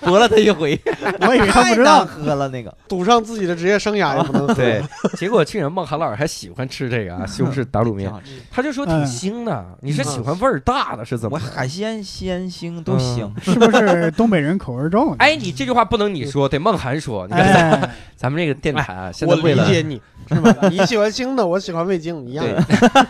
[SPEAKER 4] 驳了他一回，
[SPEAKER 3] 我以为他不
[SPEAKER 4] 太
[SPEAKER 3] 知道
[SPEAKER 4] 难，喝了那个。
[SPEAKER 2] 赌上自己的职业生涯也不能 喝。
[SPEAKER 1] 对，结果竟然孟涵老师还喜欢吃这个啊，西红柿打卤
[SPEAKER 4] 挺
[SPEAKER 1] 面，
[SPEAKER 4] 好吃
[SPEAKER 1] 他就说挺腥
[SPEAKER 2] 嗯
[SPEAKER 1] 的。你是喜欢味儿大的，是怎
[SPEAKER 4] 我
[SPEAKER 1] 么？
[SPEAKER 4] 海鲜、鲜腥都
[SPEAKER 1] 嗯
[SPEAKER 4] 行，
[SPEAKER 3] 是不是东北人口味重？
[SPEAKER 1] 哎，你这句话不能你说，得孟涵说。你看，
[SPEAKER 3] 哎，
[SPEAKER 1] 咱们这个电台啊，现在
[SPEAKER 2] 嗯我
[SPEAKER 1] 为
[SPEAKER 2] 理
[SPEAKER 1] 了
[SPEAKER 2] 解你，是吧？你喜欢腥的，我喜欢味精，一样
[SPEAKER 1] 对
[SPEAKER 2] 的。，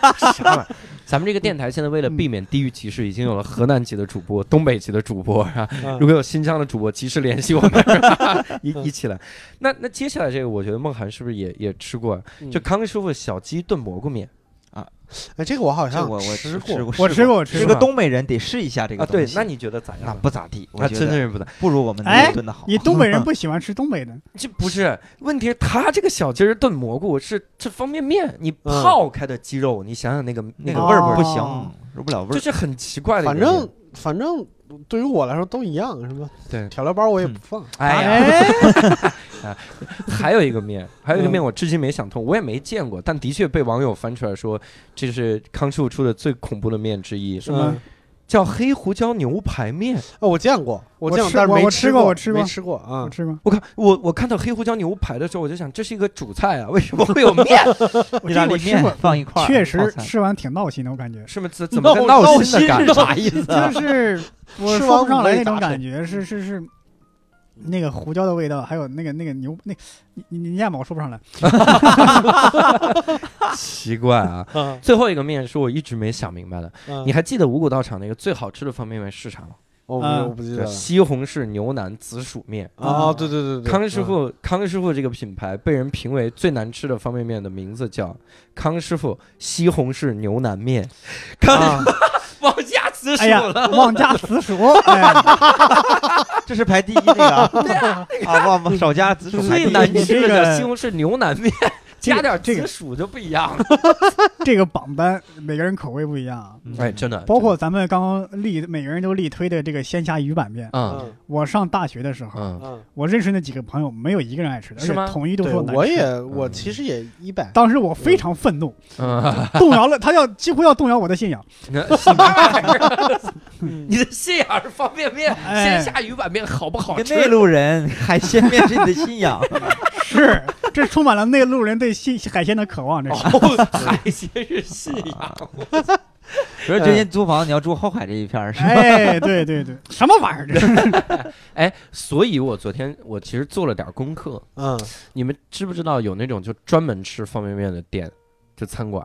[SPEAKER 1] 啥玩意儿？嗯咱们这个电台现在为了避免地域歧视，已经有了河南籍的主播、东北籍的主播啊。
[SPEAKER 2] 嗯
[SPEAKER 1] 如果有新疆的主播，及时联系我们，是吧 一
[SPEAKER 2] 嗯
[SPEAKER 1] 一起来。那那接下来这个，我觉得孟涵是不是也也吃过啊？
[SPEAKER 2] 嗯
[SPEAKER 1] 就康师傅小鸡炖蘑菇面
[SPEAKER 4] 啊，
[SPEAKER 2] 哎，这个我好
[SPEAKER 4] 这
[SPEAKER 2] 像
[SPEAKER 4] 我我
[SPEAKER 2] 吃
[SPEAKER 4] 过，
[SPEAKER 3] 我吃过
[SPEAKER 4] 过，
[SPEAKER 3] 我吃
[SPEAKER 4] 是
[SPEAKER 1] 过
[SPEAKER 4] 个东北人得试一下这个
[SPEAKER 1] 啊，
[SPEAKER 4] 东
[SPEAKER 1] 对，
[SPEAKER 4] 西
[SPEAKER 1] 那你觉得咋样
[SPEAKER 4] 那
[SPEAKER 1] 啊？
[SPEAKER 4] 不咋地，我
[SPEAKER 1] 啊，
[SPEAKER 4] 觉
[SPEAKER 1] 真的
[SPEAKER 4] 得
[SPEAKER 1] 是不咋。
[SPEAKER 4] 不如我们
[SPEAKER 3] 哎
[SPEAKER 4] 炖的好。
[SPEAKER 3] 你东北人不喜欢吃东北的，
[SPEAKER 1] 这不是问题，是他这个小鸡儿炖蘑菇是这方便面，你泡开的鸡肉，你想想那个
[SPEAKER 4] 那
[SPEAKER 1] 那个
[SPEAKER 4] 个
[SPEAKER 1] 味
[SPEAKER 4] 味
[SPEAKER 1] 儿，
[SPEAKER 4] 儿不
[SPEAKER 3] 哦
[SPEAKER 4] 行，入不了味
[SPEAKER 1] 就
[SPEAKER 4] 儿。
[SPEAKER 1] 是很奇怪的一个
[SPEAKER 2] 反
[SPEAKER 1] 东西。
[SPEAKER 2] 正反正对于我来说都一样，什么
[SPEAKER 1] 对，
[SPEAKER 2] 调料包我也
[SPEAKER 4] 嗯
[SPEAKER 2] 不放。
[SPEAKER 1] 哎呀，啊
[SPEAKER 3] 哎，
[SPEAKER 1] 还有一个面，还有一个面，我至今没想通，我也没见过，但的确被网友翻出来说，这是康师傅出的最恐怖的面之一，
[SPEAKER 3] 什么
[SPEAKER 2] 嗯
[SPEAKER 1] 叫黑胡椒牛排面。
[SPEAKER 2] 啊，我见过，我见过，
[SPEAKER 3] 我吃
[SPEAKER 2] 但是
[SPEAKER 3] 我
[SPEAKER 2] 没
[SPEAKER 3] 我吃过我
[SPEAKER 2] 过，
[SPEAKER 3] 吃
[SPEAKER 2] 没
[SPEAKER 3] 过嗯
[SPEAKER 2] 吃过啊
[SPEAKER 3] 好。吃吗？
[SPEAKER 1] 我看我我看到黑胡椒牛排的时候，我就想这是一个主菜啊，为什么会有面？
[SPEAKER 4] 意大利
[SPEAKER 3] 我吃过
[SPEAKER 4] 面放一块儿，
[SPEAKER 3] 确实
[SPEAKER 4] 泡 菜
[SPEAKER 3] 吃完挺闹心的，我 感觉
[SPEAKER 1] 是吗？ 怎怎么个
[SPEAKER 2] 闹
[SPEAKER 1] 闹
[SPEAKER 2] 闹
[SPEAKER 1] 心的
[SPEAKER 2] 心
[SPEAKER 1] 感
[SPEAKER 2] 是
[SPEAKER 1] 觉？
[SPEAKER 4] 啥意思啊？
[SPEAKER 3] 就是我
[SPEAKER 2] 吃完
[SPEAKER 3] 说不上
[SPEAKER 2] 五味
[SPEAKER 3] 来那种
[SPEAKER 2] 杂
[SPEAKER 3] 感
[SPEAKER 2] 陈
[SPEAKER 3] 觉，是是是，那个胡椒的味道，还有那个那个牛那，你你你念吧，我说不上来。
[SPEAKER 1] 奇怪啊！
[SPEAKER 2] 嗯
[SPEAKER 1] 最后一个面是我一直没想明白的，
[SPEAKER 2] 嗯
[SPEAKER 1] 你还记得五谷道场那个最好吃的方便面是啥吗？
[SPEAKER 2] 我哦不
[SPEAKER 3] 嗯
[SPEAKER 2] 我不记得了
[SPEAKER 1] 西红柿牛腩紫薯面。
[SPEAKER 2] 啊，对对对对，
[SPEAKER 1] 康师
[SPEAKER 2] 嗯
[SPEAKER 1] 傅，康师傅这个品牌被人评为最难吃的方便面的名字叫康师傅西红柿牛腩面。康师
[SPEAKER 2] 啊，
[SPEAKER 1] 傅往下紫薯
[SPEAKER 3] 哎呀
[SPEAKER 1] 了，，
[SPEAKER 3] 妄加紫薯，哎，
[SPEAKER 4] 这是排第一那个 啊啊，忘忘少加紫薯排第
[SPEAKER 1] 最
[SPEAKER 4] 一
[SPEAKER 1] 难
[SPEAKER 3] 你
[SPEAKER 1] 吃的
[SPEAKER 3] 这
[SPEAKER 1] 叫
[SPEAKER 3] 个
[SPEAKER 1] 西红柿牛腩面，
[SPEAKER 3] 这
[SPEAKER 1] 加
[SPEAKER 3] 个
[SPEAKER 1] 点
[SPEAKER 3] 这
[SPEAKER 1] 紫
[SPEAKER 3] 个
[SPEAKER 1] 薯就不一样了。
[SPEAKER 3] 这个榜单每个人口味不一样啊，
[SPEAKER 4] 嗯
[SPEAKER 1] 哎，真的，
[SPEAKER 3] 包括咱们刚刚力每个人都力推的这个鲜虾鱼板面。
[SPEAKER 1] 嗯
[SPEAKER 2] 嗯
[SPEAKER 3] 我上大学的时候，
[SPEAKER 1] 嗯，
[SPEAKER 2] 嗯，
[SPEAKER 3] 我认识那几个朋友，没有一个人爱吃的，而
[SPEAKER 1] 是
[SPEAKER 3] 且
[SPEAKER 1] 吗
[SPEAKER 3] 统一都
[SPEAKER 2] 对，
[SPEAKER 3] 说嗯难吃。
[SPEAKER 2] 我也我其实也一百，
[SPEAKER 3] 当时我非常愤怒，
[SPEAKER 1] 嗯，
[SPEAKER 3] 动摇了，他要几乎要动摇我的信仰。
[SPEAKER 1] 那什么玩意儿？
[SPEAKER 2] 嗯
[SPEAKER 1] 你的信仰是方便面，鲜
[SPEAKER 3] 哎
[SPEAKER 1] 虾鱼板面好不好
[SPEAKER 4] 跟
[SPEAKER 1] 吃？
[SPEAKER 4] 内陆人 海鲜面是你的信仰，
[SPEAKER 3] 是， 这充满了内陆人对新海鲜的渴望。这是、
[SPEAKER 1] 哦， 海鲜是信仰，
[SPEAKER 4] 所以最近租房你要住后海这一片儿是吧？
[SPEAKER 3] 哎，对对对，什么玩意儿？这是
[SPEAKER 1] 哎，所以我昨天我其实做了点功课。
[SPEAKER 2] 嗯，
[SPEAKER 1] 你们知不知道有那种就专门吃方便面的店，就餐馆？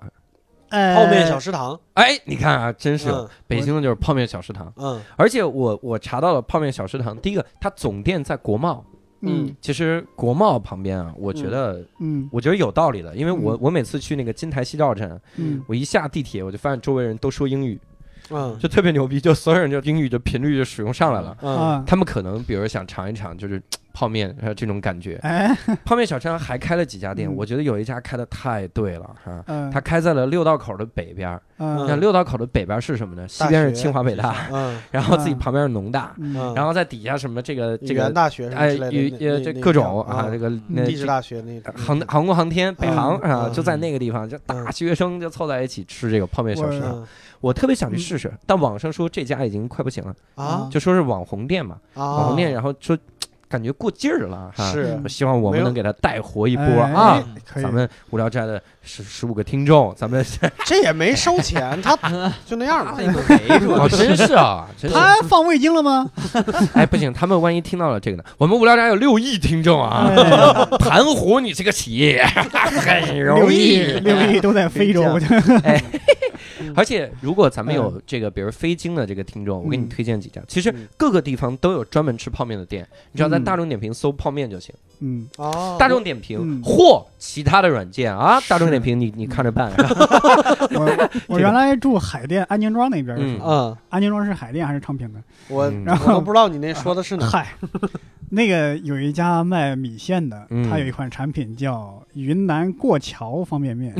[SPEAKER 2] 泡面小
[SPEAKER 3] 呃
[SPEAKER 2] 食堂，
[SPEAKER 1] 哎，你看啊，真是有、
[SPEAKER 2] 嗯
[SPEAKER 1] 北京的就是泡面小食堂。
[SPEAKER 2] 嗯
[SPEAKER 1] 而且我我查到了泡面小食堂，第一个它总店在国贸，
[SPEAKER 3] 嗯
[SPEAKER 1] 其实国贸旁边啊，我觉得、
[SPEAKER 3] 嗯
[SPEAKER 1] 我觉得有道理的，因为我、我每次去那个金台西站站，
[SPEAKER 3] 嗯，
[SPEAKER 1] 我一下地铁我就发现周围人都说英语，
[SPEAKER 2] 嗯
[SPEAKER 1] 就特别牛逼，就所有人就英语的频率就使用上来了。
[SPEAKER 2] 嗯
[SPEAKER 3] 啊，
[SPEAKER 1] 他们可能比如想尝一尝就是嘖泡面呃这种感 觉，
[SPEAKER 3] 哎，
[SPEAKER 1] 泡面小食堂还开了几家店，
[SPEAKER 3] 嗯
[SPEAKER 1] 我觉得有一家开的太对了哈。
[SPEAKER 3] 嗯，
[SPEAKER 1] 它开在了六道口的北边儿。
[SPEAKER 3] 嗯，
[SPEAKER 1] 那六道口的北边儿是什么呢？西边是清华北大，
[SPEAKER 2] 嗯
[SPEAKER 1] 然后自己旁边是农大，
[SPEAKER 3] 嗯
[SPEAKER 2] 嗯，
[SPEAKER 1] 然后在底下什么这个这
[SPEAKER 2] 语言
[SPEAKER 1] 个
[SPEAKER 2] 大学什么
[SPEAKER 1] 哎
[SPEAKER 2] 之类
[SPEAKER 1] 与
[SPEAKER 2] 的那，
[SPEAKER 1] 呃
[SPEAKER 2] 那
[SPEAKER 1] 这
[SPEAKER 2] 那
[SPEAKER 1] 各种
[SPEAKER 2] 种
[SPEAKER 1] 啊
[SPEAKER 2] 嗯
[SPEAKER 1] 这个呃那
[SPEAKER 2] 地质大学那
[SPEAKER 1] 这航航空航天北航
[SPEAKER 2] 嗯
[SPEAKER 1] 啊
[SPEAKER 2] 嗯
[SPEAKER 1] 就在那个地方，就大学生就凑在一起吃这个泡面小吃
[SPEAKER 3] 嗯。
[SPEAKER 2] 嗯
[SPEAKER 1] 我特别想去试试，但网上说这家已经快不行了，
[SPEAKER 2] 啊
[SPEAKER 1] 就说是网红店嘛，
[SPEAKER 2] 啊，
[SPEAKER 1] 网红店，然后说嘖感觉过劲儿了哈。
[SPEAKER 2] 是
[SPEAKER 1] 我希望我
[SPEAKER 2] 没
[SPEAKER 1] 们
[SPEAKER 2] 有
[SPEAKER 1] 能给它带活一波
[SPEAKER 3] 哎
[SPEAKER 1] 啊！
[SPEAKER 3] 可以
[SPEAKER 1] 咱们无聊斋的十十五个听众，咱们
[SPEAKER 2] 这也没收钱，他就 那样吧。
[SPEAKER 4] 没住
[SPEAKER 1] 哦，真是啊，真是。
[SPEAKER 3] 他放味精了吗？
[SPEAKER 1] 哎，不行，他们万一听到了这个呢？我们无聊斋有六亿听众啊，
[SPEAKER 3] 哎
[SPEAKER 1] 盘活你这个企业 很
[SPEAKER 3] 六
[SPEAKER 1] 容
[SPEAKER 3] 亿
[SPEAKER 1] 易。
[SPEAKER 3] 六亿都在非洲，
[SPEAKER 1] 哎
[SPEAKER 4] 可以
[SPEAKER 1] 而且，如果咱们有这个，比如非京的这个听众，我给你
[SPEAKER 3] 嗯
[SPEAKER 1] 推荐几家。其实
[SPEAKER 2] 嗯
[SPEAKER 1] 各个地方都有专门吃泡面的店，你只要在
[SPEAKER 3] 嗯
[SPEAKER 1] 大众点评搜泡面就行。
[SPEAKER 3] 嗯，
[SPEAKER 2] 哦，
[SPEAKER 1] 大众点评
[SPEAKER 3] 嗯
[SPEAKER 1] 或其他的软件啊，大众点评你你看着
[SPEAKER 3] 嗯
[SPEAKER 1] 办。啊
[SPEAKER 3] 我我原来住海淀安宁庄那边儿，
[SPEAKER 1] 嗯
[SPEAKER 2] 嗯，
[SPEAKER 3] 安宁庄是海淀还是昌平的？
[SPEAKER 2] 我
[SPEAKER 1] 嗯
[SPEAKER 2] 我都不知道你那说的是 哪。
[SPEAKER 3] 嗨，那个有一家卖米线的，
[SPEAKER 1] 嗯
[SPEAKER 3] 它有一款产品叫云南过桥方便面，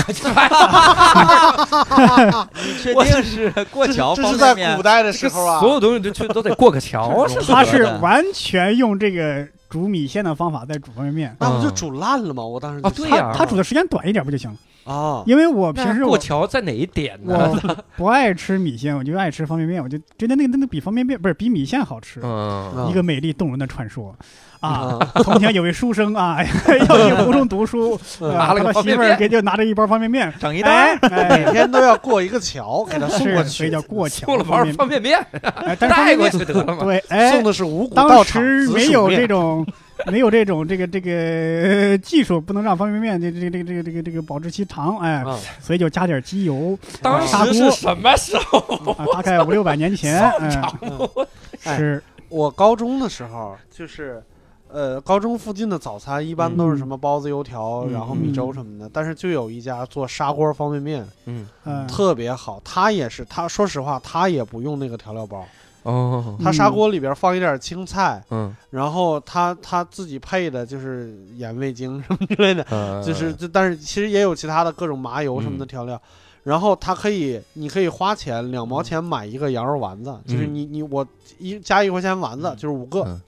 [SPEAKER 4] 确定是过桥
[SPEAKER 2] 这
[SPEAKER 4] 方
[SPEAKER 2] 是在
[SPEAKER 4] 便面
[SPEAKER 2] 古。代的时
[SPEAKER 1] 这个
[SPEAKER 2] 候啊
[SPEAKER 1] 所，有东西都去都得过个桥，是吧
[SPEAKER 3] 它是完全用这个煮米线的方法在煮方便面。
[SPEAKER 2] 那不就煮烂了吗？我当时
[SPEAKER 1] 嗯
[SPEAKER 2] 就
[SPEAKER 1] 啊对呀
[SPEAKER 3] 它煮的时间短一点不就行了？
[SPEAKER 2] 啊，
[SPEAKER 3] 因为我平时
[SPEAKER 1] 过
[SPEAKER 3] 我
[SPEAKER 1] 桥在哪一点呢？
[SPEAKER 3] 我不爱吃米线，我就爱吃方便面，我就觉得那个那个比方便面不是比米线好吃。
[SPEAKER 1] 嗯，
[SPEAKER 3] 一个美丽动人的传说，啊！
[SPEAKER 2] 啊，
[SPEAKER 3] 从前有位书生啊， 要去湖中读书，
[SPEAKER 2] 嗯
[SPEAKER 3] 啊
[SPEAKER 1] 拿了个
[SPEAKER 3] 他
[SPEAKER 1] 方
[SPEAKER 3] 媳
[SPEAKER 1] 便
[SPEAKER 3] 妇儿
[SPEAKER 1] 面
[SPEAKER 3] 给就拿着一包方便面，
[SPEAKER 4] 整一袋
[SPEAKER 3] 哎
[SPEAKER 4] 儿，
[SPEAKER 3] 哎
[SPEAKER 2] 每，天都要过一个桥给他送过
[SPEAKER 3] 是所以
[SPEAKER 2] 去，
[SPEAKER 3] 叫过桥
[SPEAKER 1] 做了
[SPEAKER 3] 方
[SPEAKER 1] 包
[SPEAKER 3] 便面。
[SPEAKER 1] 方便面
[SPEAKER 3] 哎但是方
[SPEAKER 1] 带
[SPEAKER 3] 便
[SPEAKER 1] 过
[SPEAKER 3] 面
[SPEAKER 1] 去得了嘛。
[SPEAKER 3] 对，哎
[SPEAKER 2] 送，的是五谷道
[SPEAKER 3] 当
[SPEAKER 2] 场
[SPEAKER 3] 时
[SPEAKER 2] 紫
[SPEAKER 3] 没
[SPEAKER 2] 薯
[SPEAKER 3] 有
[SPEAKER 2] 面
[SPEAKER 3] 这种没有这种这个这个呃技术，不能让方便面这这这个这个这个这个保质期长，哎，
[SPEAKER 1] 嗯
[SPEAKER 2] 啊
[SPEAKER 3] 所以就加点机 油，
[SPEAKER 1] 当时是什么时候？
[SPEAKER 3] 啊，大概五六百年前，哎，
[SPEAKER 2] 哎
[SPEAKER 3] 是，
[SPEAKER 2] 我高中的时候就是，呃，高中附近的早餐一般都是什么包子、油条，
[SPEAKER 1] 嗯
[SPEAKER 2] 然后米粥什么的。但是就有一家做砂锅方便面，
[SPEAKER 1] 嗯，
[SPEAKER 3] 嗯，
[SPEAKER 2] 特别好。他也是，他说实话，他也不用那个调料包，
[SPEAKER 1] 哦，
[SPEAKER 2] 他砂锅里边放一点青菜，
[SPEAKER 1] 嗯，
[SPEAKER 2] 然后他他自己配的就是盐、味精什么之类的，
[SPEAKER 1] 呃
[SPEAKER 2] 就是就但是其实也有其他的各种麻油什么的调料。然后它可以，你可以花钱两毛钱买一个羊肉丸子，就是
[SPEAKER 1] 嗯
[SPEAKER 2] 你你我一加一块钱丸子，
[SPEAKER 4] 嗯
[SPEAKER 2] 就是五个、
[SPEAKER 1] 嗯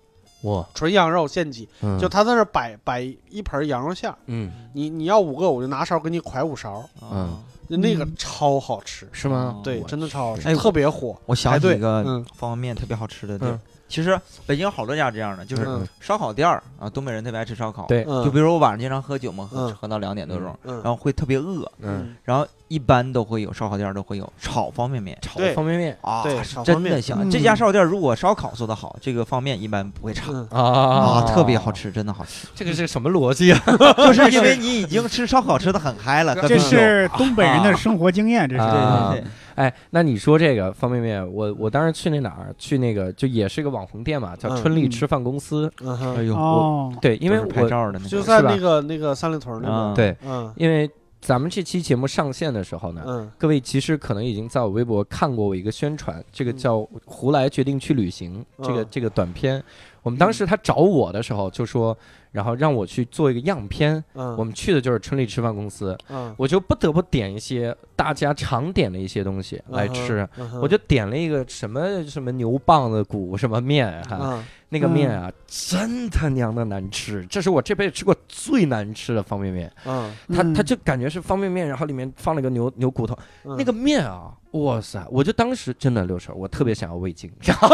[SPEAKER 1] 我，
[SPEAKER 2] 纯羊肉现挤，
[SPEAKER 1] 嗯
[SPEAKER 2] 就他在那儿摆摆一盆羊肉馅儿，
[SPEAKER 1] 嗯，
[SPEAKER 2] 你你要五个，我就拿勺给你㧟五勺，
[SPEAKER 4] 哦
[SPEAKER 1] 嗯哦
[SPEAKER 2] 那个
[SPEAKER 3] 嗯
[SPEAKER 2] 超好吃，
[SPEAKER 1] 是吗？
[SPEAKER 2] 对，
[SPEAKER 4] 我
[SPEAKER 2] 真的超好吃，
[SPEAKER 4] 哎
[SPEAKER 2] 特别火。
[SPEAKER 4] 我
[SPEAKER 2] 排
[SPEAKER 4] 想起
[SPEAKER 2] 队
[SPEAKER 4] 一个
[SPEAKER 2] 嗯
[SPEAKER 4] 方便面特别好吃的地儿
[SPEAKER 1] 嗯，
[SPEAKER 4] 其实北京有好多家这样的，就是
[SPEAKER 2] 嗯
[SPEAKER 4] 烧烤店儿啊，东北人特别爱吃烧烤。
[SPEAKER 1] 对
[SPEAKER 2] 嗯，
[SPEAKER 4] 就比如我晚上经常喝酒嘛，喝
[SPEAKER 2] 嗯
[SPEAKER 4] 喝到两点多钟，
[SPEAKER 2] 嗯
[SPEAKER 4] 然后会特别饿，
[SPEAKER 1] 嗯，
[SPEAKER 4] 然后一般都会有烧烤店儿都会有炒方便面
[SPEAKER 1] 炒
[SPEAKER 2] 对
[SPEAKER 1] 方便面
[SPEAKER 4] 啊
[SPEAKER 2] 对
[SPEAKER 4] 是
[SPEAKER 2] 炒方
[SPEAKER 4] 真
[SPEAKER 2] 便
[SPEAKER 4] 的香。
[SPEAKER 3] 嗯
[SPEAKER 4] 这家烧烤店儿如果烧烤做得好，这个方便一般不会差。
[SPEAKER 2] 嗯，
[SPEAKER 1] 啊
[SPEAKER 4] 啊，特别好，吃，真的好 吃，
[SPEAKER 1] 这个是什么逻辑啊？
[SPEAKER 4] 就是因为你已经吃烧烤吃的很嗨了，
[SPEAKER 3] 这是东北
[SPEAKER 2] 啊
[SPEAKER 3] 人的生活经验，这是。
[SPEAKER 1] 啊
[SPEAKER 4] 对对对，
[SPEAKER 1] 哎，那你说这个方便面，我我当时去那哪儿，去那个就也是个网红店嘛，叫
[SPEAKER 2] 嗯
[SPEAKER 1] 春丽
[SPEAKER 3] 嗯
[SPEAKER 1] 吃饭公司。
[SPEAKER 2] 嗯
[SPEAKER 4] 哎
[SPEAKER 2] 哼，
[SPEAKER 4] 呦，我
[SPEAKER 3] 哦，
[SPEAKER 1] 对，因为
[SPEAKER 4] 都是拍
[SPEAKER 1] 我
[SPEAKER 4] 照的那
[SPEAKER 2] 就
[SPEAKER 4] 个，
[SPEAKER 2] 在
[SPEAKER 1] 是吧
[SPEAKER 2] 那个那个三里屯那边
[SPEAKER 4] 啊，
[SPEAKER 1] 对，
[SPEAKER 2] 嗯
[SPEAKER 1] 因为咱们这期节目上线的时候呢，
[SPEAKER 2] 嗯
[SPEAKER 1] 各位其实可能已经在我微博看过我一个宣传，这个叫《胡来决定去旅行》
[SPEAKER 2] 嗯
[SPEAKER 1] 这个这个短片。我们当时他找我的时候就说，然后让我去做一个样片。
[SPEAKER 2] 嗯，
[SPEAKER 1] 我们去的就是春丽吃饭公司，
[SPEAKER 2] 嗯
[SPEAKER 1] 我就不得不点一些大家常点的一些东西来吃。，
[SPEAKER 2] 嗯哼
[SPEAKER 1] 我就点了一个什么什么牛棒子骨什么面哈、
[SPEAKER 2] 嗯
[SPEAKER 1] 那个面啊，真他娘的难吃！这是我这辈子吃过最难吃的方便面。
[SPEAKER 2] 嗯
[SPEAKER 1] 它它
[SPEAKER 3] 嗯
[SPEAKER 1] 就感觉是方便面，然后里面放了个牛牛骨头，
[SPEAKER 2] 嗯
[SPEAKER 1] 那个面啊，哇塞！我就当时真的六婶儿，我特别想要味精。 然后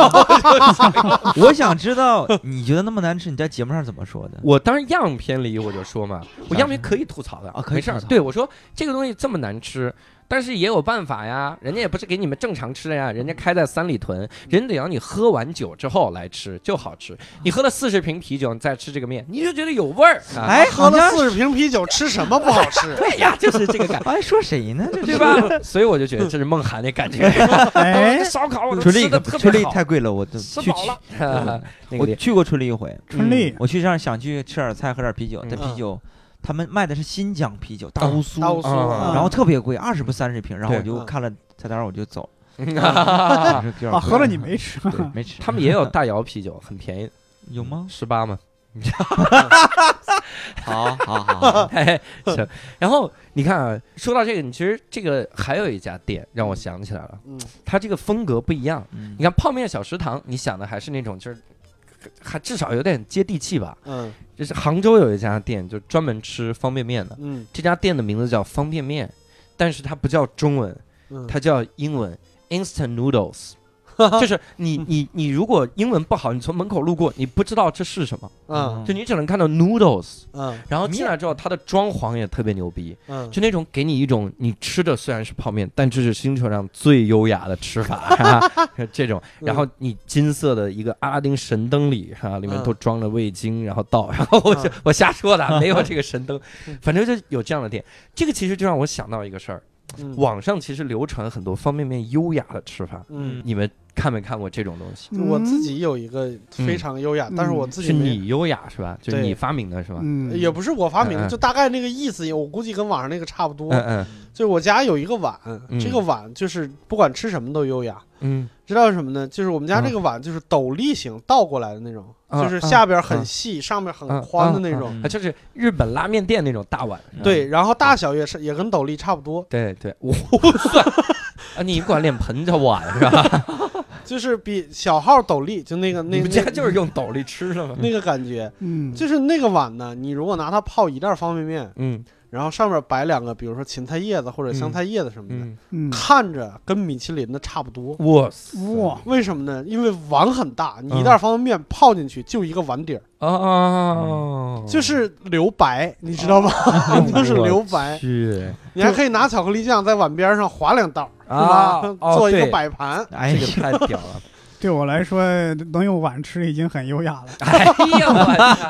[SPEAKER 4] 我想知道你觉得那么难吃，你在节目上怎么说的？
[SPEAKER 1] 我当时样片里我就说嘛，我样片可以吐槽的
[SPEAKER 4] 啊可以
[SPEAKER 1] 没事儿。
[SPEAKER 4] 吐槽
[SPEAKER 1] 对我说这个东西这么难吃，但是也有办法呀，人家也不是给你们正常吃的呀，人家开在三里屯，人得让你喝完酒之后来吃就好吃。你喝了四十瓶啤酒，你再吃这个面，你就觉得有味儿。啊、
[SPEAKER 4] 哎，
[SPEAKER 2] 喝
[SPEAKER 4] 好
[SPEAKER 2] 了
[SPEAKER 4] 像
[SPEAKER 2] 四十瓶啤酒，吃什么不好 吃？
[SPEAKER 1] 对呀， 就是这个感觉。
[SPEAKER 4] 哎，说谁呢？这
[SPEAKER 1] 对吧？所以我就觉得这是梦涵的感觉。
[SPEAKER 3] 哎
[SPEAKER 1] 这，烧烤我都
[SPEAKER 4] 春
[SPEAKER 1] 吃
[SPEAKER 4] 丽
[SPEAKER 1] 的特
[SPEAKER 4] 春
[SPEAKER 1] 别
[SPEAKER 4] 丽
[SPEAKER 1] 好，
[SPEAKER 4] 太贵了，我都
[SPEAKER 1] 吃
[SPEAKER 4] 去
[SPEAKER 1] 饱了。啊那个
[SPEAKER 4] 我
[SPEAKER 1] 地
[SPEAKER 4] 去过春丽一回，
[SPEAKER 3] 春丽
[SPEAKER 4] 我去这儿想去吃点菜，喝点啤酒，
[SPEAKER 1] 嗯
[SPEAKER 4] 但
[SPEAKER 2] 嗯
[SPEAKER 4] 啤酒他们卖的是新疆啤酒，大乌苏，
[SPEAKER 2] 大乌苏，
[SPEAKER 1] 啊
[SPEAKER 4] 然后特别贵，二十不三十瓶，然后
[SPEAKER 1] 对
[SPEAKER 4] 我就
[SPEAKER 2] 嗯
[SPEAKER 4] 看了菜单，我就 走
[SPEAKER 1] 嗯 方
[SPEAKER 4] 了。
[SPEAKER 3] 啊，
[SPEAKER 4] 啊
[SPEAKER 3] 合着你没吃？
[SPEAKER 4] 没吃？
[SPEAKER 1] 他们也有大窑啤酒，很便宜，
[SPEAKER 4] 有吗？
[SPEAKER 1] 十八嘛。
[SPEAKER 4] 好好 好，
[SPEAKER 1] 哎，行。然后你看啊，说到这个，你其实这个还有一家店让我想起来了，
[SPEAKER 2] 嗯
[SPEAKER 1] 它这个风格不一样。
[SPEAKER 4] 你
[SPEAKER 1] 你看泡面小食堂，你想的还是那种就是。还至少有点接地气吧，
[SPEAKER 2] 嗯
[SPEAKER 1] 就是杭州有一家店，就专门吃方便面的。
[SPEAKER 2] 嗯
[SPEAKER 1] 这家店的名字叫方便面，但是它不叫中文，
[SPEAKER 2] 嗯，
[SPEAKER 1] 它叫英文 instant noodles，就是你你你如果英文不好，你从门口路过，你不知道这是什么，
[SPEAKER 2] 嗯
[SPEAKER 1] 就你只能看到 noodles，
[SPEAKER 2] 嗯
[SPEAKER 1] 然后进来之后，它的装潢也特别牛逼，
[SPEAKER 2] 嗯，
[SPEAKER 1] 就那种给你一种你吃的虽然是泡面，但这是星球上最优雅的吃法， 哈哈这种。
[SPEAKER 2] 嗯
[SPEAKER 1] 然后你金色的一个阿拉丁神灯里哈、里面
[SPEAKER 2] 嗯
[SPEAKER 1] 都装着味精，然后倒。然后我就、我瞎说的，没有这个神 灯，反正就有这样的店。这个其实就让我想到一个事儿，
[SPEAKER 2] 嗯
[SPEAKER 1] 网上其实流传很多方便面优雅的吃法，
[SPEAKER 2] 嗯。
[SPEAKER 1] 你们看没看过这种东西？
[SPEAKER 2] 我自己有一个非常优雅，
[SPEAKER 3] 嗯
[SPEAKER 2] 但是我自
[SPEAKER 1] 嗯
[SPEAKER 2] 己
[SPEAKER 1] 是
[SPEAKER 2] 没
[SPEAKER 1] 你优雅是吧？就是
[SPEAKER 2] 对
[SPEAKER 1] 你发明的是吧？
[SPEAKER 3] 嗯，嗯
[SPEAKER 2] 也不是我发
[SPEAKER 1] 嗯
[SPEAKER 2] 明，
[SPEAKER 1] 嗯
[SPEAKER 2] 就大概那个意思，我估计跟网上那个差不多。
[SPEAKER 1] 嗯嗯
[SPEAKER 2] 就是我家有一个碗，
[SPEAKER 1] 嗯
[SPEAKER 2] 这个碗就是不管吃什么都优雅。
[SPEAKER 1] 嗯，
[SPEAKER 2] 知道是什么呢？就是我们家这个碗就是斗笠型倒过来的那种，
[SPEAKER 1] 啊
[SPEAKER 2] 就是下边很细，上面很宽的那种。
[SPEAKER 4] 嗯
[SPEAKER 1] 啊，就是日本拉面店那种大碗。是吧
[SPEAKER 2] 对，然后大小也是也跟斗笠差不多，
[SPEAKER 1] 嗯对对， 我算啊，你管脸盆叫碗是吧？
[SPEAKER 2] 就是比小号斗笠就那个
[SPEAKER 1] 你
[SPEAKER 2] 那
[SPEAKER 1] 们家
[SPEAKER 2] 那
[SPEAKER 1] 就是用斗笠吃的吗？
[SPEAKER 2] 那个感觉。
[SPEAKER 3] 嗯，
[SPEAKER 2] 就是那个碗呢，你如果拿它泡一袋方便面，
[SPEAKER 1] 嗯
[SPEAKER 2] 然后上面摆两个，比如说芹菜叶子或者香菜叶子什么的，
[SPEAKER 1] 嗯，
[SPEAKER 3] 嗯，
[SPEAKER 2] 看着跟米其林的差不多。
[SPEAKER 1] 哇塞
[SPEAKER 3] 哇，
[SPEAKER 2] 为什么呢？因为碗很大，你一
[SPEAKER 1] 啊
[SPEAKER 2] 袋方便面泡进去就一个碗底儿，
[SPEAKER 1] 哦，
[SPEAKER 2] 就是留白，你知道吗？
[SPEAKER 1] 啊
[SPEAKER 2] 就是留白。
[SPEAKER 1] 去
[SPEAKER 2] 你还可以拿巧克力酱在碗边上划两道，是
[SPEAKER 1] 啊
[SPEAKER 2] 吧？
[SPEAKER 1] 哦
[SPEAKER 2] 做一个
[SPEAKER 1] 对
[SPEAKER 2] 摆盘。
[SPEAKER 4] 哎
[SPEAKER 1] 这
[SPEAKER 4] 呀
[SPEAKER 1] 个，太屌了！
[SPEAKER 3] 对我来说能用碗吃已经很优雅了。
[SPEAKER 1] 哎呀，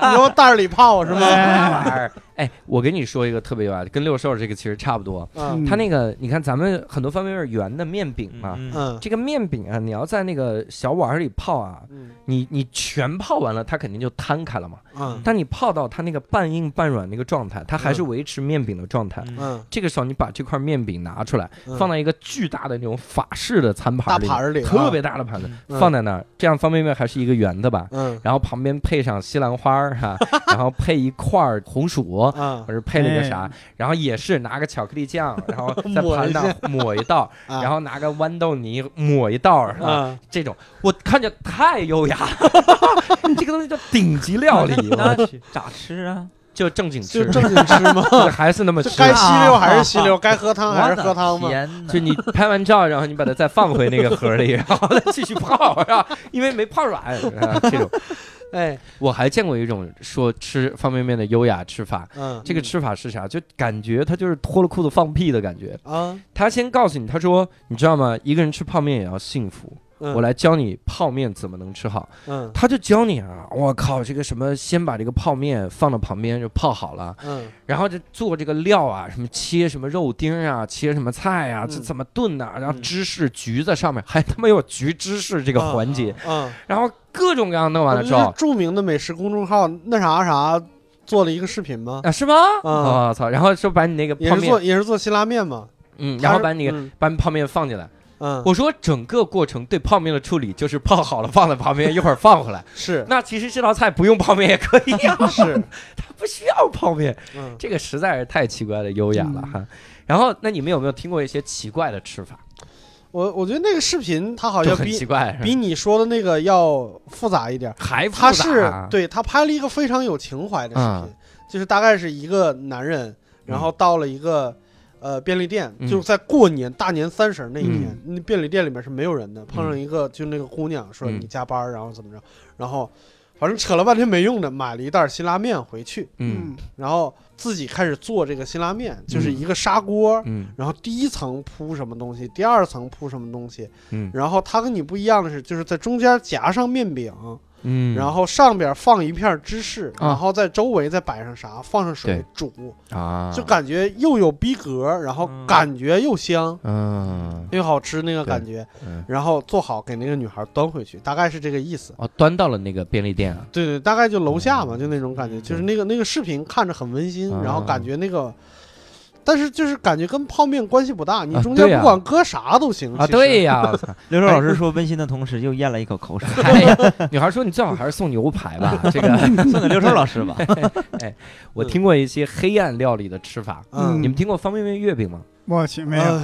[SPEAKER 1] 我
[SPEAKER 2] 你用袋儿里泡是吗？
[SPEAKER 1] 那玩意儿哎，我跟你说一个特别有啊，跟六兽这个其实差不多。
[SPEAKER 2] 嗯
[SPEAKER 1] 它那个，你看咱们很多方便面是圆的面饼嘛，
[SPEAKER 4] 嗯
[SPEAKER 2] 嗯
[SPEAKER 1] 这个面饼啊，你要在那个小碗儿里泡啊，
[SPEAKER 2] 嗯
[SPEAKER 1] 你你全泡完了，它肯定就摊开了嘛。
[SPEAKER 2] 嗯
[SPEAKER 1] 但你泡到它那个半硬半软那个状态，它还是维持面饼的状态。
[SPEAKER 4] 嗯
[SPEAKER 2] 嗯，
[SPEAKER 1] 这个时候，你把这块面饼拿出来，
[SPEAKER 2] 嗯
[SPEAKER 1] 放在一个巨大的那种法式的餐盘
[SPEAKER 2] 大
[SPEAKER 1] 儿里，
[SPEAKER 2] 盘儿里啊，
[SPEAKER 1] 特别大的盘子，
[SPEAKER 2] 嗯
[SPEAKER 1] 放在那儿，这样方便面还是一个圆的吧？
[SPEAKER 2] 嗯
[SPEAKER 1] 然后旁边配上西兰花儿 哈，然后配一块儿红薯，
[SPEAKER 2] 啊
[SPEAKER 1] 或者配了一个
[SPEAKER 3] 哎
[SPEAKER 1] 啥，然后也是拿个巧克力酱，然后在
[SPEAKER 2] 抹
[SPEAKER 1] 盘
[SPEAKER 2] 一
[SPEAKER 1] 上抹一道，
[SPEAKER 2] 啊
[SPEAKER 1] 然后拿个豌豆泥抹一道，是吧？
[SPEAKER 2] 啊
[SPEAKER 1] 这种我看着太优 雅，了，这个东西叫顶级料理，我
[SPEAKER 4] 那咋吃啊？
[SPEAKER 1] 就正经
[SPEAKER 2] 就
[SPEAKER 1] 吃，
[SPEAKER 2] 正经吃 吗？
[SPEAKER 1] 还是那么
[SPEAKER 2] 就
[SPEAKER 1] 吃。
[SPEAKER 2] 该吸溜还是吸 溜，该喝汤还是喝汤
[SPEAKER 4] 我的
[SPEAKER 2] 吗？
[SPEAKER 4] 天哪
[SPEAKER 1] 就你拍完照，然后你把它再放回那个盒里，然后再继续泡，然后因为没泡软，啊这 种。
[SPEAKER 2] 哎，
[SPEAKER 1] 我还见过一种说吃方便面的优雅吃法，
[SPEAKER 2] 嗯
[SPEAKER 1] 这个吃法是啥？就感觉他就是脱了裤子放屁的感觉。
[SPEAKER 2] 啊，
[SPEAKER 1] 他先告诉你，他说：“你知道吗？一个人吃泡面也要幸福。我
[SPEAKER 2] 我，
[SPEAKER 1] 来教你泡面怎么能吃好。”
[SPEAKER 2] 嗯
[SPEAKER 1] 他就教你啊！我靠，这个什么，先把这个泡面放到旁边就泡好了，
[SPEAKER 2] 嗯
[SPEAKER 1] 然后就做这个料啊，什么切什么肉丁啊，切什么菜啊，
[SPEAKER 2] 嗯
[SPEAKER 1] 这怎么炖呐、然后
[SPEAKER 2] 嗯
[SPEAKER 1] 芝士、橘在上面，还他妈有橘芝士这个
[SPEAKER 2] 啊
[SPEAKER 1] 环节，
[SPEAKER 2] 嗯，
[SPEAKER 1] 然后各种各样弄完了
[SPEAKER 2] 我们
[SPEAKER 1] 之
[SPEAKER 2] 是
[SPEAKER 1] 后，
[SPEAKER 2] 著名的美食公众号那啥啥做了一个视频吗？
[SPEAKER 1] 啊，是吗？
[SPEAKER 2] 啊
[SPEAKER 1] 我操！然后说把你那个
[SPEAKER 2] 也
[SPEAKER 1] 泡
[SPEAKER 2] 是做
[SPEAKER 1] 面，
[SPEAKER 2] 也是做辛拉面嘛，
[SPEAKER 1] 嗯，然后把你
[SPEAKER 2] 他是
[SPEAKER 1] 把你泡面放进来。
[SPEAKER 2] 嗯嗯
[SPEAKER 1] 我说整个过程对泡面的处理就是泡好了放在旁边，一会儿放回来。
[SPEAKER 2] 是
[SPEAKER 1] 那其实这道菜不用泡面也可以啊，
[SPEAKER 2] 是
[SPEAKER 1] 它不需要泡面，
[SPEAKER 2] 嗯
[SPEAKER 1] 这个实在是太奇怪的优雅了哈。然后，那你们有没有听过一些奇怪的吃法？
[SPEAKER 2] 我我觉得那个视频它好
[SPEAKER 1] 就
[SPEAKER 2] 像
[SPEAKER 1] 很奇
[SPEAKER 2] 比
[SPEAKER 1] 怪，是吧
[SPEAKER 2] 比你说的那个要复杂一点，
[SPEAKER 1] 还复杂
[SPEAKER 2] 他是
[SPEAKER 1] 啊嗯
[SPEAKER 2] 对他拍了一个非常有情怀的视频，就是大概是一个男人，然后到了一个呃便利店，
[SPEAKER 1] 嗯
[SPEAKER 2] 就是在过年大年三十那一天，那便利店里面是没有人的，碰上一个就那个姑娘说
[SPEAKER 1] 嗯
[SPEAKER 2] 你加班儿，然后怎么着，然后反正扯了半天没用的，买了一袋辛拉面回去，
[SPEAKER 1] 嗯
[SPEAKER 2] 然后自己开始做这个辛拉面，就是一个砂锅。
[SPEAKER 1] 嗯
[SPEAKER 2] 然后第一层铺什么东西，第二层铺什么东西，
[SPEAKER 1] 嗯
[SPEAKER 2] 然后它跟你不一样的是，就是在中间夹上面饼，
[SPEAKER 1] 嗯，
[SPEAKER 2] 然后上边放一片芝士，
[SPEAKER 1] 啊
[SPEAKER 2] 然后在周围再摆上啥，放上水
[SPEAKER 1] 对
[SPEAKER 2] 煮，
[SPEAKER 1] 啊，
[SPEAKER 2] 就感觉又有逼格，然后
[SPEAKER 4] 嗯
[SPEAKER 2] 感觉又香。
[SPEAKER 1] 嗯
[SPEAKER 2] 又好吃那个感觉，
[SPEAKER 1] 嗯，
[SPEAKER 2] 然后做好给那个女孩端回去，大概是这个意思。
[SPEAKER 1] 哦，端到了那个便利店啊，
[SPEAKER 2] 对对，大概就楼下嘛，
[SPEAKER 1] 嗯
[SPEAKER 2] 就那种感觉，
[SPEAKER 4] 嗯
[SPEAKER 2] 就是那个那个视频看着很温馨，
[SPEAKER 1] 啊
[SPEAKER 2] 然后感觉那个，但是就是感觉跟泡面关系不大，你
[SPEAKER 1] 啊
[SPEAKER 2] 中间
[SPEAKER 1] 对呀
[SPEAKER 2] 不管搁啥都行
[SPEAKER 1] 啊，
[SPEAKER 2] 其实
[SPEAKER 1] 对呀， 我操
[SPEAKER 4] 刘硕老师说温馨的同时又咽了一口口 水，
[SPEAKER 1] 哎 呀，女孩说你最好还是送牛排吧，这个。
[SPEAKER 4] 送给刘硕老师吧。
[SPEAKER 1] 我听过一些黑暗料理的吃法，
[SPEAKER 2] 嗯
[SPEAKER 1] 你们听过方便面月饼吗？
[SPEAKER 3] 我去，没有，
[SPEAKER 2] 呃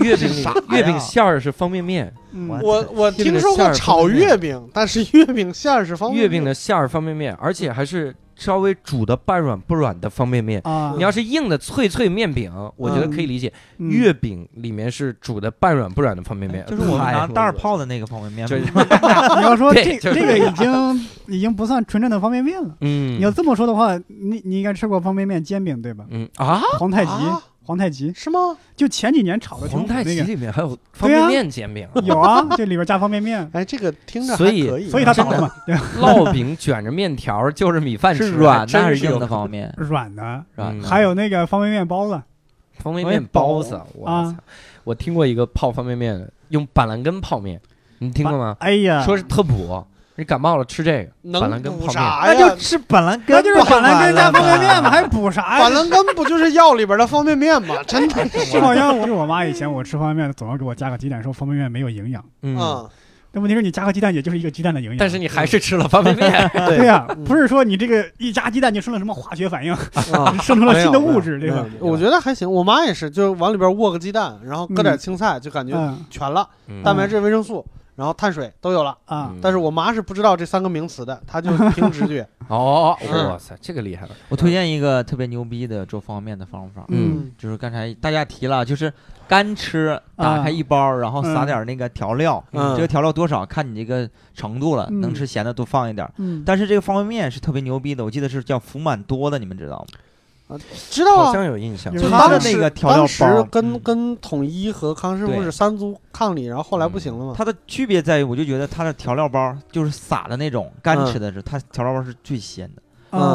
[SPEAKER 1] 月饼
[SPEAKER 4] 啥呀
[SPEAKER 1] 月饼馅儿是方便面，
[SPEAKER 3] 嗯
[SPEAKER 4] 我
[SPEAKER 2] 我我
[SPEAKER 1] 这个
[SPEAKER 2] 听说
[SPEAKER 1] 馅
[SPEAKER 2] 过
[SPEAKER 1] 儿
[SPEAKER 2] 炒
[SPEAKER 1] 方便面
[SPEAKER 2] 月饼，但是月饼馅儿是方便
[SPEAKER 1] 月饼
[SPEAKER 2] 面
[SPEAKER 1] 的馅儿方便面，而且还是稍微煮的半软不软的方便面。
[SPEAKER 3] 啊，
[SPEAKER 1] 你要是硬的脆脆面饼，我
[SPEAKER 2] 嗯
[SPEAKER 1] 觉得可以理解。
[SPEAKER 3] 嗯
[SPEAKER 1] 月饼里面是煮的半软不软的方便面，
[SPEAKER 4] 哎就是我们
[SPEAKER 1] 太
[SPEAKER 4] 拿袋儿
[SPEAKER 1] 恶
[SPEAKER 4] 泡的那个方便面，
[SPEAKER 1] 就是
[SPEAKER 3] 你要说
[SPEAKER 1] 对就
[SPEAKER 3] 这
[SPEAKER 1] 是
[SPEAKER 3] 这个已经已经不算纯正的方便面了。
[SPEAKER 1] 嗯，
[SPEAKER 3] 你要这么说的话，你你应该吃过方便面煎饼对吧？
[SPEAKER 1] 嗯啊，
[SPEAKER 3] 皇太极
[SPEAKER 2] 啊，
[SPEAKER 3] 皇太极，
[SPEAKER 2] 是吗？
[SPEAKER 3] 就前几年炒的挺
[SPEAKER 1] 皇
[SPEAKER 3] 火
[SPEAKER 1] 太
[SPEAKER 3] 那
[SPEAKER 1] 极
[SPEAKER 3] 个，
[SPEAKER 1] 里面还有方便面煎饼、
[SPEAKER 3] 有啊，这里边加方便面，
[SPEAKER 2] 哎，这个听着还
[SPEAKER 1] 所以
[SPEAKER 2] 可以，啊
[SPEAKER 3] 所以它倒
[SPEAKER 1] 真
[SPEAKER 3] 了
[SPEAKER 1] 的
[SPEAKER 3] 嘛，对吧？
[SPEAKER 1] 烙饼卷着面条儿就是米饭吃，
[SPEAKER 4] 是软的
[SPEAKER 1] 真
[SPEAKER 4] 还
[SPEAKER 1] 是
[SPEAKER 4] 是硬
[SPEAKER 1] 有
[SPEAKER 4] 的方 便面？
[SPEAKER 3] 软的，
[SPEAKER 1] 嗯
[SPEAKER 3] 还有那个方便面包子，
[SPEAKER 1] 方便面包子，我
[SPEAKER 3] 啊
[SPEAKER 1] 操！我听过一个泡方便面的，用板蓝根泡面，你听过吗？
[SPEAKER 3] 哎呀，
[SPEAKER 1] 说是特补，你感冒了吃这个板蓝
[SPEAKER 2] 能
[SPEAKER 1] 根泡
[SPEAKER 2] 补
[SPEAKER 1] 面。
[SPEAKER 2] 啥
[SPEAKER 4] 那就
[SPEAKER 2] 哎呀？
[SPEAKER 4] 吃板蓝根
[SPEAKER 3] 那
[SPEAKER 4] 吧，
[SPEAKER 3] 就是板蓝 根加方便面嘛，
[SPEAKER 4] 嘛，
[SPEAKER 3] 还补啥
[SPEAKER 2] 板
[SPEAKER 3] 呀？
[SPEAKER 2] 蓝根不就是药里边的方便面吗？真的
[SPEAKER 3] 就好像我就我妈以前我吃方便面总要给我加个鸡蛋，说方便面没有营养。
[SPEAKER 1] 嗯，
[SPEAKER 2] 啊，
[SPEAKER 3] 但问题是你加个鸡蛋，也就是一个鸡蛋的营养。
[SPEAKER 1] 但是你还是吃了方便 面。
[SPEAKER 3] 啊对
[SPEAKER 2] 对，
[SPEAKER 3] 呀、
[SPEAKER 2] 嗯
[SPEAKER 3] 不是说你这个一加鸡蛋就生了什么化学反应，
[SPEAKER 2] 啊
[SPEAKER 3] 生成了新的物质，
[SPEAKER 2] 哎
[SPEAKER 3] 对吧？
[SPEAKER 1] 没有
[SPEAKER 2] 我觉得还行。我妈也是，就是往里边握个鸡蛋，然后搁点青菜，就感觉
[SPEAKER 3] 嗯
[SPEAKER 2] 全了，
[SPEAKER 1] 嗯
[SPEAKER 2] 蛋白质、维生素，然后碳水都有了。
[SPEAKER 3] 啊，
[SPEAKER 2] 但是我妈是不知道这三个名词的，她就是凭直觉。
[SPEAKER 1] 哦，
[SPEAKER 2] 嗯
[SPEAKER 1] 哇塞，这个厉害了。
[SPEAKER 4] 我推荐一个特别牛逼的做方便面的方法，
[SPEAKER 1] 嗯
[SPEAKER 4] 就是刚才大家提了，就是干吃，打开一包，然后撒点那个调料，
[SPEAKER 2] 嗯
[SPEAKER 4] 这个调料多少看你这个程度了，
[SPEAKER 3] 嗯
[SPEAKER 4] 能吃咸的多放一点。
[SPEAKER 3] 嗯，
[SPEAKER 4] 但是这个方便面是特别牛逼的，我记得是叫福满多的，你们知道吗？
[SPEAKER 2] 知道
[SPEAKER 1] 好
[SPEAKER 2] 啊，
[SPEAKER 1] 像有印象
[SPEAKER 3] 有。
[SPEAKER 2] 就
[SPEAKER 3] 印
[SPEAKER 2] 当
[SPEAKER 3] 象
[SPEAKER 4] 它的那
[SPEAKER 2] 时
[SPEAKER 4] 个调料
[SPEAKER 2] 当时
[SPEAKER 4] 包
[SPEAKER 2] 跟
[SPEAKER 4] 嗯
[SPEAKER 2] 跟统一和康师傅
[SPEAKER 4] 对
[SPEAKER 2] 是三足抗力，然后后来不行了嘛。
[SPEAKER 4] 它的区别在于，我就觉得它的调料包就是撒的那种干吃的是，它调料包是最鲜的。
[SPEAKER 3] 啊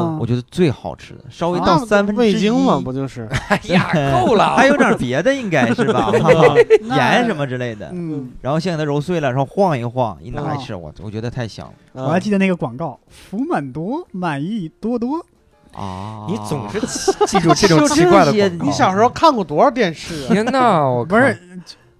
[SPEAKER 4] 嗯我觉得最好吃的，稍微
[SPEAKER 2] 那
[SPEAKER 4] 到
[SPEAKER 2] 不
[SPEAKER 4] 三分之一
[SPEAKER 2] 啊味精嘛，不就是？
[SPEAKER 1] 哎呀，够了，
[SPEAKER 4] 还有点别的应该是吧， 盐什么之类的，
[SPEAKER 3] 嗯，
[SPEAKER 4] 然后先给它揉碎了，然后晃一晃，一拿来吃，我我觉得太香了
[SPEAKER 2] 我
[SPEAKER 3] 我还记得那个广告，福满多，满意多多。
[SPEAKER 4] 啊！
[SPEAKER 1] 你总是 记记住这 种奇怪的
[SPEAKER 4] 就这些
[SPEAKER 1] 广告。
[SPEAKER 2] 你小时候看过多少电视啊？
[SPEAKER 1] 天呐， 我
[SPEAKER 3] 不是，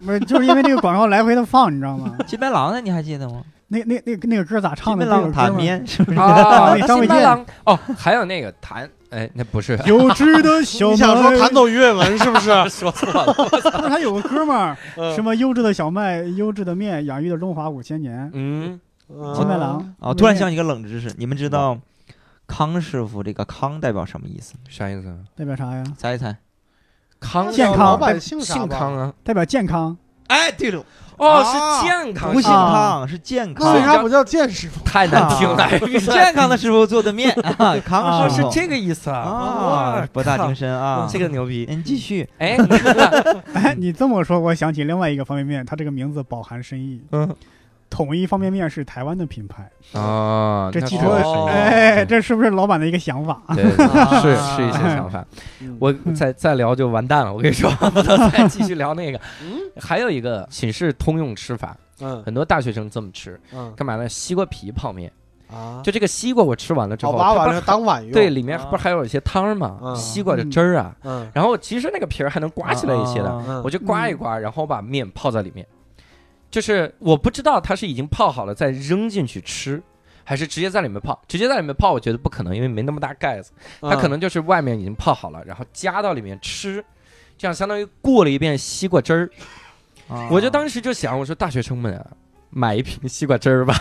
[SPEAKER 3] 不是，就是因为那个广告来回的放，你知道吗？
[SPEAKER 4] 金白狼呢？你还记得吗？哦
[SPEAKER 3] 那那那个那个歌咋
[SPEAKER 4] 金
[SPEAKER 3] 唱
[SPEAKER 4] 白
[SPEAKER 3] 的？那
[SPEAKER 4] 狼
[SPEAKER 3] 个
[SPEAKER 4] 坦
[SPEAKER 3] 歌吗？
[SPEAKER 4] 面是不是？
[SPEAKER 1] 啊，
[SPEAKER 3] 那张卫健
[SPEAKER 1] 新郎哦，还有那个谭，哎，那不 是
[SPEAKER 3] 有知的
[SPEAKER 2] 你
[SPEAKER 3] 小麦，
[SPEAKER 2] 想说弹奏鱼跃文是不是？
[SPEAKER 1] 说错了，
[SPEAKER 3] 不是他有个歌吗？什
[SPEAKER 2] 么？
[SPEAKER 3] 么优质的小麦，优质的面，养育的中华五千年。
[SPEAKER 1] 嗯，
[SPEAKER 3] 金麦
[SPEAKER 2] 嗯
[SPEAKER 3] 郎
[SPEAKER 4] 啊！突然想起一个冷知识，你们知道康师傅这个“康”代表什么意思？
[SPEAKER 1] 啥意思啊？
[SPEAKER 3] 代表啥呀？
[SPEAKER 4] 猜一猜。
[SPEAKER 1] 康
[SPEAKER 3] 健
[SPEAKER 2] 叫
[SPEAKER 3] 康
[SPEAKER 2] 老百姓啥
[SPEAKER 1] 姓
[SPEAKER 2] 吧
[SPEAKER 1] 康啊？
[SPEAKER 3] 代表健康。
[SPEAKER 4] 哎，对了，
[SPEAKER 1] 哦，
[SPEAKER 4] 啊
[SPEAKER 1] 是健康，
[SPEAKER 4] 不姓
[SPEAKER 3] 啊
[SPEAKER 4] 康，是 啊健
[SPEAKER 2] 那
[SPEAKER 4] 康
[SPEAKER 2] 为。啥不叫见识傅？
[SPEAKER 1] 太难听
[SPEAKER 2] 啊
[SPEAKER 1] 了，
[SPEAKER 4] 健康的师傅做的 面，啊，康
[SPEAKER 1] 哦，
[SPEAKER 4] 师
[SPEAKER 1] 是
[SPEAKER 4] 傅
[SPEAKER 1] 这个意思
[SPEAKER 4] 啊
[SPEAKER 1] 哇，
[SPEAKER 4] 博大
[SPEAKER 1] 靠
[SPEAKER 4] 精深啊，
[SPEAKER 1] 这个牛逼。
[SPEAKER 4] 您继续，
[SPEAKER 1] 哎，
[SPEAKER 3] 哎，你这么说，我想起另外一个方便面，它这个名字饱含深意。
[SPEAKER 1] 嗯，
[SPEAKER 3] 统一方便面是台湾的品牌，
[SPEAKER 1] 哦，
[SPEAKER 3] 这
[SPEAKER 1] 那
[SPEAKER 3] 记
[SPEAKER 1] 是
[SPEAKER 3] 住了
[SPEAKER 1] 哦
[SPEAKER 3] 哎，这是不是老板的一个想法？
[SPEAKER 1] 对，对
[SPEAKER 4] 啊
[SPEAKER 1] 对是是一些想法。 嗯我再再聊就完蛋了，我跟你说，不能再继续聊那个。
[SPEAKER 2] 嗯
[SPEAKER 1] 还有一个寝室通用吃法，
[SPEAKER 2] 嗯
[SPEAKER 1] 很多大学生这么吃，
[SPEAKER 2] 嗯
[SPEAKER 1] 干嘛呢？西瓜皮泡面，
[SPEAKER 2] 啊，
[SPEAKER 1] 就这个西瓜我吃完了之
[SPEAKER 2] 好
[SPEAKER 1] 后，
[SPEAKER 2] 哦挖
[SPEAKER 1] 它
[SPEAKER 2] 完
[SPEAKER 1] 不是
[SPEAKER 2] 了当碗用。
[SPEAKER 1] 对，里面
[SPEAKER 2] 啊
[SPEAKER 1] 不是还有一些汤吗？
[SPEAKER 2] 嗯
[SPEAKER 1] 西瓜的汁儿啊，
[SPEAKER 2] 嗯
[SPEAKER 1] 然后其实那个皮儿还能刮起来一些的，
[SPEAKER 4] 啊
[SPEAKER 2] 嗯，
[SPEAKER 1] 我就刮一刮，然后把面泡在里面。就是我不知道它是已经泡好了再扔进去吃，还是直接在里面泡。直接在里面泡，我觉得不可能，因为没那么大盖子。
[SPEAKER 2] 嗯
[SPEAKER 1] 它可能就是外面已经泡好了，然后加到里面吃，这样相当于过了一遍西瓜汁儿。
[SPEAKER 4] 啊
[SPEAKER 1] 我就当时就想，我说大学生们啊，买一瓶西瓜汁儿吧，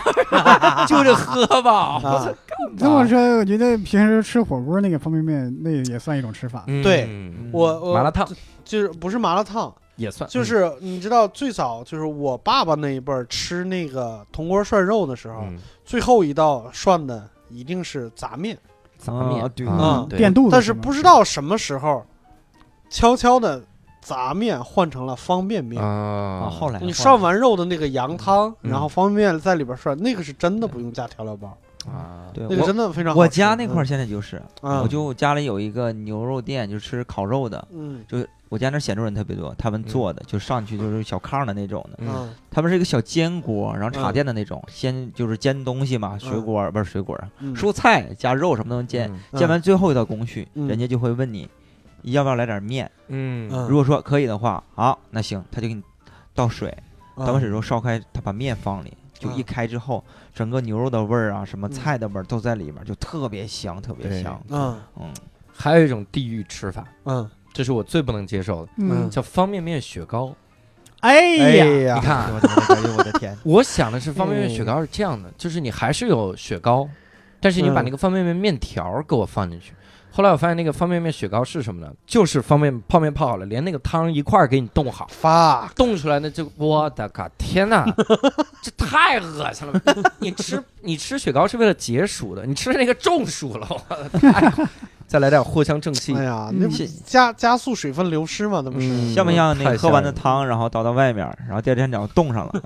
[SPEAKER 1] 就着喝吧。我
[SPEAKER 2] 啊
[SPEAKER 1] 说
[SPEAKER 3] 这么说，我觉得平时吃火锅那个方便面，那也算一种吃法。
[SPEAKER 1] 嗯
[SPEAKER 2] 对
[SPEAKER 1] 嗯
[SPEAKER 2] 我我
[SPEAKER 1] 麻辣嗯烫
[SPEAKER 2] 就是不是麻辣烫，
[SPEAKER 1] 也算，
[SPEAKER 2] 就是你知道最早就是我爸爸那一辈儿吃那个铜锅涮肉的时候，
[SPEAKER 1] 嗯
[SPEAKER 2] 最后一道涮的一定是杂面，
[SPEAKER 1] 杂面
[SPEAKER 4] 啊对
[SPEAKER 1] 啊
[SPEAKER 2] 嗯
[SPEAKER 1] 对
[SPEAKER 3] 垫肚子，
[SPEAKER 2] 但是不知道什么时候，悄悄的杂面换成了方便面。
[SPEAKER 1] 啊
[SPEAKER 4] 啊，后来
[SPEAKER 2] 你
[SPEAKER 4] 上
[SPEAKER 2] 涮完肉的那个羊汤，
[SPEAKER 1] 嗯
[SPEAKER 2] 然后方便面在里边涮，那个是真的不用加调料包，
[SPEAKER 1] 啊，
[SPEAKER 4] 嗯对
[SPEAKER 2] 那个
[SPEAKER 4] 我
[SPEAKER 2] 真的非常好吃。
[SPEAKER 4] 我家那块儿现在就是，
[SPEAKER 2] 嗯，
[SPEAKER 4] 我就家里有一个牛肉店，就是吃烤肉的，
[SPEAKER 2] 嗯
[SPEAKER 4] 就是我家那儿显州人特别多，他们做的就上去就是小炕的那种的，
[SPEAKER 1] 嗯
[SPEAKER 2] 嗯
[SPEAKER 4] 他们是一个小煎锅，然后插
[SPEAKER 2] 嗯
[SPEAKER 4] 电的那种，先就是煎东西嘛，水果不是水果啊，
[SPEAKER 2] 嗯
[SPEAKER 4] 蔬菜加肉什么都能煎，
[SPEAKER 1] 嗯
[SPEAKER 4] 煎完最后一道工序，
[SPEAKER 2] 嗯
[SPEAKER 4] 人家就会问你要不要来点面，
[SPEAKER 1] 嗯
[SPEAKER 2] 嗯
[SPEAKER 4] 如果说可以的话，好，那行，他就给你倒水，
[SPEAKER 2] 嗯
[SPEAKER 4] 倒完水之后烧开，他把面放里，就一
[SPEAKER 2] 嗯
[SPEAKER 4] 开之后，整个牛肉的味儿啊，什么
[SPEAKER 2] 嗯
[SPEAKER 4] 菜的味儿都在里面，就特别香，特别
[SPEAKER 1] 对
[SPEAKER 4] 香。
[SPEAKER 2] 嗯
[SPEAKER 4] 嗯，
[SPEAKER 1] 还有一种地域吃法，
[SPEAKER 2] 嗯
[SPEAKER 1] 这是我最不能接受的，
[SPEAKER 3] 嗯
[SPEAKER 2] 嗯，
[SPEAKER 1] 叫方便面雪糕。
[SPEAKER 3] 哎呀，
[SPEAKER 2] 呀
[SPEAKER 1] 你看啊，，
[SPEAKER 4] 我的我的我的天
[SPEAKER 1] 我想的是方便面雪糕是这样的，就是你还是有雪糕，但是你把
[SPEAKER 2] 嗯
[SPEAKER 1] 那个方便面面条儿给我放进去。后来我发现那个方便面雪糕是什么呢？就是方便泡面泡好了，连那个汤一块儿给你冻好，
[SPEAKER 2] 发
[SPEAKER 1] 啊冻出来那就我的个天呐，这太恶心了！ 你吃你吃雪糕是为了解暑的，你吃那个中暑了，我的太再来点藿香正气
[SPEAKER 2] 哎，呀，
[SPEAKER 3] 嗯
[SPEAKER 2] 那不
[SPEAKER 4] 是
[SPEAKER 2] 加加速水分流失吗？那不是
[SPEAKER 1] 嗯
[SPEAKER 4] 像不像那
[SPEAKER 1] 太
[SPEAKER 4] 个喝完
[SPEAKER 1] 吓
[SPEAKER 4] 的
[SPEAKER 1] 人了
[SPEAKER 4] 汤，然后倒到外面，然后第二天脚冻上了，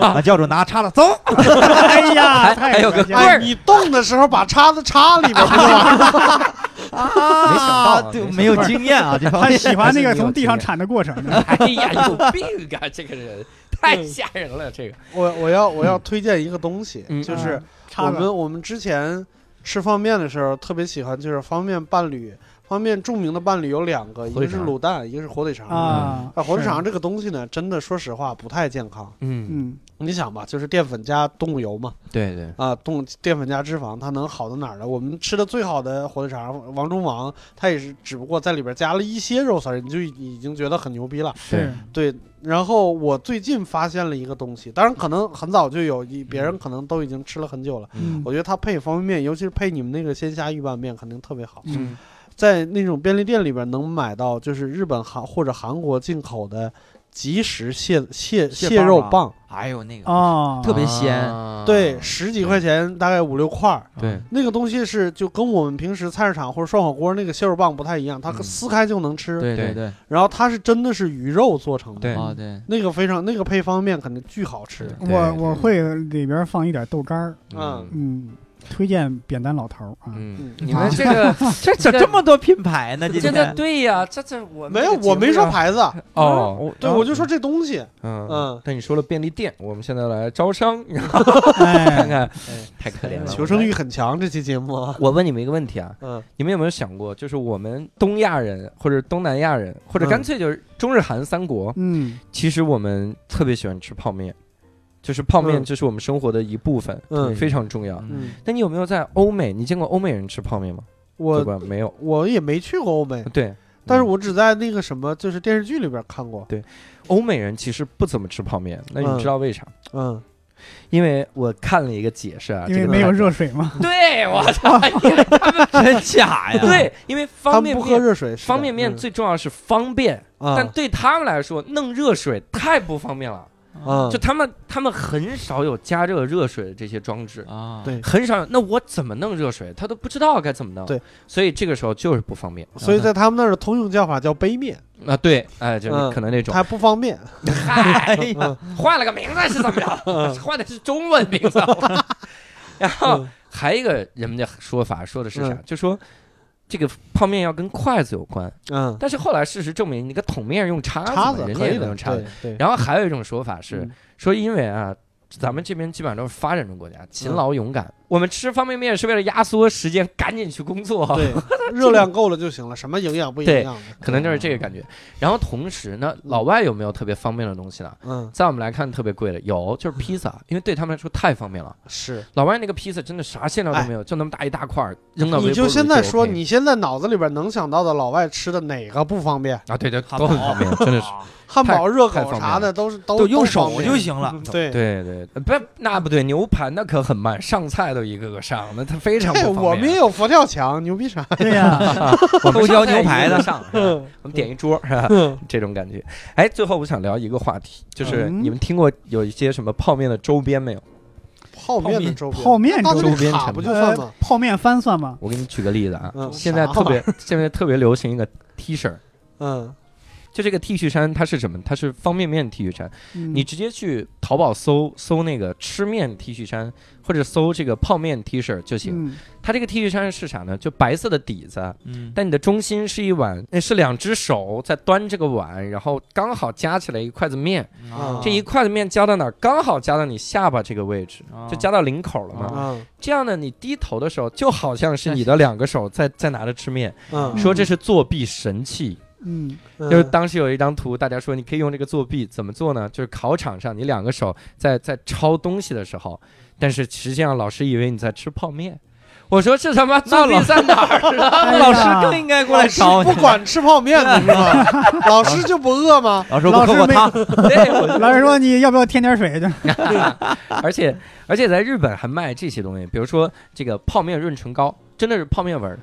[SPEAKER 4] 把教主拿叉子走，
[SPEAKER 3] 哎呀，太
[SPEAKER 1] 还有个
[SPEAKER 3] 恶心了
[SPEAKER 1] 棍
[SPEAKER 2] 哎，
[SPEAKER 1] 儿，
[SPEAKER 2] 你冻的时候把叉子插里边不就完了？
[SPEAKER 1] 没想到啊
[SPEAKER 4] 对，
[SPEAKER 1] 没
[SPEAKER 4] 没有经验 啊，这方
[SPEAKER 3] 他
[SPEAKER 4] 面
[SPEAKER 3] 喜欢那个从地上
[SPEAKER 4] 还是
[SPEAKER 3] 铲的过程。
[SPEAKER 1] 哎呀，有病啊！这个人
[SPEAKER 2] 嗯
[SPEAKER 1] 太吓人了，这个
[SPEAKER 2] 我我要我要推荐一个东西，
[SPEAKER 1] 嗯
[SPEAKER 2] 就是我
[SPEAKER 3] 叉子，
[SPEAKER 2] 们我们之前吃方便面的时候特别喜欢，就是方便伴侣，方便著名的伴侣有两个，一
[SPEAKER 1] 火腿
[SPEAKER 2] 个是
[SPEAKER 1] 肠
[SPEAKER 2] 卤蛋，一个是火腿肠。
[SPEAKER 3] 啊，
[SPEAKER 2] 啊，火腿
[SPEAKER 3] 是
[SPEAKER 2] 肠这个东西呢，真的说实话不太健康。
[SPEAKER 1] 嗯，
[SPEAKER 3] 嗯，
[SPEAKER 2] 你想吧，就是淀粉加动物油嘛，
[SPEAKER 1] 对对，
[SPEAKER 2] 啊，动淀粉加脂肪，它能好到哪儿呢？我们吃的最好的火腿肠，王中王，它也是只不过在里边加了一些肉丝儿，你就已经觉得很牛逼了。
[SPEAKER 3] 是，
[SPEAKER 2] 对，然后我最近发现了一个东西，当然可能很早就有，一别人可能都已经吃了很久了。
[SPEAKER 3] 嗯
[SPEAKER 2] 我觉得它配方便面，尤其是配你们那个鲜虾预拌面，肯定特别好。
[SPEAKER 3] 嗯
[SPEAKER 2] 在那种便利店里边能买到，就是日本、韩或者韩国进口的即食蟹蟹
[SPEAKER 4] 蟹
[SPEAKER 2] 蟹
[SPEAKER 4] 棒
[SPEAKER 2] 肉
[SPEAKER 4] 吧
[SPEAKER 2] 棒，
[SPEAKER 4] 哎呦那个
[SPEAKER 3] 哦，
[SPEAKER 4] 特别鲜
[SPEAKER 1] 啊
[SPEAKER 2] 对，十几块钱，大概五六块儿。
[SPEAKER 1] 对，
[SPEAKER 2] 那个东西是就跟我们平时菜市场或者涮火锅那个蟹肉棒不太一样，它
[SPEAKER 1] 嗯
[SPEAKER 2] 撕开就能吃，
[SPEAKER 4] 对
[SPEAKER 1] 对
[SPEAKER 4] 对
[SPEAKER 2] 然后它是真的是鱼肉做成的，
[SPEAKER 1] 对
[SPEAKER 4] 啊对，
[SPEAKER 2] 那个非常那个配方便肯定巨好吃。
[SPEAKER 1] 对
[SPEAKER 3] 我我会里边放一点豆干儿，
[SPEAKER 2] 嗯
[SPEAKER 3] 嗯，推荐扁担老头儿啊。
[SPEAKER 1] 嗯
[SPEAKER 2] 嗯，
[SPEAKER 1] 你们 这个
[SPEAKER 4] 这怎这么多品牌呢？今
[SPEAKER 1] 真的
[SPEAKER 4] 天
[SPEAKER 1] 对呀，这这我们
[SPEAKER 2] 没有
[SPEAKER 1] 这个节
[SPEAKER 2] 我没
[SPEAKER 1] 目
[SPEAKER 2] 说
[SPEAKER 1] 上
[SPEAKER 2] 牌子，
[SPEAKER 1] 哦，
[SPEAKER 2] 对，我就说这东西，
[SPEAKER 1] 嗯
[SPEAKER 2] 嗯
[SPEAKER 1] 但你说了便利店，我们现在来招 商，然后看
[SPEAKER 3] 哎，
[SPEAKER 1] 看，太可怜了，
[SPEAKER 2] 求生欲很强。这期节目啊，
[SPEAKER 1] 我问你们一个问题啊，
[SPEAKER 2] 嗯
[SPEAKER 1] 你们有没有想过，就是我们东亚人或者东南亚人，或者
[SPEAKER 2] 嗯
[SPEAKER 1] 干脆就是中日韩三国，
[SPEAKER 3] 嗯，
[SPEAKER 1] 其实我们特别喜欢吃泡面，就是泡面
[SPEAKER 2] 嗯
[SPEAKER 1] 就是我们生活的一部分，
[SPEAKER 2] 嗯
[SPEAKER 1] 非常重要。
[SPEAKER 2] 嗯，
[SPEAKER 1] 但你有没有在欧美，你见过欧美人吃泡面吗？对嗯
[SPEAKER 2] 我
[SPEAKER 1] 吧？没有。
[SPEAKER 2] 我也没去过欧美，
[SPEAKER 1] 对，
[SPEAKER 2] 但是我只在那个什么，就是电视剧里边看过。
[SPEAKER 1] 嗯欧美人其实不怎么吃泡面，那你
[SPEAKER 2] 嗯
[SPEAKER 1] 知道为啥？
[SPEAKER 2] 嗯，
[SPEAKER 1] 因为我看了一个解释啊，
[SPEAKER 3] 因
[SPEAKER 1] 这
[SPEAKER 3] 为
[SPEAKER 1] 个
[SPEAKER 3] 没有
[SPEAKER 1] 太
[SPEAKER 3] 热水嘛。
[SPEAKER 1] 对，我操，
[SPEAKER 4] 真假呀？，
[SPEAKER 1] 对，因为
[SPEAKER 2] 哎他
[SPEAKER 1] 方
[SPEAKER 2] 们
[SPEAKER 1] 便
[SPEAKER 2] 不喝
[SPEAKER 1] 面，
[SPEAKER 2] 热水，是的
[SPEAKER 1] 方便面
[SPEAKER 2] 嗯
[SPEAKER 1] 最重要是方便，但
[SPEAKER 2] 啊
[SPEAKER 1] 对他们来说，弄热水太不方便了。
[SPEAKER 2] 啊，
[SPEAKER 1] 就他们，他们很少有加热热水的这些装置，
[SPEAKER 4] 啊，
[SPEAKER 2] 对
[SPEAKER 1] 很少有。那我怎么弄热水？他都不知道该怎么弄。
[SPEAKER 2] 对，
[SPEAKER 1] 所以这个时候就是不方便
[SPEAKER 2] 所以在他们那儿的通用叫法叫杯面，
[SPEAKER 1] 啊。对，哎，就是
[SPEAKER 2] 嗯
[SPEAKER 1] 可能那种，
[SPEAKER 2] 它不方便。
[SPEAKER 4] 哎
[SPEAKER 1] 嗨，
[SPEAKER 2] 嗯
[SPEAKER 1] 换了个名字是怎么 着？换的是中文名字。然后
[SPEAKER 2] 嗯
[SPEAKER 1] 还一个人们的说法说的是啥
[SPEAKER 2] 嗯？
[SPEAKER 1] 就说这个泡面要跟筷子有关，
[SPEAKER 2] 嗯，
[SPEAKER 1] 但是后来事实证明，你个桶面用叉嘛
[SPEAKER 2] 叉子
[SPEAKER 1] 人家
[SPEAKER 2] 可
[SPEAKER 1] 也
[SPEAKER 2] 以
[SPEAKER 1] 能
[SPEAKER 2] 的，
[SPEAKER 1] 用叉
[SPEAKER 2] 对
[SPEAKER 1] 子。
[SPEAKER 2] 对。
[SPEAKER 1] 然后还有一种说法是
[SPEAKER 2] 嗯
[SPEAKER 1] 说，因为啊，咱们这边基本上都是发展中国家，
[SPEAKER 2] 嗯
[SPEAKER 1] 勤劳勇敢。我们吃方便面是为了压缩时间，赶紧去工作。
[SPEAKER 2] 对，热量够了就行了，什么营养不营养的，
[SPEAKER 1] 啊可能就是这个感
[SPEAKER 2] 嗯
[SPEAKER 1] 觉。然后同时呢，老外有没有特别方便的东西呢？
[SPEAKER 2] 嗯，
[SPEAKER 1] 在我们来看特别贵的有，就是披萨，因为对他们来说太方便了。
[SPEAKER 2] 是。
[SPEAKER 1] 老外那个披萨真的啥馅料都没有，就那么大一大块儿扔到微波炉
[SPEAKER 2] 哎你就
[SPEAKER 1] 里
[SPEAKER 2] 现在说，
[SPEAKER 1] OK
[SPEAKER 2] 你现在脑子里边能想到的老外吃的哪个不方便？
[SPEAKER 1] 啊，对对，都很方便，真的是。
[SPEAKER 2] 汉堡、热
[SPEAKER 1] 太方
[SPEAKER 2] 狗
[SPEAKER 1] 便
[SPEAKER 2] 啥
[SPEAKER 1] 了
[SPEAKER 2] 的都是都
[SPEAKER 4] 就用
[SPEAKER 2] 都
[SPEAKER 4] 手
[SPEAKER 2] 方便
[SPEAKER 4] 就行了。
[SPEAKER 2] 对，
[SPEAKER 1] 对对，呃不那不对，牛排那可很慢，上菜都一个个上，那它非 常不
[SPEAKER 2] 哎，
[SPEAKER 1] 方便。
[SPEAKER 2] 我们也有佛跳墙，牛逼啥？
[SPEAKER 3] 对呀，
[SPEAKER 1] 我们
[SPEAKER 4] 上
[SPEAKER 1] 要
[SPEAKER 4] 菜
[SPEAKER 1] 牛排
[SPEAKER 4] 一个
[SPEAKER 1] 的
[SPEAKER 4] 个
[SPEAKER 1] 上，是
[SPEAKER 2] 嗯
[SPEAKER 1] 吧我们点一桌 是吧？这种感觉。哎，最后我想聊一个话题，就是
[SPEAKER 3] 嗯
[SPEAKER 1] 你们听过有一些什么泡面的周边没有？
[SPEAKER 2] 泡面的周边，
[SPEAKER 3] 泡面
[SPEAKER 2] 那
[SPEAKER 3] 周
[SPEAKER 2] 当
[SPEAKER 1] 周边
[SPEAKER 2] 卡
[SPEAKER 1] 产
[SPEAKER 2] 不
[SPEAKER 1] 品
[SPEAKER 2] 就算吗
[SPEAKER 3] 呃？泡面番算吗？
[SPEAKER 1] 我给你举个例子啊，
[SPEAKER 2] 嗯
[SPEAKER 1] 现在特别现在特别流行一个 T 恤，
[SPEAKER 2] 嗯
[SPEAKER 1] 就这个 T 恤衫它是什么？它是方便面 T 恤衫。
[SPEAKER 3] 嗯
[SPEAKER 1] 你直接去淘宝搜搜那个吃面 T 恤衫，或者搜这个泡面 T 恤就行。
[SPEAKER 3] 嗯
[SPEAKER 1] 它这个 T 恤衫是啥呢？就白色的底子，啊
[SPEAKER 4] 嗯，
[SPEAKER 1] 但你的中心是一碗，那是两只手在端这个碗，然后刚好夹起来一筷子面，
[SPEAKER 2] 啊
[SPEAKER 1] 这一筷子面夹到哪儿？刚好夹到你下巴这个位置，
[SPEAKER 4] 啊
[SPEAKER 1] 就夹到领口了嘛。
[SPEAKER 4] 啊
[SPEAKER 2] 嗯
[SPEAKER 1] 这样呢，你低头的时候，就好像是你的两个手在在拿着吃面，
[SPEAKER 2] 哎嗯，
[SPEAKER 1] 说这是作弊神器。
[SPEAKER 3] 嗯
[SPEAKER 2] 嗯
[SPEAKER 1] 就是当时有一张图，大家说你可以用这个作弊，怎么做呢？就是考场上你两个手在在抄东西的时候，但是实际上老师以为你在吃泡面。我说这他妈作弊在哪 儿
[SPEAKER 3] 哎
[SPEAKER 1] 了？
[SPEAKER 3] 呀
[SPEAKER 1] 啊老师更应该过来找
[SPEAKER 2] 老师
[SPEAKER 1] 你
[SPEAKER 2] 不。管吃泡面的是吗？ 老师就不饿吗？嗯
[SPEAKER 4] 老师我喝
[SPEAKER 3] 老师
[SPEAKER 4] 过
[SPEAKER 3] 没
[SPEAKER 4] 汤，
[SPEAKER 1] 对，我
[SPEAKER 3] 老师说你要不要添点水？就
[SPEAKER 1] 而且而且在日本还卖这些东西，比如说这个泡面润唇膏，真的是泡面味儿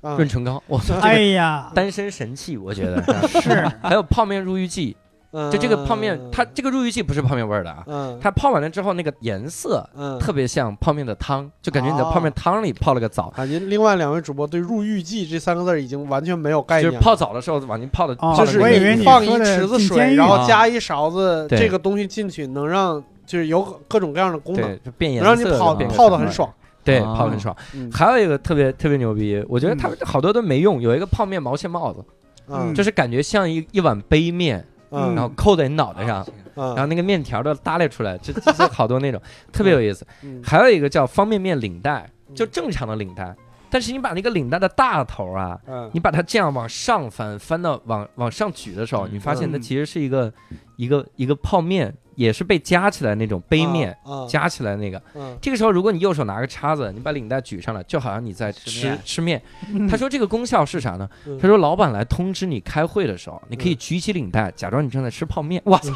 [SPEAKER 2] 嗯
[SPEAKER 1] 润唇膏，我操，这
[SPEAKER 3] 哎
[SPEAKER 1] 个
[SPEAKER 3] 呀，
[SPEAKER 1] 单身神器，我觉 得。
[SPEAKER 3] 是
[SPEAKER 1] 还有泡面入浴剂，
[SPEAKER 2] 嗯
[SPEAKER 1] 就这个泡面，它这个入浴剂不是泡面味儿的啊，
[SPEAKER 2] 嗯
[SPEAKER 1] 它泡完了之后那个颜色
[SPEAKER 2] 嗯
[SPEAKER 1] 特别像泡面的汤，就感觉你在
[SPEAKER 2] 哦
[SPEAKER 1] 泡面汤里泡了个澡，
[SPEAKER 2] 感觉啊另外两位主播对“入浴剂”这三个字儿已经完全没有概
[SPEAKER 1] 就
[SPEAKER 2] 念
[SPEAKER 1] 是
[SPEAKER 2] 了，
[SPEAKER 1] 泡澡的时候往进泡的，
[SPEAKER 3] 哦
[SPEAKER 1] 泡
[SPEAKER 2] 就
[SPEAKER 1] 的
[SPEAKER 2] 是
[SPEAKER 1] 那
[SPEAKER 3] 我
[SPEAKER 1] 个
[SPEAKER 3] 以为
[SPEAKER 1] 意
[SPEAKER 3] 你
[SPEAKER 1] 思
[SPEAKER 2] 放一
[SPEAKER 3] 说的
[SPEAKER 2] 池子
[SPEAKER 3] 进监
[SPEAKER 2] 水，
[SPEAKER 3] 狱
[SPEAKER 2] 然
[SPEAKER 1] 啊
[SPEAKER 2] 后加一勺子
[SPEAKER 1] 对
[SPEAKER 2] 这个东西进去，能让就是有各种各样的功能，
[SPEAKER 1] 对，就变颜色，
[SPEAKER 2] 让你泡
[SPEAKER 1] 变
[SPEAKER 4] 个
[SPEAKER 2] 泡的
[SPEAKER 1] 什么
[SPEAKER 2] 很，爽。
[SPEAKER 1] 对，
[SPEAKER 4] 啊
[SPEAKER 1] 泡得很爽。
[SPEAKER 2] 嗯
[SPEAKER 1] 还有一个特别特别牛逼，我觉得他
[SPEAKER 3] 哦嗯
[SPEAKER 1] 好多都没用，有一个泡面毛线帽子，
[SPEAKER 2] 嗯
[SPEAKER 1] 就是感觉像一一碗杯面，
[SPEAKER 2] 嗯
[SPEAKER 1] 然后扣在你脑袋上，
[SPEAKER 2] 嗯，
[SPEAKER 1] 然后那个面条都耷拉出来，就就是 好多那种，特别有意思。
[SPEAKER 2] 嗯
[SPEAKER 1] 还有一个叫方便面领带，
[SPEAKER 2] 嗯
[SPEAKER 1] 就正常的领带，但是你把那个领带的大头啊，
[SPEAKER 2] 嗯
[SPEAKER 1] 你把它这样往上翻，翻到往往上举的时候，
[SPEAKER 4] 嗯
[SPEAKER 1] 你发现它
[SPEAKER 3] 嗯
[SPEAKER 1] 其实是一个、一个一个泡面，也是被夹起来那种杯面、
[SPEAKER 2] 啊
[SPEAKER 1] 夹起来那个。
[SPEAKER 2] 嗯
[SPEAKER 1] 这个时候，如果你右手拿个叉子，你把领带举上来，就好像你在吃
[SPEAKER 4] 吃面
[SPEAKER 1] 吃面。
[SPEAKER 3] 嗯
[SPEAKER 1] 他说这个功效是啥呢？
[SPEAKER 2] 嗯
[SPEAKER 1] 他说老板来通知你开会的时候，你可以举起领带，假装你正在吃泡面。
[SPEAKER 2] 嗯
[SPEAKER 1] 哇操！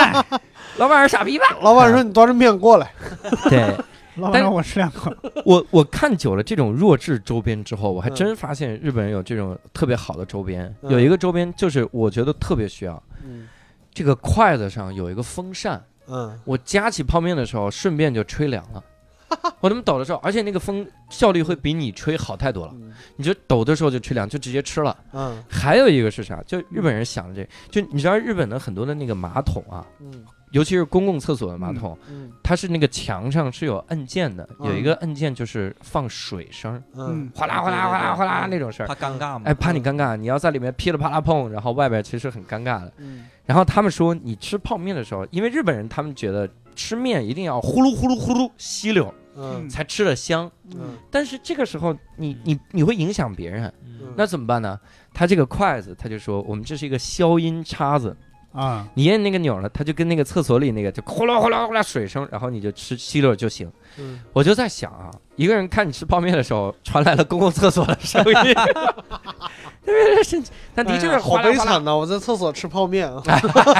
[SPEAKER 1] 老板是傻逼吧？
[SPEAKER 2] 老
[SPEAKER 1] 嗯
[SPEAKER 2] 板说：“你端着面过来。
[SPEAKER 1] 对，
[SPEAKER 3] 老
[SPEAKER 1] 但
[SPEAKER 3] 板让我吃两口，
[SPEAKER 1] 我我看久了这种弱智周边之后，我还
[SPEAKER 2] 嗯
[SPEAKER 1] 真发现日本人有这种特别好的周边。
[SPEAKER 2] 嗯
[SPEAKER 1] 有一个周边就是我觉得特别需要，”
[SPEAKER 2] 嗯
[SPEAKER 1] 这个筷子上有一个风扇，
[SPEAKER 2] 嗯
[SPEAKER 1] 我夹起泡面的时候顺便就吹凉 了。我他妈抖的时候，而且那个风效率会比你吹好太多了。
[SPEAKER 2] 嗯
[SPEAKER 1] 你就抖的时候就吹凉，就直接吃了。
[SPEAKER 2] 嗯
[SPEAKER 1] 还有一个是啥？就日本人想的这，就你知道日本的很多的那个马桶啊，
[SPEAKER 2] 嗯
[SPEAKER 1] 尤其是公共厕所的马桶，
[SPEAKER 2] 嗯
[SPEAKER 1] 它是那个墙上是有按键的，有一个按键就是放水声儿，
[SPEAKER 2] 嗯，
[SPEAKER 1] 哗啦哗啦哗啦哗啦那种事儿。
[SPEAKER 4] 怕尴尬嘛。
[SPEAKER 1] 哎，怕你尴尬，你要在里面噼里啪啦碰，然后外边其实很尴尬的。
[SPEAKER 2] 嗯
[SPEAKER 1] 然后他们说，你吃泡面的时候，因为日本人他们觉得吃面一定要呼噜呼噜呼噜吸溜
[SPEAKER 2] 嗯
[SPEAKER 1] 才吃的香，
[SPEAKER 2] 嗯
[SPEAKER 1] 但是这个时候你你你会影响别人，
[SPEAKER 4] 嗯
[SPEAKER 1] 那怎么办呢？他这个筷子，他就说我们这是一个消音叉子，
[SPEAKER 3] 啊，
[SPEAKER 1] 你摁那个钮儿了，它就跟那个厕所里那个就呼啦呼啦呼啦水声，然后你就吃吸溜就行。
[SPEAKER 2] 嗯，
[SPEAKER 1] 我就在想啊，一个人看你吃泡面的时候，传来了公共厕所的声音， 特别神奇。但的确
[SPEAKER 2] 哎
[SPEAKER 1] 是
[SPEAKER 2] 呀好
[SPEAKER 1] 哗啦
[SPEAKER 2] 悲
[SPEAKER 1] 哗啦。
[SPEAKER 2] 惨呐！我在厕所吃泡面啊，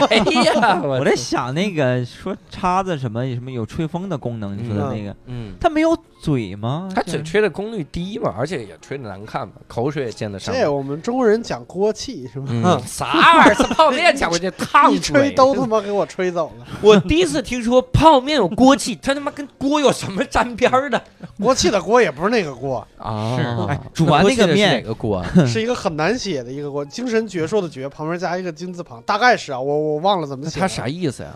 [SPEAKER 1] 哎呀，
[SPEAKER 4] 我
[SPEAKER 1] 我
[SPEAKER 4] 在想那个说叉子什么什么有吹风的功能，你说的那个，
[SPEAKER 1] 嗯，
[SPEAKER 4] 它没有嘴吗？
[SPEAKER 1] 他嘴吹的功率低嘛，而且也吹的难看嘛，口水也溅得上面。
[SPEAKER 2] 这我们中国人讲锅气是吧？
[SPEAKER 1] 嗯，啥玩意儿？这泡面讲过去烫
[SPEAKER 2] 一吹
[SPEAKER 1] 嘴，
[SPEAKER 2] 都他妈给我吹走了，
[SPEAKER 1] 我第一次听说泡面有锅气，它他妈跟锅有什么沾边儿的
[SPEAKER 2] 锅气的锅也不是那个锅，
[SPEAKER 1] 啊
[SPEAKER 4] 是哎煮完那个面
[SPEAKER 1] 哪个锅啊？
[SPEAKER 2] 是一个很难写的一个锅，精神矍铄的矍，旁边加一个金字旁，大概是啊，我我忘了怎么
[SPEAKER 1] 那
[SPEAKER 2] 写
[SPEAKER 1] 它
[SPEAKER 2] 了，
[SPEAKER 1] 啥意思呀？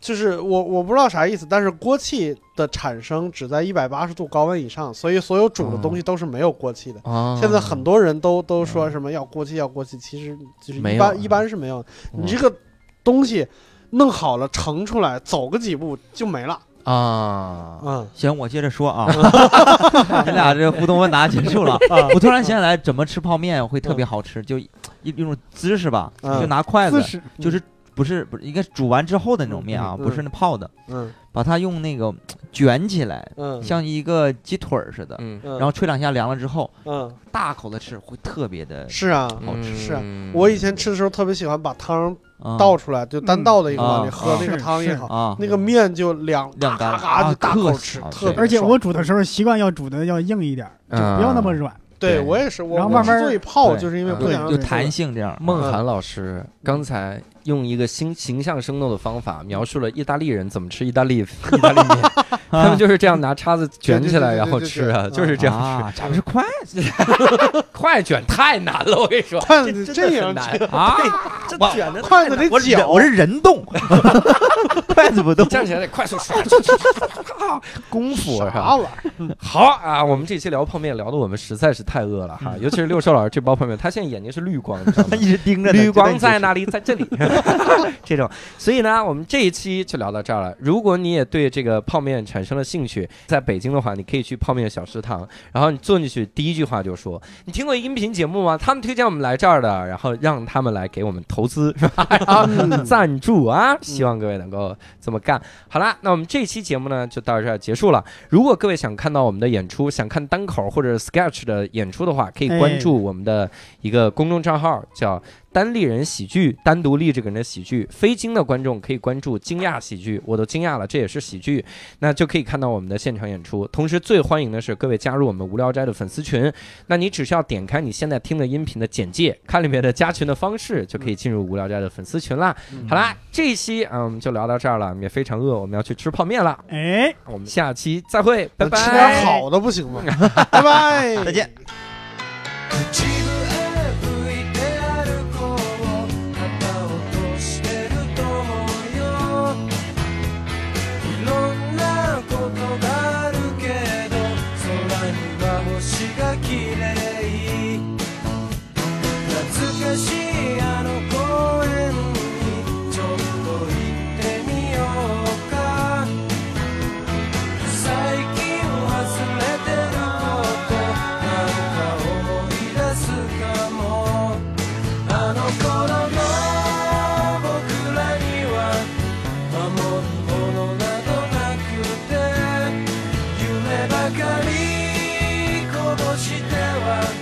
[SPEAKER 2] 就是我我不知道啥意思，但是锅气的产生只在一百八十度高温以上，所以所有煮的东西都是没有锅气的。
[SPEAKER 1] 啊
[SPEAKER 2] 现在很多人都都说什么要锅气要锅气，其实就是
[SPEAKER 1] 没
[SPEAKER 2] 一
[SPEAKER 1] 有嗯
[SPEAKER 2] 般一般是没有的。你这个东西弄好了盛出来，走个几步就没了。
[SPEAKER 1] 啊，
[SPEAKER 2] 嗯
[SPEAKER 4] 行，我接着说 啊，你俩这互动问答结束了。
[SPEAKER 2] 啊
[SPEAKER 4] 我突然想起来，怎么吃泡面会特别好吃，就一一种姿势吧，
[SPEAKER 2] 嗯
[SPEAKER 4] 就拿筷
[SPEAKER 3] 姿
[SPEAKER 4] 子，
[SPEAKER 3] 势
[SPEAKER 4] 就是不是不是应该煮完之后的那种面啊，
[SPEAKER 2] 嗯嗯
[SPEAKER 4] 不是那泡的，
[SPEAKER 2] 嗯
[SPEAKER 4] 把它用那个卷起来，
[SPEAKER 2] 嗯
[SPEAKER 4] 像一个鸡腿儿似的，
[SPEAKER 1] 嗯，
[SPEAKER 2] 嗯，
[SPEAKER 4] 然后吹两下凉了之后，
[SPEAKER 2] 嗯
[SPEAKER 4] 大口的吃会特别的。
[SPEAKER 2] 是啊，
[SPEAKER 4] 好吃
[SPEAKER 2] 是啊我以前吃的时候特别喜欢把汤
[SPEAKER 4] 嗯
[SPEAKER 2] 倒出来，就单倒的一个碗里
[SPEAKER 4] 嗯
[SPEAKER 2] 喝
[SPEAKER 4] 啊
[SPEAKER 2] 那个
[SPEAKER 3] 是
[SPEAKER 2] 汤也
[SPEAKER 3] 是
[SPEAKER 2] 好，
[SPEAKER 4] 啊，
[SPEAKER 2] 那个面就两
[SPEAKER 4] 晾干
[SPEAKER 2] 嘎嘎
[SPEAKER 4] 啊
[SPEAKER 2] 就大口
[SPEAKER 4] 克死
[SPEAKER 2] 吃
[SPEAKER 4] 啊，
[SPEAKER 2] 特别
[SPEAKER 4] 对
[SPEAKER 3] 而且
[SPEAKER 2] 爽
[SPEAKER 3] 我煮的时候习惯要煮的要硬一点儿，就不要那
[SPEAKER 1] 啊
[SPEAKER 3] 么软。
[SPEAKER 2] 对
[SPEAKER 4] 对
[SPEAKER 2] 我也是，我
[SPEAKER 3] 然后
[SPEAKER 2] 我
[SPEAKER 3] 慢慢
[SPEAKER 2] 之所以泡，
[SPEAKER 4] 对
[SPEAKER 2] 就是因为
[SPEAKER 4] 嗯
[SPEAKER 2] 不想
[SPEAKER 4] 有
[SPEAKER 2] 让
[SPEAKER 4] 弹性这样。啊
[SPEAKER 1] 孟涵老师刚才用一个新形象生动的方法描述了意大利人怎么吃意大利意大利面，他们就是这样拿叉子卷起来
[SPEAKER 2] 对对对对
[SPEAKER 1] 然后吃啊，
[SPEAKER 2] 对对对
[SPEAKER 1] 就是这样吃。
[SPEAKER 4] 啊，咱们是筷子
[SPEAKER 1] 快卷太难了，我跟你说，
[SPEAKER 2] 筷
[SPEAKER 1] 这
[SPEAKER 2] 子
[SPEAKER 1] 真
[SPEAKER 2] 这
[SPEAKER 1] 的
[SPEAKER 2] 样
[SPEAKER 1] 很难
[SPEAKER 2] 卷
[SPEAKER 4] 啊，
[SPEAKER 1] 这
[SPEAKER 4] 哇
[SPEAKER 1] 卷的
[SPEAKER 2] 筷子得
[SPEAKER 4] 我是人
[SPEAKER 2] 搅
[SPEAKER 4] 我是人 动， 筷子不动。
[SPEAKER 1] 站起来得快速刷，刷刷刷刷刷功夫是吧
[SPEAKER 2] 啥？玩意儿？
[SPEAKER 1] 好啊，我们这期聊泡面聊的我们实在是太饿了哈，尤其是六兽老师这包泡面，他现在眼睛是绿光，你知道
[SPEAKER 4] 他
[SPEAKER 1] 吗？
[SPEAKER 4] 一直盯着呢
[SPEAKER 1] 绿光在
[SPEAKER 4] 就
[SPEAKER 1] 那里，在这里，这种。所以呢，我们这一期就聊到这儿了。如果你也对这个泡面产生了兴趣，在北京的话，你可以去泡面小食堂，然后你坐进去，第一句话就说：“你听过音频节目吗？他们推荐我们来这儿的，然后让他们来给我们投资，是吧？然后 赞助啊！希望各位能够这么干。”好啦，那我们这期节目呢就到这儿结束了。如果各位想看到我们的演出，想看单口或者 sketch 的演出的话，可以关注我们的一个公众账号，叫单立人喜剧，单独立这个人的喜剧。非京的观众可以关注惊讶喜剧，我都惊讶了，这也是喜剧，那就可以看到我们的现场演出。同时，最欢迎的是各位加入我们无聊斋的粉丝群，那你只需要点开你现在听的音频的简介，看里面的加群的方式，就可以进入无聊斋的粉丝群啦。
[SPEAKER 2] 嗯
[SPEAKER 1] 好啦，这一期啊、嗯我们就聊到这儿了，我们也非常饿，我们要去吃泡面了，
[SPEAKER 3] 哎，
[SPEAKER 1] 我们下期再会，拜拜。
[SPEAKER 2] 吃点好的不行吗？拜拜，
[SPEAKER 4] 再见。
[SPEAKER 5] 口吹いて歩こう旗落としてると思うよいろんなことがあるけど空には星が綺麗懐かしいあの公園にちょっと行ってみようか最近忘れてることなんか思い出すかもあの頃の僕らには守るものなどなくて夢ばかりこぼしては